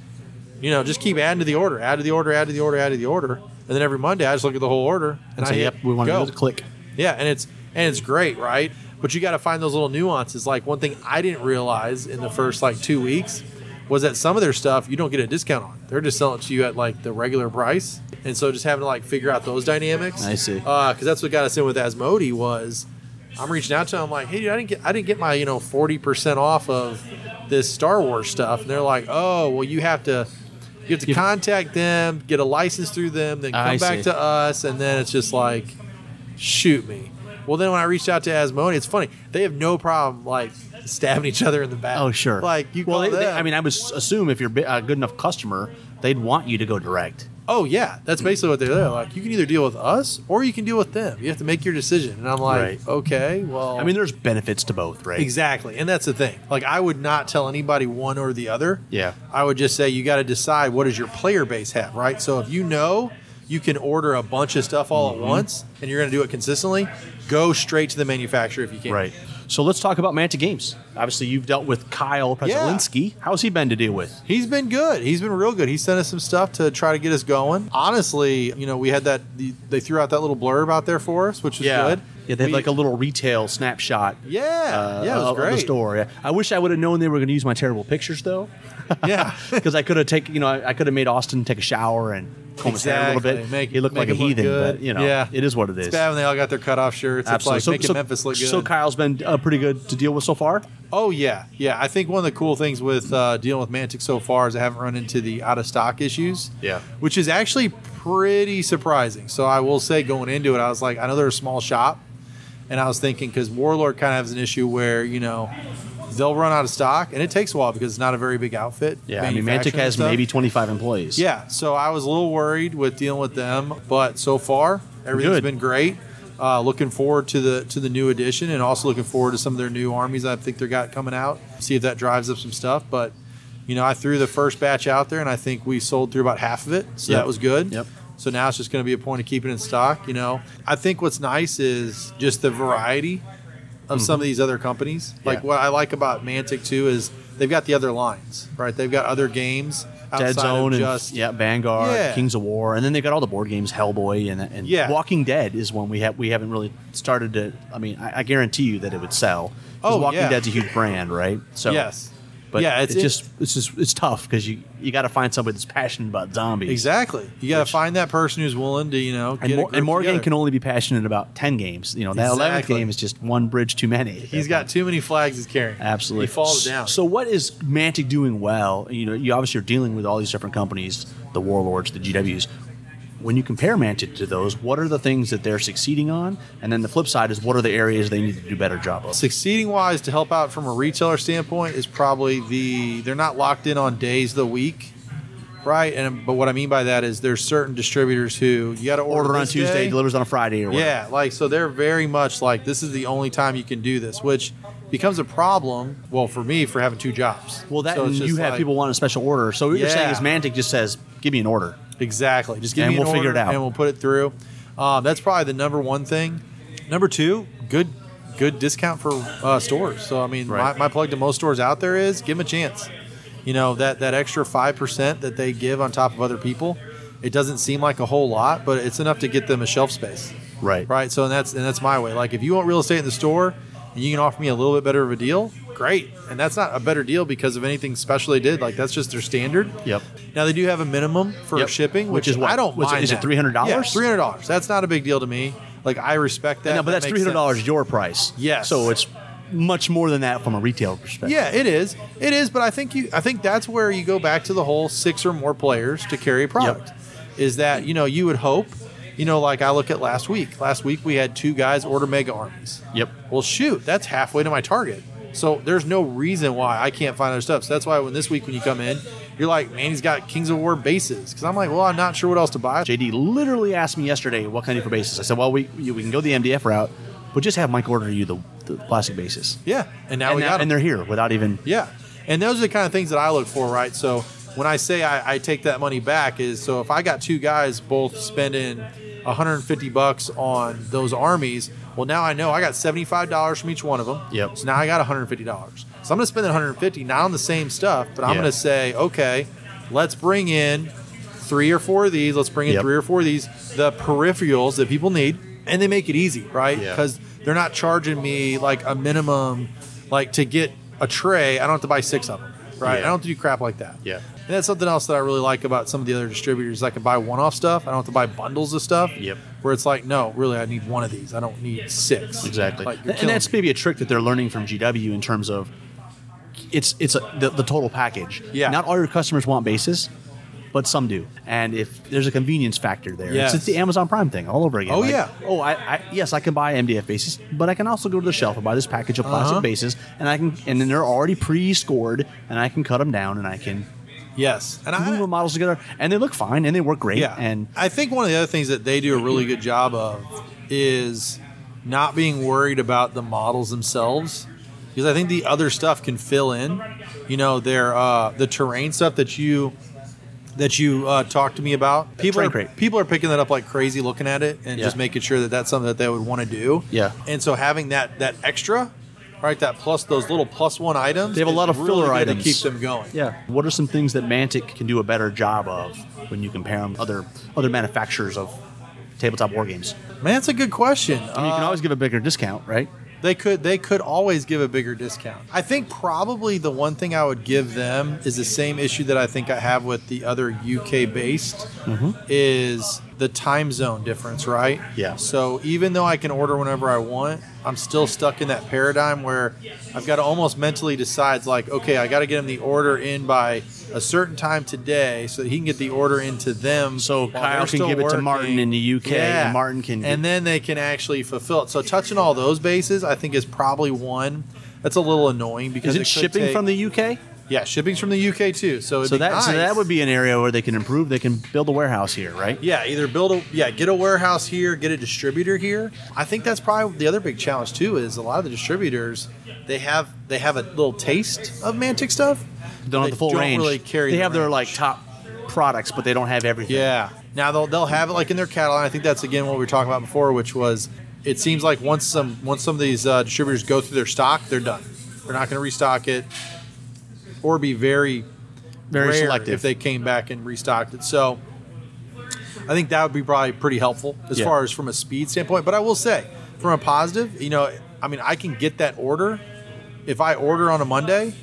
[SPEAKER 2] you know, just keep adding to the order, add to the order, add to the order, add to the order. And then every Monday I just look at the whole order and,
[SPEAKER 1] and
[SPEAKER 2] I
[SPEAKER 1] say, yep,
[SPEAKER 2] hit
[SPEAKER 1] we want
[SPEAKER 2] go.
[SPEAKER 1] to click.
[SPEAKER 2] Yeah, and it's and it's great, right? But you got to find those little nuances. Like one thing I didn't realize in the first like two weeks was that some of their stuff you don't get a discount on. They're just selling it to you at like the regular price, and so just having to like figure out those dynamics.
[SPEAKER 1] I see.
[SPEAKER 2] Because that's what got us in with Asmodee was I'm reaching out to them like, hey, dude, I didn't get I didn't get my you know 40 percent off of this Star Wars stuff, and they're like, oh, well, you have to. You have to contact them, get a license through them, then come
[SPEAKER 1] I
[SPEAKER 2] back
[SPEAKER 1] see.
[SPEAKER 2] to us, and then it's just like, shoot me. Well, then when I reached out to Asmodee, it's funny. They have no problem like stabbing each other in the back.
[SPEAKER 1] Oh, sure.
[SPEAKER 2] Like you
[SPEAKER 1] well,
[SPEAKER 2] call
[SPEAKER 1] they- they-
[SPEAKER 2] them.
[SPEAKER 1] I mean, I would s- assume if you're bi- a good enough customer, they'd want you to go direct.
[SPEAKER 2] oh yeah, that's basically what they're there. Like you can either deal with us or you can deal with them. You have to make your decision. And I'm like,
[SPEAKER 1] Right.
[SPEAKER 2] okay, well,
[SPEAKER 1] I mean, there's benefits to both, right?
[SPEAKER 2] exactly. And that's the thing. Like I would not tell anybody one or the other.
[SPEAKER 1] Yeah.
[SPEAKER 2] I would just say you got to decide what does your player base have, right? So if you know you can order a
[SPEAKER 1] Mm-hmm.
[SPEAKER 2] bunch of stuff all at once and you're going to do it consistently, go straight to the manufacturer if you can.
[SPEAKER 1] Right. So let's talk about Mantic Games. Obviously, you've dealt with Kyle Presolinsky. How's he been to deal with?
[SPEAKER 2] He's been good. He's been real good. He sent us some stuff to try to get us going. Honestly, you know, we had that. the- They threw out that little blurb out there for us, which was good.
[SPEAKER 1] Yeah, they had
[SPEAKER 2] We-
[SPEAKER 1] like a little retail snapshot.
[SPEAKER 2] Yeah,
[SPEAKER 1] uh,
[SPEAKER 2] yeah, it was
[SPEAKER 1] of, of
[SPEAKER 2] great.
[SPEAKER 1] the store. Yeah. I wish I would have known they were going to use my terrible pictures
[SPEAKER 2] (laughs)
[SPEAKER 1] though,
[SPEAKER 2] Yeah,
[SPEAKER 1] because I could have taken, you know, I, I could have made Austin take a shower and comb his hair a little
[SPEAKER 2] Exactly.
[SPEAKER 1] bit.
[SPEAKER 2] Make-
[SPEAKER 1] he looked
[SPEAKER 2] make
[SPEAKER 1] like a
[SPEAKER 2] him look
[SPEAKER 1] heathen,
[SPEAKER 2] good.
[SPEAKER 1] but you know,
[SPEAKER 2] Yeah.
[SPEAKER 1] it is what (laughs) it is.
[SPEAKER 2] it's bad when they all got their cutoff shirts. It's like making
[SPEAKER 1] so,
[SPEAKER 2] Memphis look good.
[SPEAKER 1] so Kyle's been uh, pretty good to deal with so far.
[SPEAKER 2] Oh yeah, yeah. I think one of the cool things with uh, dealing with Mantic so far is I haven't run into the out of stock issues.
[SPEAKER 1] Yeah.
[SPEAKER 2] which is actually pretty surprising. So I will say, going into it, I was like, I know they're a small shop, and I was thinking because Warlord kind of has an issue where you know they'll run out of stock, and it takes a while because it's not a very big outfit.
[SPEAKER 1] Yeah, I mean, Mantic
[SPEAKER 2] manufacturing and
[SPEAKER 1] has
[SPEAKER 2] stuff.
[SPEAKER 1] maybe 25 employees.
[SPEAKER 2] Yeah, so I was a little worried with dealing with them, but so far everything's
[SPEAKER 1] Good.
[SPEAKER 2] been great. Uh, looking forward to the to the new edition, and also looking forward to some of their new armies. I think they got coming out. See if that drives up some stuff. But you know, I threw the first batch out there, and I think we sold through about half of it, so
[SPEAKER 1] Yep.
[SPEAKER 2] that was good.
[SPEAKER 1] Yep.
[SPEAKER 2] So now it's just going to be a point of keeping it in stock. You know, I think what's nice is just the variety of some of these other companies. Like
[SPEAKER 1] Mm-hmm. Yeah.
[SPEAKER 2] what I like about Mantic too is they've got the other lines, right? They've got other games outside
[SPEAKER 1] Dead Zone
[SPEAKER 2] of
[SPEAKER 1] and
[SPEAKER 2] just
[SPEAKER 1] yeah, Vanguard,
[SPEAKER 2] Yeah.
[SPEAKER 1] Kings of War, and then they've got all the board games, Hellboy, and and
[SPEAKER 2] Yeah.
[SPEAKER 1] Walking Dead is one we have we haven't really started to. I mean, I, I guarantee you that it would sell. 'Cause
[SPEAKER 2] Oh,
[SPEAKER 1] Walking
[SPEAKER 2] yeah.
[SPEAKER 1] Dead's a huge brand, right? So
[SPEAKER 2] Yes.
[SPEAKER 1] but
[SPEAKER 2] Yeah,
[SPEAKER 1] it's,
[SPEAKER 2] it's-
[SPEAKER 1] just it's just it's tough because you you got to find somebody that's passionate about zombies.
[SPEAKER 2] Exactly. You got
[SPEAKER 1] Which-
[SPEAKER 2] to find that person who's willing to, you know, get
[SPEAKER 1] And, Mor-
[SPEAKER 2] a
[SPEAKER 1] and
[SPEAKER 2] group
[SPEAKER 1] Morgan
[SPEAKER 2] together.
[SPEAKER 1] can only be passionate about ten games. You know that eleventh
[SPEAKER 2] Exactly.
[SPEAKER 1] game is just one bridge too many.
[SPEAKER 2] He's got too many flags he's carrying.
[SPEAKER 1] Absolutely.
[SPEAKER 2] He falls down.
[SPEAKER 1] So what is Mantic doing well? You know, you obviously are dealing with all these different companies, the warlords, the GWs. When you compare Mantic to those, what are the things that they're succeeding on? And then the flip side is what are the areas they need to do better job of?
[SPEAKER 2] succeeding wise to help out from a retailer standpoint is probably the they're not locked in on days of the week. Right? And but what I mean by that is there's certain distributors who you got to order,
[SPEAKER 1] Order on
[SPEAKER 2] this
[SPEAKER 1] Tuesday,
[SPEAKER 2] day.
[SPEAKER 1] delivers on a Friday or whatever.
[SPEAKER 2] Yeah, like so they're very much like this is the only time you can do this, which becomes a problem. Well, for me, for having two jobs.
[SPEAKER 1] Well, that
[SPEAKER 2] So it's
[SPEAKER 1] and you
[SPEAKER 2] just
[SPEAKER 1] have
[SPEAKER 2] like-
[SPEAKER 1] people want a special order. So what you're saying
[SPEAKER 2] Yeah.
[SPEAKER 1] is Mantic just says, give me an order.
[SPEAKER 2] Exactly. Just give
[SPEAKER 1] And
[SPEAKER 2] me an
[SPEAKER 1] we'll figure
[SPEAKER 2] order
[SPEAKER 1] it out.
[SPEAKER 2] and we'll put it through. Uh, that's probably the number one thing. Number two, good good discount for uh, stores. So I mean,
[SPEAKER 1] Right.
[SPEAKER 2] my, my plug to most stores out there is give them a chance. You know that that extra five percent that they give on top of other people, it doesn't seem like a whole lot, but it's enough to get them a shelf space.
[SPEAKER 1] Right.
[SPEAKER 2] Right. So and that's and that's my way. Like if you want real estate in the store and you can offer me a little bit better of a deal, great. And that's not a better deal because of anything special they did. Like that's just their standard.
[SPEAKER 1] Yep.
[SPEAKER 2] Now they do have a minimum for
[SPEAKER 1] Yep.
[SPEAKER 2] shipping,
[SPEAKER 1] Which
[SPEAKER 2] which,
[SPEAKER 1] is what?
[SPEAKER 2] I don't
[SPEAKER 1] Was it-
[SPEAKER 2] mind.
[SPEAKER 1] is it
[SPEAKER 2] that.
[SPEAKER 1] $300?
[SPEAKER 2] Yeah, three hundred dollars. That's not a big deal to me. Like I respect that.
[SPEAKER 1] no, but
[SPEAKER 2] That
[SPEAKER 1] that's
[SPEAKER 2] makes
[SPEAKER 1] $300
[SPEAKER 2] sense.
[SPEAKER 1] your price.
[SPEAKER 2] Yes.
[SPEAKER 1] So it's much more than that from a retail perspective.
[SPEAKER 2] Yeah, it is. It is. But I think you. I think that's where you go back to the whole six or more players to carry a product. Is that you know you would hope, you know, like I look at last week. Last week we had two guys order mega armies.
[SPEAKER 1] Yep.
[SPEAKER 2] Well, shoot, that's halfway to my target. So there's no reason why I can't find other stuff. So that's why when this week when you come in, you're like, man, he's got Kings of War bases. Because I'm like, well, I'm not sure what else to buy.
[SPEAKER 1] JD literally asked me yesterday, "What can I do for bases?" I said, "Well, we you- we can go the MDF route, but just have Mike order you the, the plastic bases."
[SPEAKER 2] Yeah, and now
[SPEAKER 1] and,
[SPEAKER 2] we
[SPEAKER 1] that-
[SPEAKER 2] got 'em.
[SPEAKER 1] and they're here without even.
[SPEAKER 2] Yeah, and those are the kind of things that I look for, right? So when I say I, I take that money back, is so if I got two guys both spending 150 bucks on those armies, well now I know I got 75 dollars from each one of them.
[SPEAKER 1] Yep.
[SPEAKER 2] So now I got 150 dollars. So I'm gonna spend that 150 not on the same stuff, but I'm
[SPEAKER 1] Yeah.
[SPEAKER 2] gonna say, okay, let's bring in three or four of these. Let's bring in
[SPEAKER 1] Yep.
[SPEAKER 2] three or four of these, the peripherals that people need, and they make it easy, right?
[SPEAKER 1] Yeah.
[SPEAKER 2] Because they're not charging me like a minimum, like to get a tray. I don't have to buy six of them, right?
[SPEAKER 1] Yeah.
[SPEAKER 2] I don't have to do crap like that.
[SPEAKER 1] Yeah.
[SPEAKER 2] And that's something else that I really like about some of the other distributors. I can buy one-off stuff. I don't have to buy bundles of stuff.
[SPEAKER 1] Yep.
[SPEAKER 2] Where it's like, no, really, I need one of these. I don't need six.
[SPEAKER 1] Exactly,
[SPEAKER 2] Like, you're
[SPEAKER 1] and that's
[SPEAKER 2] killing me.
[SPEAKER 1] maybe a trick that they're learning from GW in terms of it's it's a, the, the total package.
[SPEAKER 2] Yeah.
[SPEAKER 1] not all your customers want bases, but some do. And if there's a convenience factor there, it's,
[SPEAKER 2] Yes.
[SPEAKER 1] it's the Amazon Prime thing all over again.
[SPEAKER 2] Oh,
[SPEAKER 1] Like,
[SPEAKER 2] yeah.
[SPEAKER 1] Oh, I, I yes, I can buy MDF bases, but I can also go to the shelf and buy this package of plastic
[SPEAKER 2] Uh-huh.
[SPEAKER 1] bases, and I can and then they're already pre-scored, and I can cut them down, and I can
[SPEAKER 2] yes. And
[SPEAKER 1] glue the models together, and they look fine, and they work great.
[SPEAKER 2] Yeah.
[SPEAKER 1] And
[SPEAKER 2] I think one of the other things that they do a really good job of is not being worried about the models themselves. Because I think the other stuff can fill in. You know, their uh, the terrain stuff that you that you uh, talked to me about. People
[SPEAKER 1] Terrain
[SPEAKER 2] are,
[SPEAKER 1] crate.
[SPEAKER 2] people are picking that up like crazy, looking at it and
[SPEAKER 1] Yeah.
[SPEAKER 2] just making sure that that's something that they would want to do.
[SPEAKER 1] Yeah.
[SPEAKER 2] And so having that that extra right? That plus those little plus one items.
[SPEAKER 1] They have a lot
[SPEAKER 2] is
[SPEAKER 1] of filler
[SPEAKER 2] really good
[SPEAKER 1] items.
[SPEAKER 2] to keep them going.
[SPEAKER 1] Yeah. What are some things that Mantic can do a better job of when you compare them other other manufacturers of tabletop war games?
[SPEAKER 2] Man, that's a good question.
[SPEAKER 1] I mean, you
[SPEAKER 2] Uh,
[SPEAKER 1] can always give a bigger discount, right?
[SPEAKER 2] they could they could always give a bigger discount. I think probably the one thing I would give them is the same issue that I think I have with the other UK based
[SPEAKER 1] Mm-hmm.
[SPEAKER 2] is the time zone difference, right?
[SPEAKER 1] Yeah.
[SPEAKER 2] So even though I can order whenever I want, I'm still stuck in that paradigm where I've got to almost mentally decide like, okay, I got to get him the order in by a certain time today so that he can get the order into them.
[SPEAKER 1] So
[SPEAKER 2] while
[SPEAKER 1] Kyle
[SPEAKER 2] they're
[SPEAKER 1] can
[SPEAKER 2] still
[SPEAKER 1] give it to Martin in the UK, and Martin can-
[SPEAKER 2] and then they can actually fulfill it. So touching all those bases, I think is probably one that's a little annoying because
[SPEAKER 1] Is it
[SPEAKER 2] could
[SPEAKER 1] shipping
[SPEAKER 2] take-
[SPEAKER 1] from the UK?
[SPEAKER 2] yeah shipping's from the UK too. So it'd
[SPEAKER 1] So
[SPEAKER 2] be
[SPEAKER 1] that so
[SPEAKER 2] nice.
[SPEAKER 1] that would be an area where they can improve. They can build a warehouse here, right?
[SPEAKER 2] yeah either build a yeah get a warehouse here get a distributor here. I think that's probably the other big challenge too is a lot of the distributors they have they have a little taste of Mantic stuff.
[SPEAKER 1] They don't
[SPEAKER 2] They
[SPEAKER 1] have the full
[SPEAKER 2] don't
[SPEAKER 1] range.
[SPEAKER 2] really carry
[SPEAKER 1] they
[SPEAKER 2] the
[SPEAKER 1] have their like
[SPEAKER 2] range.
[SPEAKER 1] top products, but they don't have everything.
[SPEAKER 2] Yeah. Now they'll they'll have it like in their catalog. I think that's again what we were talking about before, which was it seems like once some once some of these uh, distributors go through their stock, they're done. They're not going to restock it, or be very
[SPEAKER 1] Very
[SPEAKER 2] rare
[SPEAKER 1] selective.
[SPEAKER 2] if they came back and restocked it. So I think that would be probably pretty helpful as
[SPEAKER 1] Yeah.
[SPEAKER 2] far as from a speed standpoint. But I will say, from a positive, you know, I mean, I can get that order if I order on a Monday,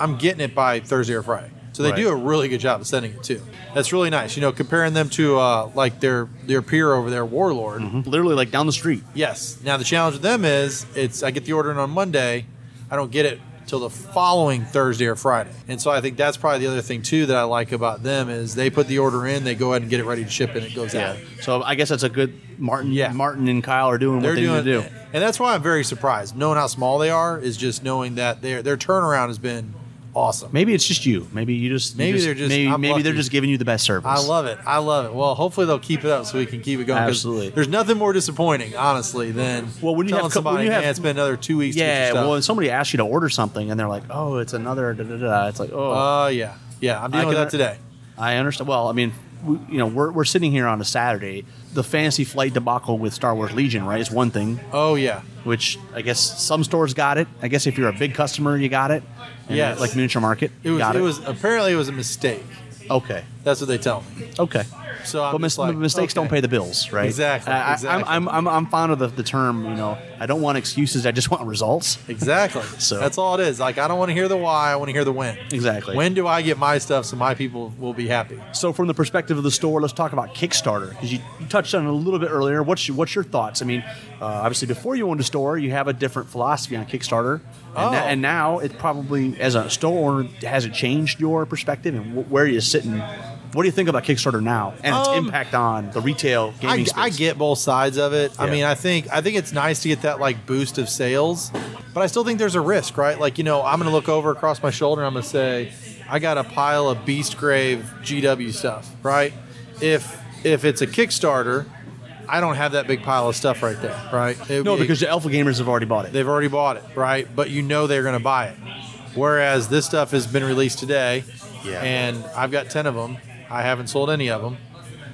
[SPEAKER 2] I'm getting it by Thursday or Friday. So they
[SPEAKER 1] Right.
[SPEAKER 2] do a really good job of sending it too. That's really nice. You know, comparing them to uh, like their their peer over there, Warlord.
[SPEAKER 1] Mm-hmm. Literally like down the street.
[SPEAKER 2] Yes. Now the challenge with them is it's I get the order in on Monday, I don't get it till the following Thursday or Friday. And so I think that's probably the other thing too that I like about them is they put the order in, they go ahead and get it ready to ship, and it goes
[SPEAKER 1] Yeah.
[SPEAKER 2] out.
[SPEAKER 1] So I guess that's a good Martin.
[SPEAKER 2] Yeah.
[SPEAKER 1] Martin and Kyle are doing
[SPEAKER 2] They're
[SPEAKER 1] what they
[SPEAKER 2] doing,
[SPEAKER 1] need to do.
[SPEAKER 2] and that's why I'm very surprised. Knowing how small they are is just knowing that their their turnaround has been awesome.
[SPEAKER 1] Maybe it's just you. Maybe you just you
[SPEAKER 2] Maybe they're just-
[SPEAKER 1] maybe,
[SPEAKER 2] I'm
[SPEAKER 1] maybe they're
[SPEAKER 2] lucky.
[SPEAKER 1] just giving you the best service.
[SPEAKER 2] I love it. I love it. Well, hopefully they'll keep it up so we can keep it going. 'cause
[SPEAKER 1] Absolutely.
[SPEAKER 2] There's nothing more disappointing, honestly, than
[SPEAKER 1] Well, when you
[SPEAKER 2] telling
[SPEAKER 1] have co- when
[SPEAKER 2] somebody
[SPEAKER 1] you have-
[SPEAKER 2] "Man, it's been another two weeks. to get your
[SPEAKER 1] Yeah,
[SPEAKER 2] stuff."
[SPEAKER 1] well, when somebody asks you to order something and they're like, "Oh, it's another," da, da, da, it's like, "Oh,
[SPEAKER 2] Oh yeah, yeah. I'm dealing
[SPEAKER 1] I
[SPEAKER 2] with
[SPEAKER 1] can-
[SPEAKER 2] that today.
[SPEAKER 1] I understand." Well, I mean, we, you know, we're, we're sitting here on a Saturday. The fantasy flight debacle with Star Wars Legion, right, is one thing,
[SPEAKER 2] Oh yeah,
[SPEAKER 1] which I guess some stores got it. I guess if you're a big customer, you got it. And uh,
[SPEAKER 2] Yes.
[SPEAKER 1] like Miniature Market,
[SPEAKER 2] it was.
[SPEAKER 1] got
[SPEAKER 2] It. was apparently it was a mistake.
[SPEAKER 1] okay,
[SPEAKER 2] That's what they tell me.
[SPEAKER 1] okay.
[SPEAKER 2] So I'm
[SPEAKER 1] But mis-
[SPEAKER 2] just like,
[SPEAKER 1] mistakes
[SPEAKER 2] okay.
[SPEAKER 1] don't pay the bills, right?
[SPEAKER 2] Exactly,
[SPEAKER 1] I, I,
[SPEAKER 2] exactly.
[SPEAKER 1] I'm, I'm, I'm, I'm fond of the, the term. You know, I don't want excuses. I just want results.
[SPEAKER 2] Exactly.
[SPEAKER 1] (laughs) So-
[SPEAKER 2] that's all it is. Like I don't want to hear the why. I want to hear the when.
[SPEAKER 1] Exactly.
[SPEAKER 2] When do I get my stuff so my people will be happy?
[SPEAKER 1] So, from the perspective of the store, let's talk about Kickstarter because you, you touched on it a little bit earlier. What's your, what's your thoughts? I mean, uh, obviously, before you owned a store, you have a different philosophy on Kickstarter, and,
[SPEAKER 2] Oh.
[SPEAKER 1] that, and now it probably, as a store owner, has it changed your perspective and wh- where you're sitting? What do you think about Kickstarter now and its
[SPEAKER 2] Um,
[SPEAKER 1] impact on the retail gaming
[SPEAKER 2] I,
[SPEAKER 1] space?
[SPEAKER 2] I get both sides of it. I
[SPEAKER 1] Yeah.
[SPEAKER 2] mean, I think I think it's nice to get that like boost of sales, but I still think there's a risk, right? Like you know, I'm gonna look over across my shoulder. and I'm gonna say, I got a pile of Beast Grave GW stuff, right? If if it's a Kickstarter, I don't have that big pile of stuff right there, right? It would
[SPEAKER 1] no,
[SPEAKER 2] be-
[SPEAKER 1] because the Alpha gamers have already bought it.
[SPEAKER 2] They've already bought it, right? But you know they're going to buy it. Whereas this stuff has been released today,
[SPEAKER 1] Yeah.
[SPEAKER 2] and I've got 10 of them. I haven't sold any of them.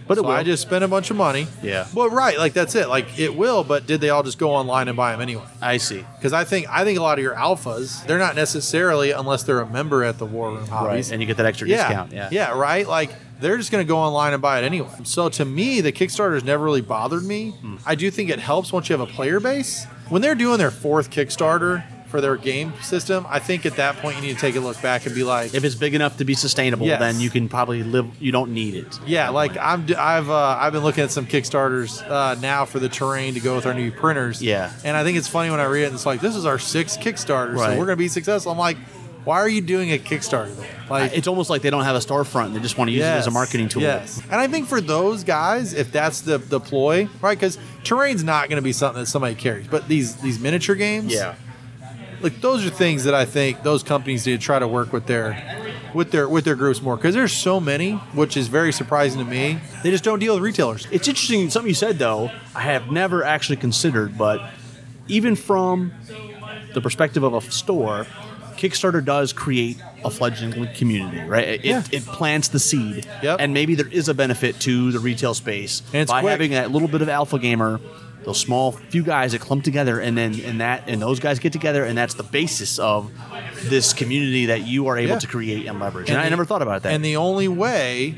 [SPEAKER 1] But it
[SPEAKER 2] So
[SPEAKER 1] will.
[SPEAKER 2] I just spent a bunch of money.
[SPEAKER 1] Yeah.
[SPEAKER 2] Well, right, like that's it. Like it will, but did they all just go online and buy them anyway?
[SPEAKER 1] I see.
[SPEAKER 2] Because I think I think a lot of your alphas, they're not necessarily unless they're a member at the War Room
[SPEAKER 1] Right,
[SPEAKER 2] Hobbies.
[SPEAKER 1] and you get that extra discount. Yeah,
[SPEAKER 2] right. Like they're just going to go online and buy it anyway. So to me, the Kickstarter's never really bothered me.
[SPEAKER 1] Hmm.
[SPEAKER 2] I do think it helps once you have a player base. When they're doing their fourth Kickstarter for their game system, I think at that point you need to take a look back and be like,
[SPEAKER 1] If it's big enough to be sustainable,
[SPEAKER 2] Yes.
[SPEAKER 1] then you can probably live. You don't need it.
[SPEAKER 2] yeah, like I'm, d- I've, uh, I've been looking at some Kickstarters uh, now for the terrain to go with our new printers.
[SPEAKER 1] Yeah.
[SPEAKER 2] and I think it's funny when I read it. And it's like this is our sixth Kickstarter,
[SPEAKER 1] Right.
[SPEAKER 2] so we're going to be successful. I'm like, why are you doing a Kickstarter? then? Like,
[SPEAKER 1] It's almost like they don't have a storefront; and they just want to use it as a marketing tool.
[SPEAKER 2] Yes. And I think for those guys, if that's the the ploy, right? Because terrain's not going to be something that somebody carries, but these these miniature games, like those are things that I think those companies need to try to work with their with their with their groups more because there's so many, which is very surprising to me. They just don't deal with retailers.
[SPEAKER 1] It's interesting something you said though. I have never actually considered, but even from the perspective of a store, Kickstarter does create a fledgling community, right? It,
[SPEAKER 2] Yeah.
[SPEAKER 1] it plants the seed,
[SPEAKER 2] Yep.
[SPEAKER 1] and maybe there is a benefit to the retail space
[SPEAKER 2] And it's
[SPEAKER 1] by
[SPEAKER 2] quick.
[SPEAKER 1] having that little bit of alpha gamer those small few guys that clump together, and then and that and those guys get together, and that's the basis of this community that you are able
[SPEAKER 2] Yeah.
[SPEAKER 1] to create and leverage. And,
[SPEAKER 2] And
[SPEAKER 1] I
[SPEAKER 2] the-
[SPEAKER 1] never thought about that.
[SPEAKER 2] And the only way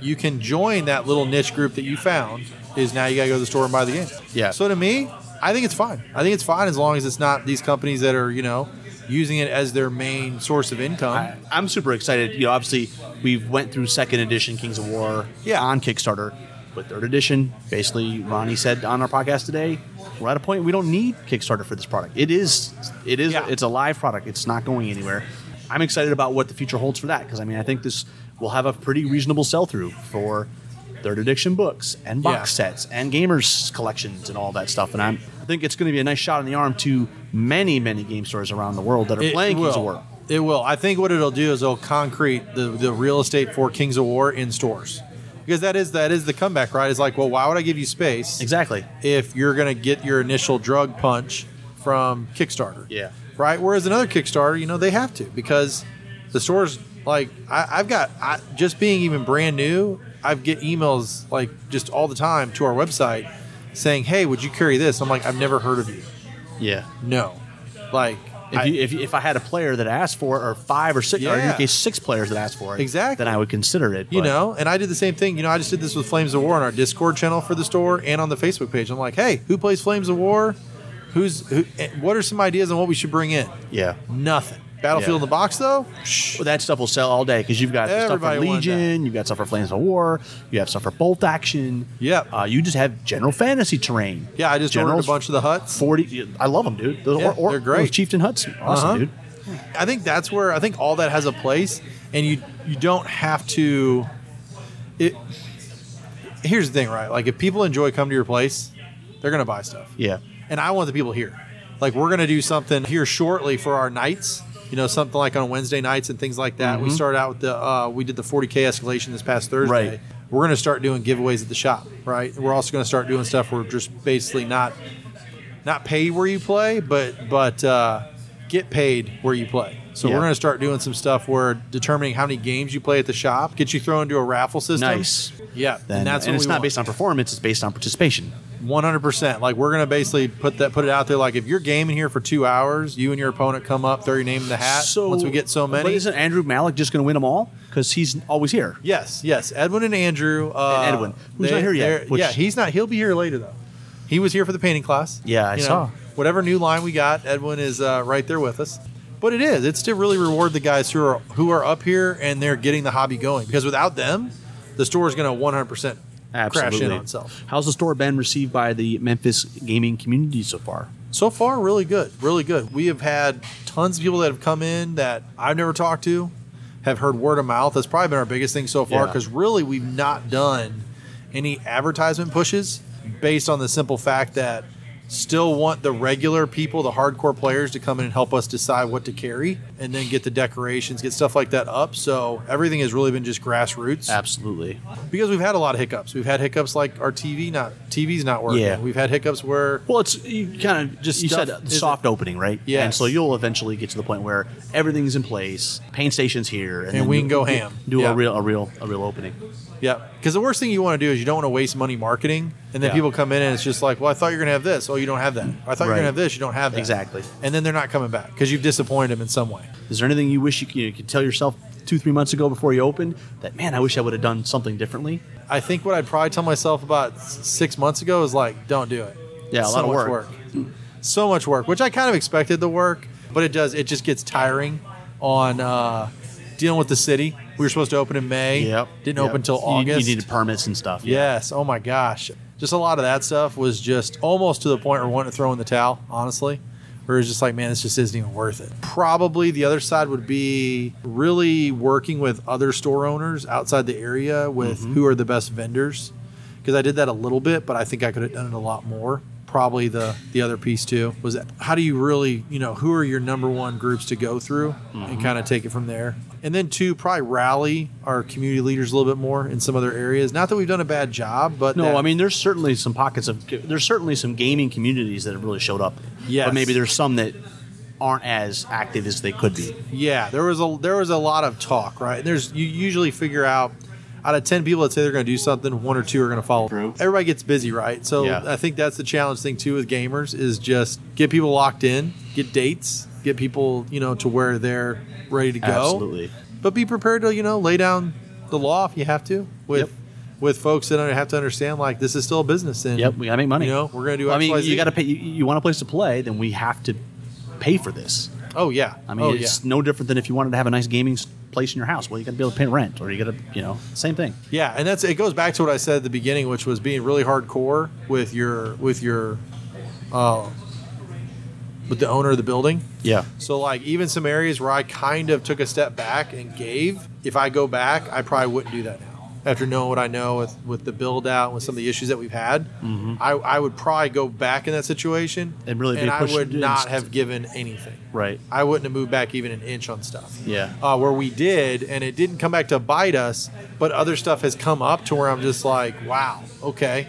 [SPEAKER 2] you can join that little niche group that you found is now you got to go to the store and buy the game.
[SPEAKER 1] Yeah.
[SPEAKER 2] So to me, I think it's fine. I think it's fine as long as it's not these companies that are, you know, using it as their main source of income.
[SPEAKER 1] I, I'm super excited. You know, obviously we went through second edition Kings of War
[SPEAKER 2] Yeah.
[SPEAKER 1] on Kickstarter, but third edition, basically, Ronnie said on our podcast today, we're at a point we don't need Kickstarter for this product. It is, it is,
[SPEAKER 2] Yeah.
[SPEAKER 1] it's a live product. It's not going anywhere. I'm excited about what the future holds for that because I mean I think this will have a pretty reasonable sell through for third edition books and box
[SPEAKER 2] Yeah.
[SPEAKER 1] sets and gamers collections and all that stuff. And I'm, I think it's going to be a nice shot in the arm to many many game stores around the world that are playing
[SPEAKER 2] will.
[SPEAKER 1] Kings of War.
[SPEAKER 2] It will. I think what it'll do is it'll concrete the, the real estate for Kings of War in stores. Because that is that is the comeback, right? It's like, well, why would I give you space
[SPEAKER 1] Exactly.
[SPEAKER 2] if you're gonna get your initial drug punch from Kickstarter?
[SPEAKER 1] Yeah.
[SPEAKER 2] Right? Whereas another Kickstarter, you know, they have to because the stores like I, I've got I, just being even brand new, I've get emails like just all the time to our website saying, Hey, would you carry this? I'm like, I've never heard of you.
[SPEAKER 1] Yeah.
[SPEAKER 2] No. Like
[SPEAKER 1] If,
[SPEAKER 2] I-
[SPEAKER 1] you, if, if I had a player that asked for it, or five or six, or in your
[SPEAKER 2] Yeah.
[SPEAKER 1] case, six players that asked for it,
[SPEAKER 2] Exactly.
[SPEAKER 1] then I would consider it.
[SPEAKER 2] You
[SPEAKER 1] but-
[SPEAKER 2] know, and I did the same thing. You know, I just did this with Flames of War on our Discord channel for the store and on the Facebook page. I'm like, hey, who plays Flames of War? Who's who? eh, What are some ideas on what we should bring in?
[SPEAKER 1] yeah.
[SPEAKER 2] Nothing. Battlefield
[SPEAKER 1] Yeah.
[SPEAKER 2] in the box though. Psh,
[SPEAKER 1] Well, that stuff will sell all day because you've got the stuff for
[SPEAKER 2] Everybody wanted that.
[SPEAKER 1] Legion, you've got stuff for Flames of War, you have stuff for Bolt Action.
[SPEAKER 2] Yep.
[SPEAKER 1] Uh, you just have general fantasy terrain.
[SPEAKER 2] Yeah, I just ordered
[SPEAKER 1] Generals
[SPEAKER 2] a bunch of the huts.
[SPEAKER 1] Forty. I love them, dude. Those,
[SPEAKER 2] Yeah,
[SPEAKER 1] or, or,
[SPEAKER 2] they're great.
[SPEAKER 1] Those Chieftain huts, awesome,
[SPEAKER 2] Uh-huh.
[SPEAKER 1] dude.
[SPEAKER 2] I think that's where I think all that has a place, and you you don't have to. It. Here's the thing, right? Like, if people enjoy come to your place, they're gonna buy stuff.
[SPEAKER 1] Yeah.
[SPEAKER 2] and I want the people here. Like we're gonna do something here shortly for our nights. You know, something like on Wednesday nights and things like that.
[SPEAKER 1] Mm-hmm.
[SPEAKER 2] We started out with the uh, we did the 40k escalation this past Thursday.
[SPEAKER 1] Right.
[SPEAKER 2] We're gonna start doing giveaways at the shop, right? We're also gonna start doing stuff where we're just basically not not pay where you play, but but uh, get paid where you play. So
[SPEAKER 1] Yeah.
[SPEAKER 2] we're gonna start doing some stuff where determining how many games you play at the shop, get you thrown into a raffle system.
[SPEAKER 1] Nice.
[SPEAKER 2] Yeah.
[SPEAKER 1] Then,
[SPEAKER 2] and that's
[SPEAKER 1] and
[SPEAKER 2] what
[SPEAKER 1] it's
[SPEAKER 2] we
[SPEAKER 1] not
[SPEAKER 2] want.
[SPEAKER 1] based on performance; it's based on participation.
[SPEAKER 2] One hundred percent. Like we're gonna basically put that put it out there. Like if you're gaming here for two hours, you and your opponent come up, throw your name in the hat. once we get so
[SPEAKER 1] but
[SPEAKER 2] many,
[SPEAKER 1] isn't Andrew Malik just going to win them all because he's always here?
[SPEAKER 2] yes, yes. Edwin and Andrew, uh,
[SPEAKER 1] And Edwin, who's
[SPEAKER 2] they-
[SPEAKER 1] not here yet,
[SPEAKER 2] they're-
[SPEAKER 1] which-
[SPEAKER 2] yeah, he's not. He'll be here later though. He was here for the painting class.
[SPEAKER 1] Yeah, I saw.
[SPEAKER 2] whatever new line we got, Edwin is uh, right there with us. But it is. It's to really reward the guys who are who are up here and they're getting the hobby going because without them, the store is gonna one hundred percent crash in on itself.
[SPEAKER 1] How's the store been received by the Memphis gaming community so far?
[SPEAKER 2] So far, really good, really good. We have had tons of people that have come in that I've never talked to, have heard word of mouth. That's probably been our biggest thing so far
[SPEAKER 1] Yeah.
[SPEAKER 2] because really we've not done any advertisement pushes based on the simple fact that still want the regular people, the hardcore players, to come in and help us decide what to carry and then get the decorations, get stuff like that up. So everything has really been just grassroots
[SPEAKER 1] Absolutely.
[SPEAKER 2] because we've had a lot of hiccups. We've had hiccups like our TV not TV's not working.
[SPEAKER 1] Yeah.
[SPEAKER 2] We've had hiccups where
[SPEAKER 1] Well, it's you kind of just
[SPEAKER 2] Just
[SPEAKER 1] you
[SPEAKER 2] stuff
[SPEAKER 1] said the
[SPEAKER 2] isn't-
[SPEAKER 1] soft opening, right?
[SPEAKER 2] Yes.
[SPEAKER 1] And so you'll eventually get to the point where everything's in place, paint station's here, and, then
[SPEAKER 2] we
[SPEAKER 1] you-
[SPEAKER 2] can go
[SPEAKER 1] you
[SPEAKER 2] ham.
[SPEAKER 1] Do
[SPEAKER 2] Yeah.
[SPEAKER 1] a real, a real, a real opening.
[SPEAKER 2] Yeah, because the worst thing you want to do is you don't want to waste money marketing, and then
[SPEAKER 1] Yeah.
[SPEAKER 2] people come in and it's just like, well, I thought you were gonna have this, oh, you don't have that. I thought you were
[SPEAKER 1] Right.
[SPEAKER 2] gonna have this, you don't have that.
[SPEAKER 1] Exactly.
[SPEAKER 2] And then they're not coming back because you've disappointed them in some way.
[SPEAKER 1] Is there anything you wish you could, you could tell yourself two, three months ago before you opened that man, I wish I would have done something differently?
[SPEAKER 2] I think what I'd probably tell myself about s- six months ago is like, don't do it.
[SPEAKER 1] Yeah, a
[SPEAKER 2] so
[SPEAKER 1] lot of
[SPEAKER 2] much
[SPEAKER 1] work.
[SPEAKER 2] So much work, which I kind of expected the work, but it does. It just gets tiring on uh, dealing with the city. We were supposed to open in May. Didn't
[SPEAKER 1] Yep.
[SPEAKER 2] open until
[SPEAKER 1] You-
[SPEAKER 2] August.
[SPEAKER 1] You, needed permits and stuff.
[SPEAKER 2] Yes. Oh my gosh. Just a lot of that stuff was just almost to the point where wanting to throw in the towel, honestly. Where it's just like, man, this just isn't even worth it. Probably the other side would be really working with other store owners outside the area with who are the best vendors. Because I did that a little bit, but I think I could have done it a lot more. Probably the the other piece too was how do you really, you know, who are your number one groups to go through
[SPEAKER 1] Mm-hmm.
[SPEAKER 2] and kind of take it from there. And then two, probably rally our community leaders a little bit more in some other areas. Not that we've done a bad job, but
[SPEAKER 1] No,
[SPEAKER 2] that-
[SPEAKER 1] I mean there's certainly some pockets of there's certainly some gaming communities that have really showed up.
[SPEAKER 2] Yes.
[SPEAKER 1] But maybe there's some that aren't as active as they could be.
[SPEAKER 2] Yeah, there was a there was a lot of talk, right? There's you usually figure out out of 10 people that say they're going to do something, one or two are going to follow.
[SPEAKER 3] True.
[SPEAKER 2] Everybody gets busy, right? So
[SPEAKER 1] Yeah.
[SPEAKER 2] I think that's the challenge thing too with gamers is just get people locked in, get dates, get people, you know, to where they're ready to go.
[SPEAKER 1] Absolutely.
[SPEAKER 2] But be prepared to, you know, lay down the law if you have to with
[SPEAKER 1] Yep.
[SPEAKER 2] with folks that have to understand like this is still a business and
[SPEAKER 1] Yep, we gotta make money.
[SPEAKER 2] You know, we're going to do
[SPEAKER 1] Well, I mean,
[SPEAKER 2] XYZ.
[SPEAKER 1] you gotta pay. You, you want a place to play, then we have to pay for this.
[SPEAKER 2] Oh yeah.
[SPEAKER 1] I mean,
[SPEAKER 2] oh, yeah.
[SPEAKER 1] it's no different than if you wanted to have a nice gaming s- place in your house. Well, you got to be able to pay rent, or you got to, you know, same thing.
[SPEAKER 2] Yeah, and that's it goes back to what I said at the beginning, which was being really hardcore with your with your uh, with the owner of the building.
[SPEAKER 1] Yeah.
[SPEAKER 2] So like even some areas where I kind of took a step back and gave, if I go back, I probably wouldn't do that now. After knowing what I know with, with the build out, with some of the issues that we've had, I, I would probably go back in that situation
[SPEAKER 1] Mm-hmm. And really be
[SPEAKER 2] and I
[SPEAKER 1] pushed
[SPEAKER 2] would
[SPEAKER 1] to-
[SPEAKER 2] not have given anything.
[SPEAKER 1] Right.
[SPEAKER 2] I wouldn't have moved back even an inch on stuff.
[SPEAKER 1] Yeah.
[SPEAKER 2] Uh, where we did, and it didn't come back to bite us, but other stuff has come up to where I'm just like, wow, okay.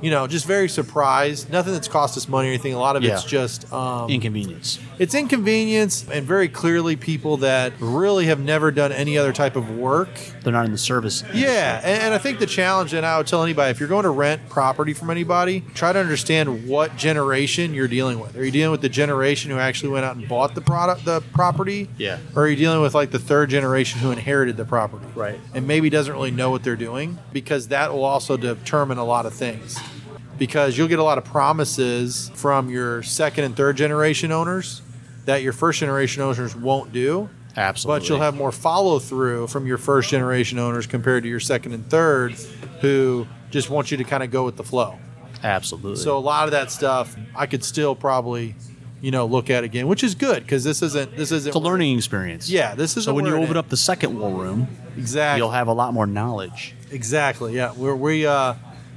[SPEAKER 2] You know, just very surprised. Nothing that's cost us money or anything. A lot of it's
[SPEAKER 1] Yeah.
[SPEAKER 2] just um,
[SPEAKER 1] Inconvenience.
[SPEAKER 2] it's inconvenience and very clearly people that really have never done any other type of work.
[SPEAKER 1] They're not in the service.
[SPEAKER 2] Yeah, and, and I think the challenge, and I would tell anybody, if you're going to rent property from anybody, try to understand what generation you're dealing with. Are you dealing with the generation who actually went out and bought the product, the property?
[SPEAKER 1] Yeah.
[SPEAKER 2] Or are you dealing with like the third generation who inherited the property?
[SPEAKER 1] Right.
[SPEAKER 2] And maybe doesn't really know what they're doing because that will also determine a lot of things. Because you'll get a lot of promises from your second and third generation owners that your first generation owners won't do.
[SPEAKER 1] Absolutely.
[SPEAKER 2] But you'll have more follow through from your first generation owners compared to your second and third, who just want you to kind of go with the flow.
[SPEAKER 1] Absolutely.
[SPEAKER 2] So a lot of that stuff I could still probably, you know, look at again, which is good because this isn't this isn't
[SPEAKER 1] it's a learning experience.
[SPEAKER 2] Yeah, this is
[SPEAKER 1] So when you open up the second war room,
[SPEAKER 2] exactly
[SPEAKER 1] you'll have a lot more knowledge.
[SPEAKER 2] Exactly. Yeah, we're, we uh,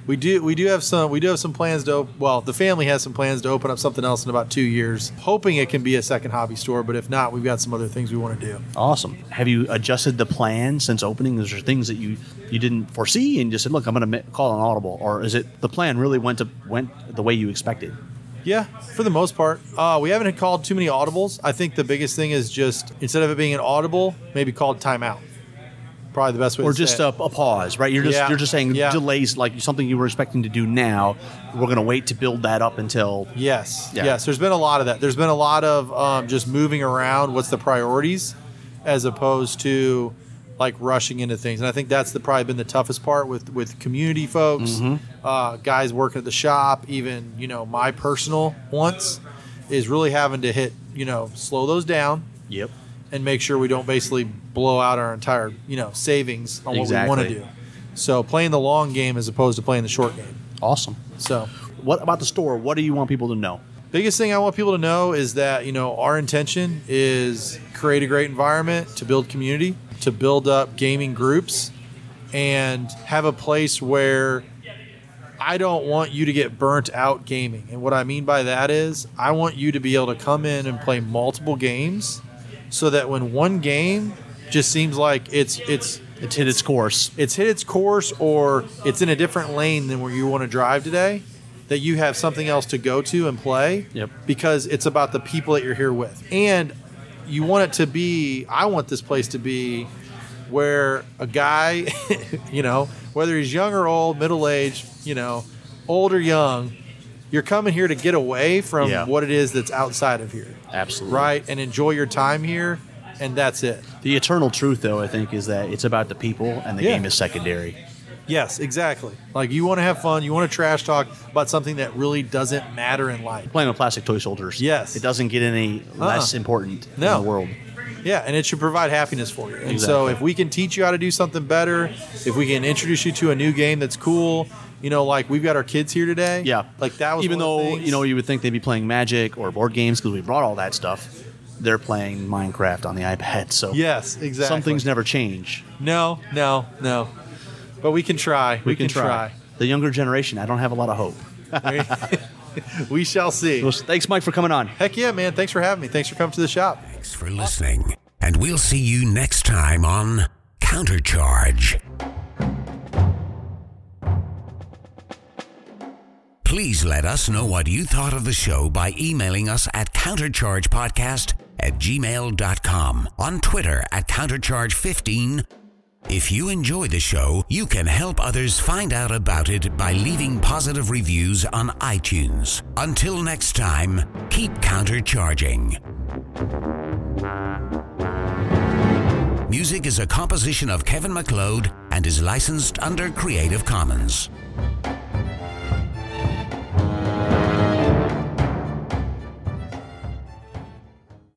[SPEAKER 2] we do we do have some we do have some plans to op- well the family has some plans to open up something else in about two years, hoping it can be a second hobby store. But if not, we've got some other things we want to do.
[SPEAKER 1] Awesome. Have you adjusted the plan since opening? Is there things that you you didn't foresee and just said, "Look, I'm going to call an audible," or is it the plan really went to went the way you expected?
[SPEAKER 2] Yeah, for the most part, uh, we haven't called too many audibles. I think the biggest thing is just instead of it being an audible, maybe called timeout. Probably the best way.
[SPEAKER 1] or
[SPEAKER 2] to
[SPEAKER 1] just
[SPEAKER 2] say
[SPEAKER 1] a,
[SPEAKER 2] it.
[SPEAKER 1] a pause, right? You're just
[SPEAKER 2] Yeah.
[SPEAKER 1] you're just saying
[SPEAKER 2] Yeah.
[SPEAKER 1] delays, like something you were expecting to do now. We're going to wait to build that up until
[SPEAKER 2] Yes.
[SPEAKER 1] Yeah.
[SPEAKER 2] Yes. There's been a lot of that. There's been a lot of um, just moving around. What's the priorities, as opposed to like rushing into things. And I think that's the probably been the toughest part with with community folks,
[SPEAKER 1] Mm-hmm.
[SPEAKER 2] uh, guys working at the shop, even you know my personal wants, is really having to hit you know slow those down
[SPEAKER 1] yep,
[SPEAKER 2] and make sure we don't basically blow out our entire you know savings on what we want
[SPEAKER 1] Exactly.
[SPEAKER 2] to do. So playing the long game as opposed to playing the short game.
[SPEAKER 1] awesome.
[SPEAKER 2] So
[SPEAKER 1] What about the store? What do you want people to know?
[SPEAKER 2] biggest thing I want people to know is that you know our intention is create a great environment to build community, to build up gaming groups, and have a place where I don't want you to get burnt out gaming. And what I mean by that is I want you to be able to come in and play multiple games, so that when one game just seems like it's it's
[SPEAKER 1] It's hit its course.
[SPEAKER 2] it's hit its course or it's in a different lane than where you want to drive today, that you have something else to go to and play.
[SPEAKER 1] Yep.
[SPEAKER 2] Because it's about the people that you're here with. And you want it to be, I want this place to be where a guy, (laughs) you know, whether he's young or old, middle aged, you know, old or young, you're coming here to get away from
[SPEAKER 1] Yeah.
[SPEAKER 2] what it is that's outside of here.
[SPEAKER 1] Absolutely
[SPEAKER 2] Right? And enjoy your time here. And that's it.
[SPEAKER 1] The eternal truth, though, I think, is that it's about the people, and the
[SPEAKER 2] Yeah.
[SPEAKER 1] game is secondary.
[SPEAKER 2] Yes, exactly. Like you want to have fun, you want to trash talk about something that really doesn't matter in life.
[SPEAKER 1] Playing with plastic toy soldiers.
[SPEAKER 2] Yes. Uh-uh.
[SPEAKER 1] it doesn't get any less important
[SPEAKER 2] No.
[SPEAKER 1] in the
[SPEAKER 2] (laughs)
[SPEAKER 1] world.
[SPEAKER 2] Yeah, and it should provide happiness for you. And so
[SPEAKER 1] Exactly.
[SPEAKER 2] if we can teach you how to do something better, if we can introduce you to a new game that's cool, you know, like we've got our kids here today.
[SPEAKER 1] Yeah,
[SPEAKER 2] Like that was
[SPEAKER 1] even
[SPEAKER 2] one of the
[SPEAKER 1] though
[SPEAKER 2] things-
[SPEAKER 1] you know you would think they'd be playing Magic or board games because we brought all that stuff. They're playing Minecraft on the iPad, so
[SPEAKER 2] Yes, exactly.
[SPEAKER 1] some things never change.
[SPEAKER 2] No, no, no. But we can try. We, can, try.
[SPEAKER 1] The younger generation, I don't have a lot of hope.
[SPEAKER 2] (laughs) we shall see.
[SPEAKER 1] Well, thanks, Mike, for coming on.
[SPEAKER 2] Heck yeah, man. Thanks for having me. Thanks for coming to the shop.
[SPEAKER 4] Thanks for listening, and we'll see you next time on Countercharge. Please let us know what you thought of the show by emailing us at counterchargepodcast at gmail.com, on Twitter at countercharge15, If you enjoy the show, you can help others find out about it by leaving positive reviews on iTunes. Until next time, keep countercharging. Music is a composition of Kevin McLeod and is licensed under Creative Commons.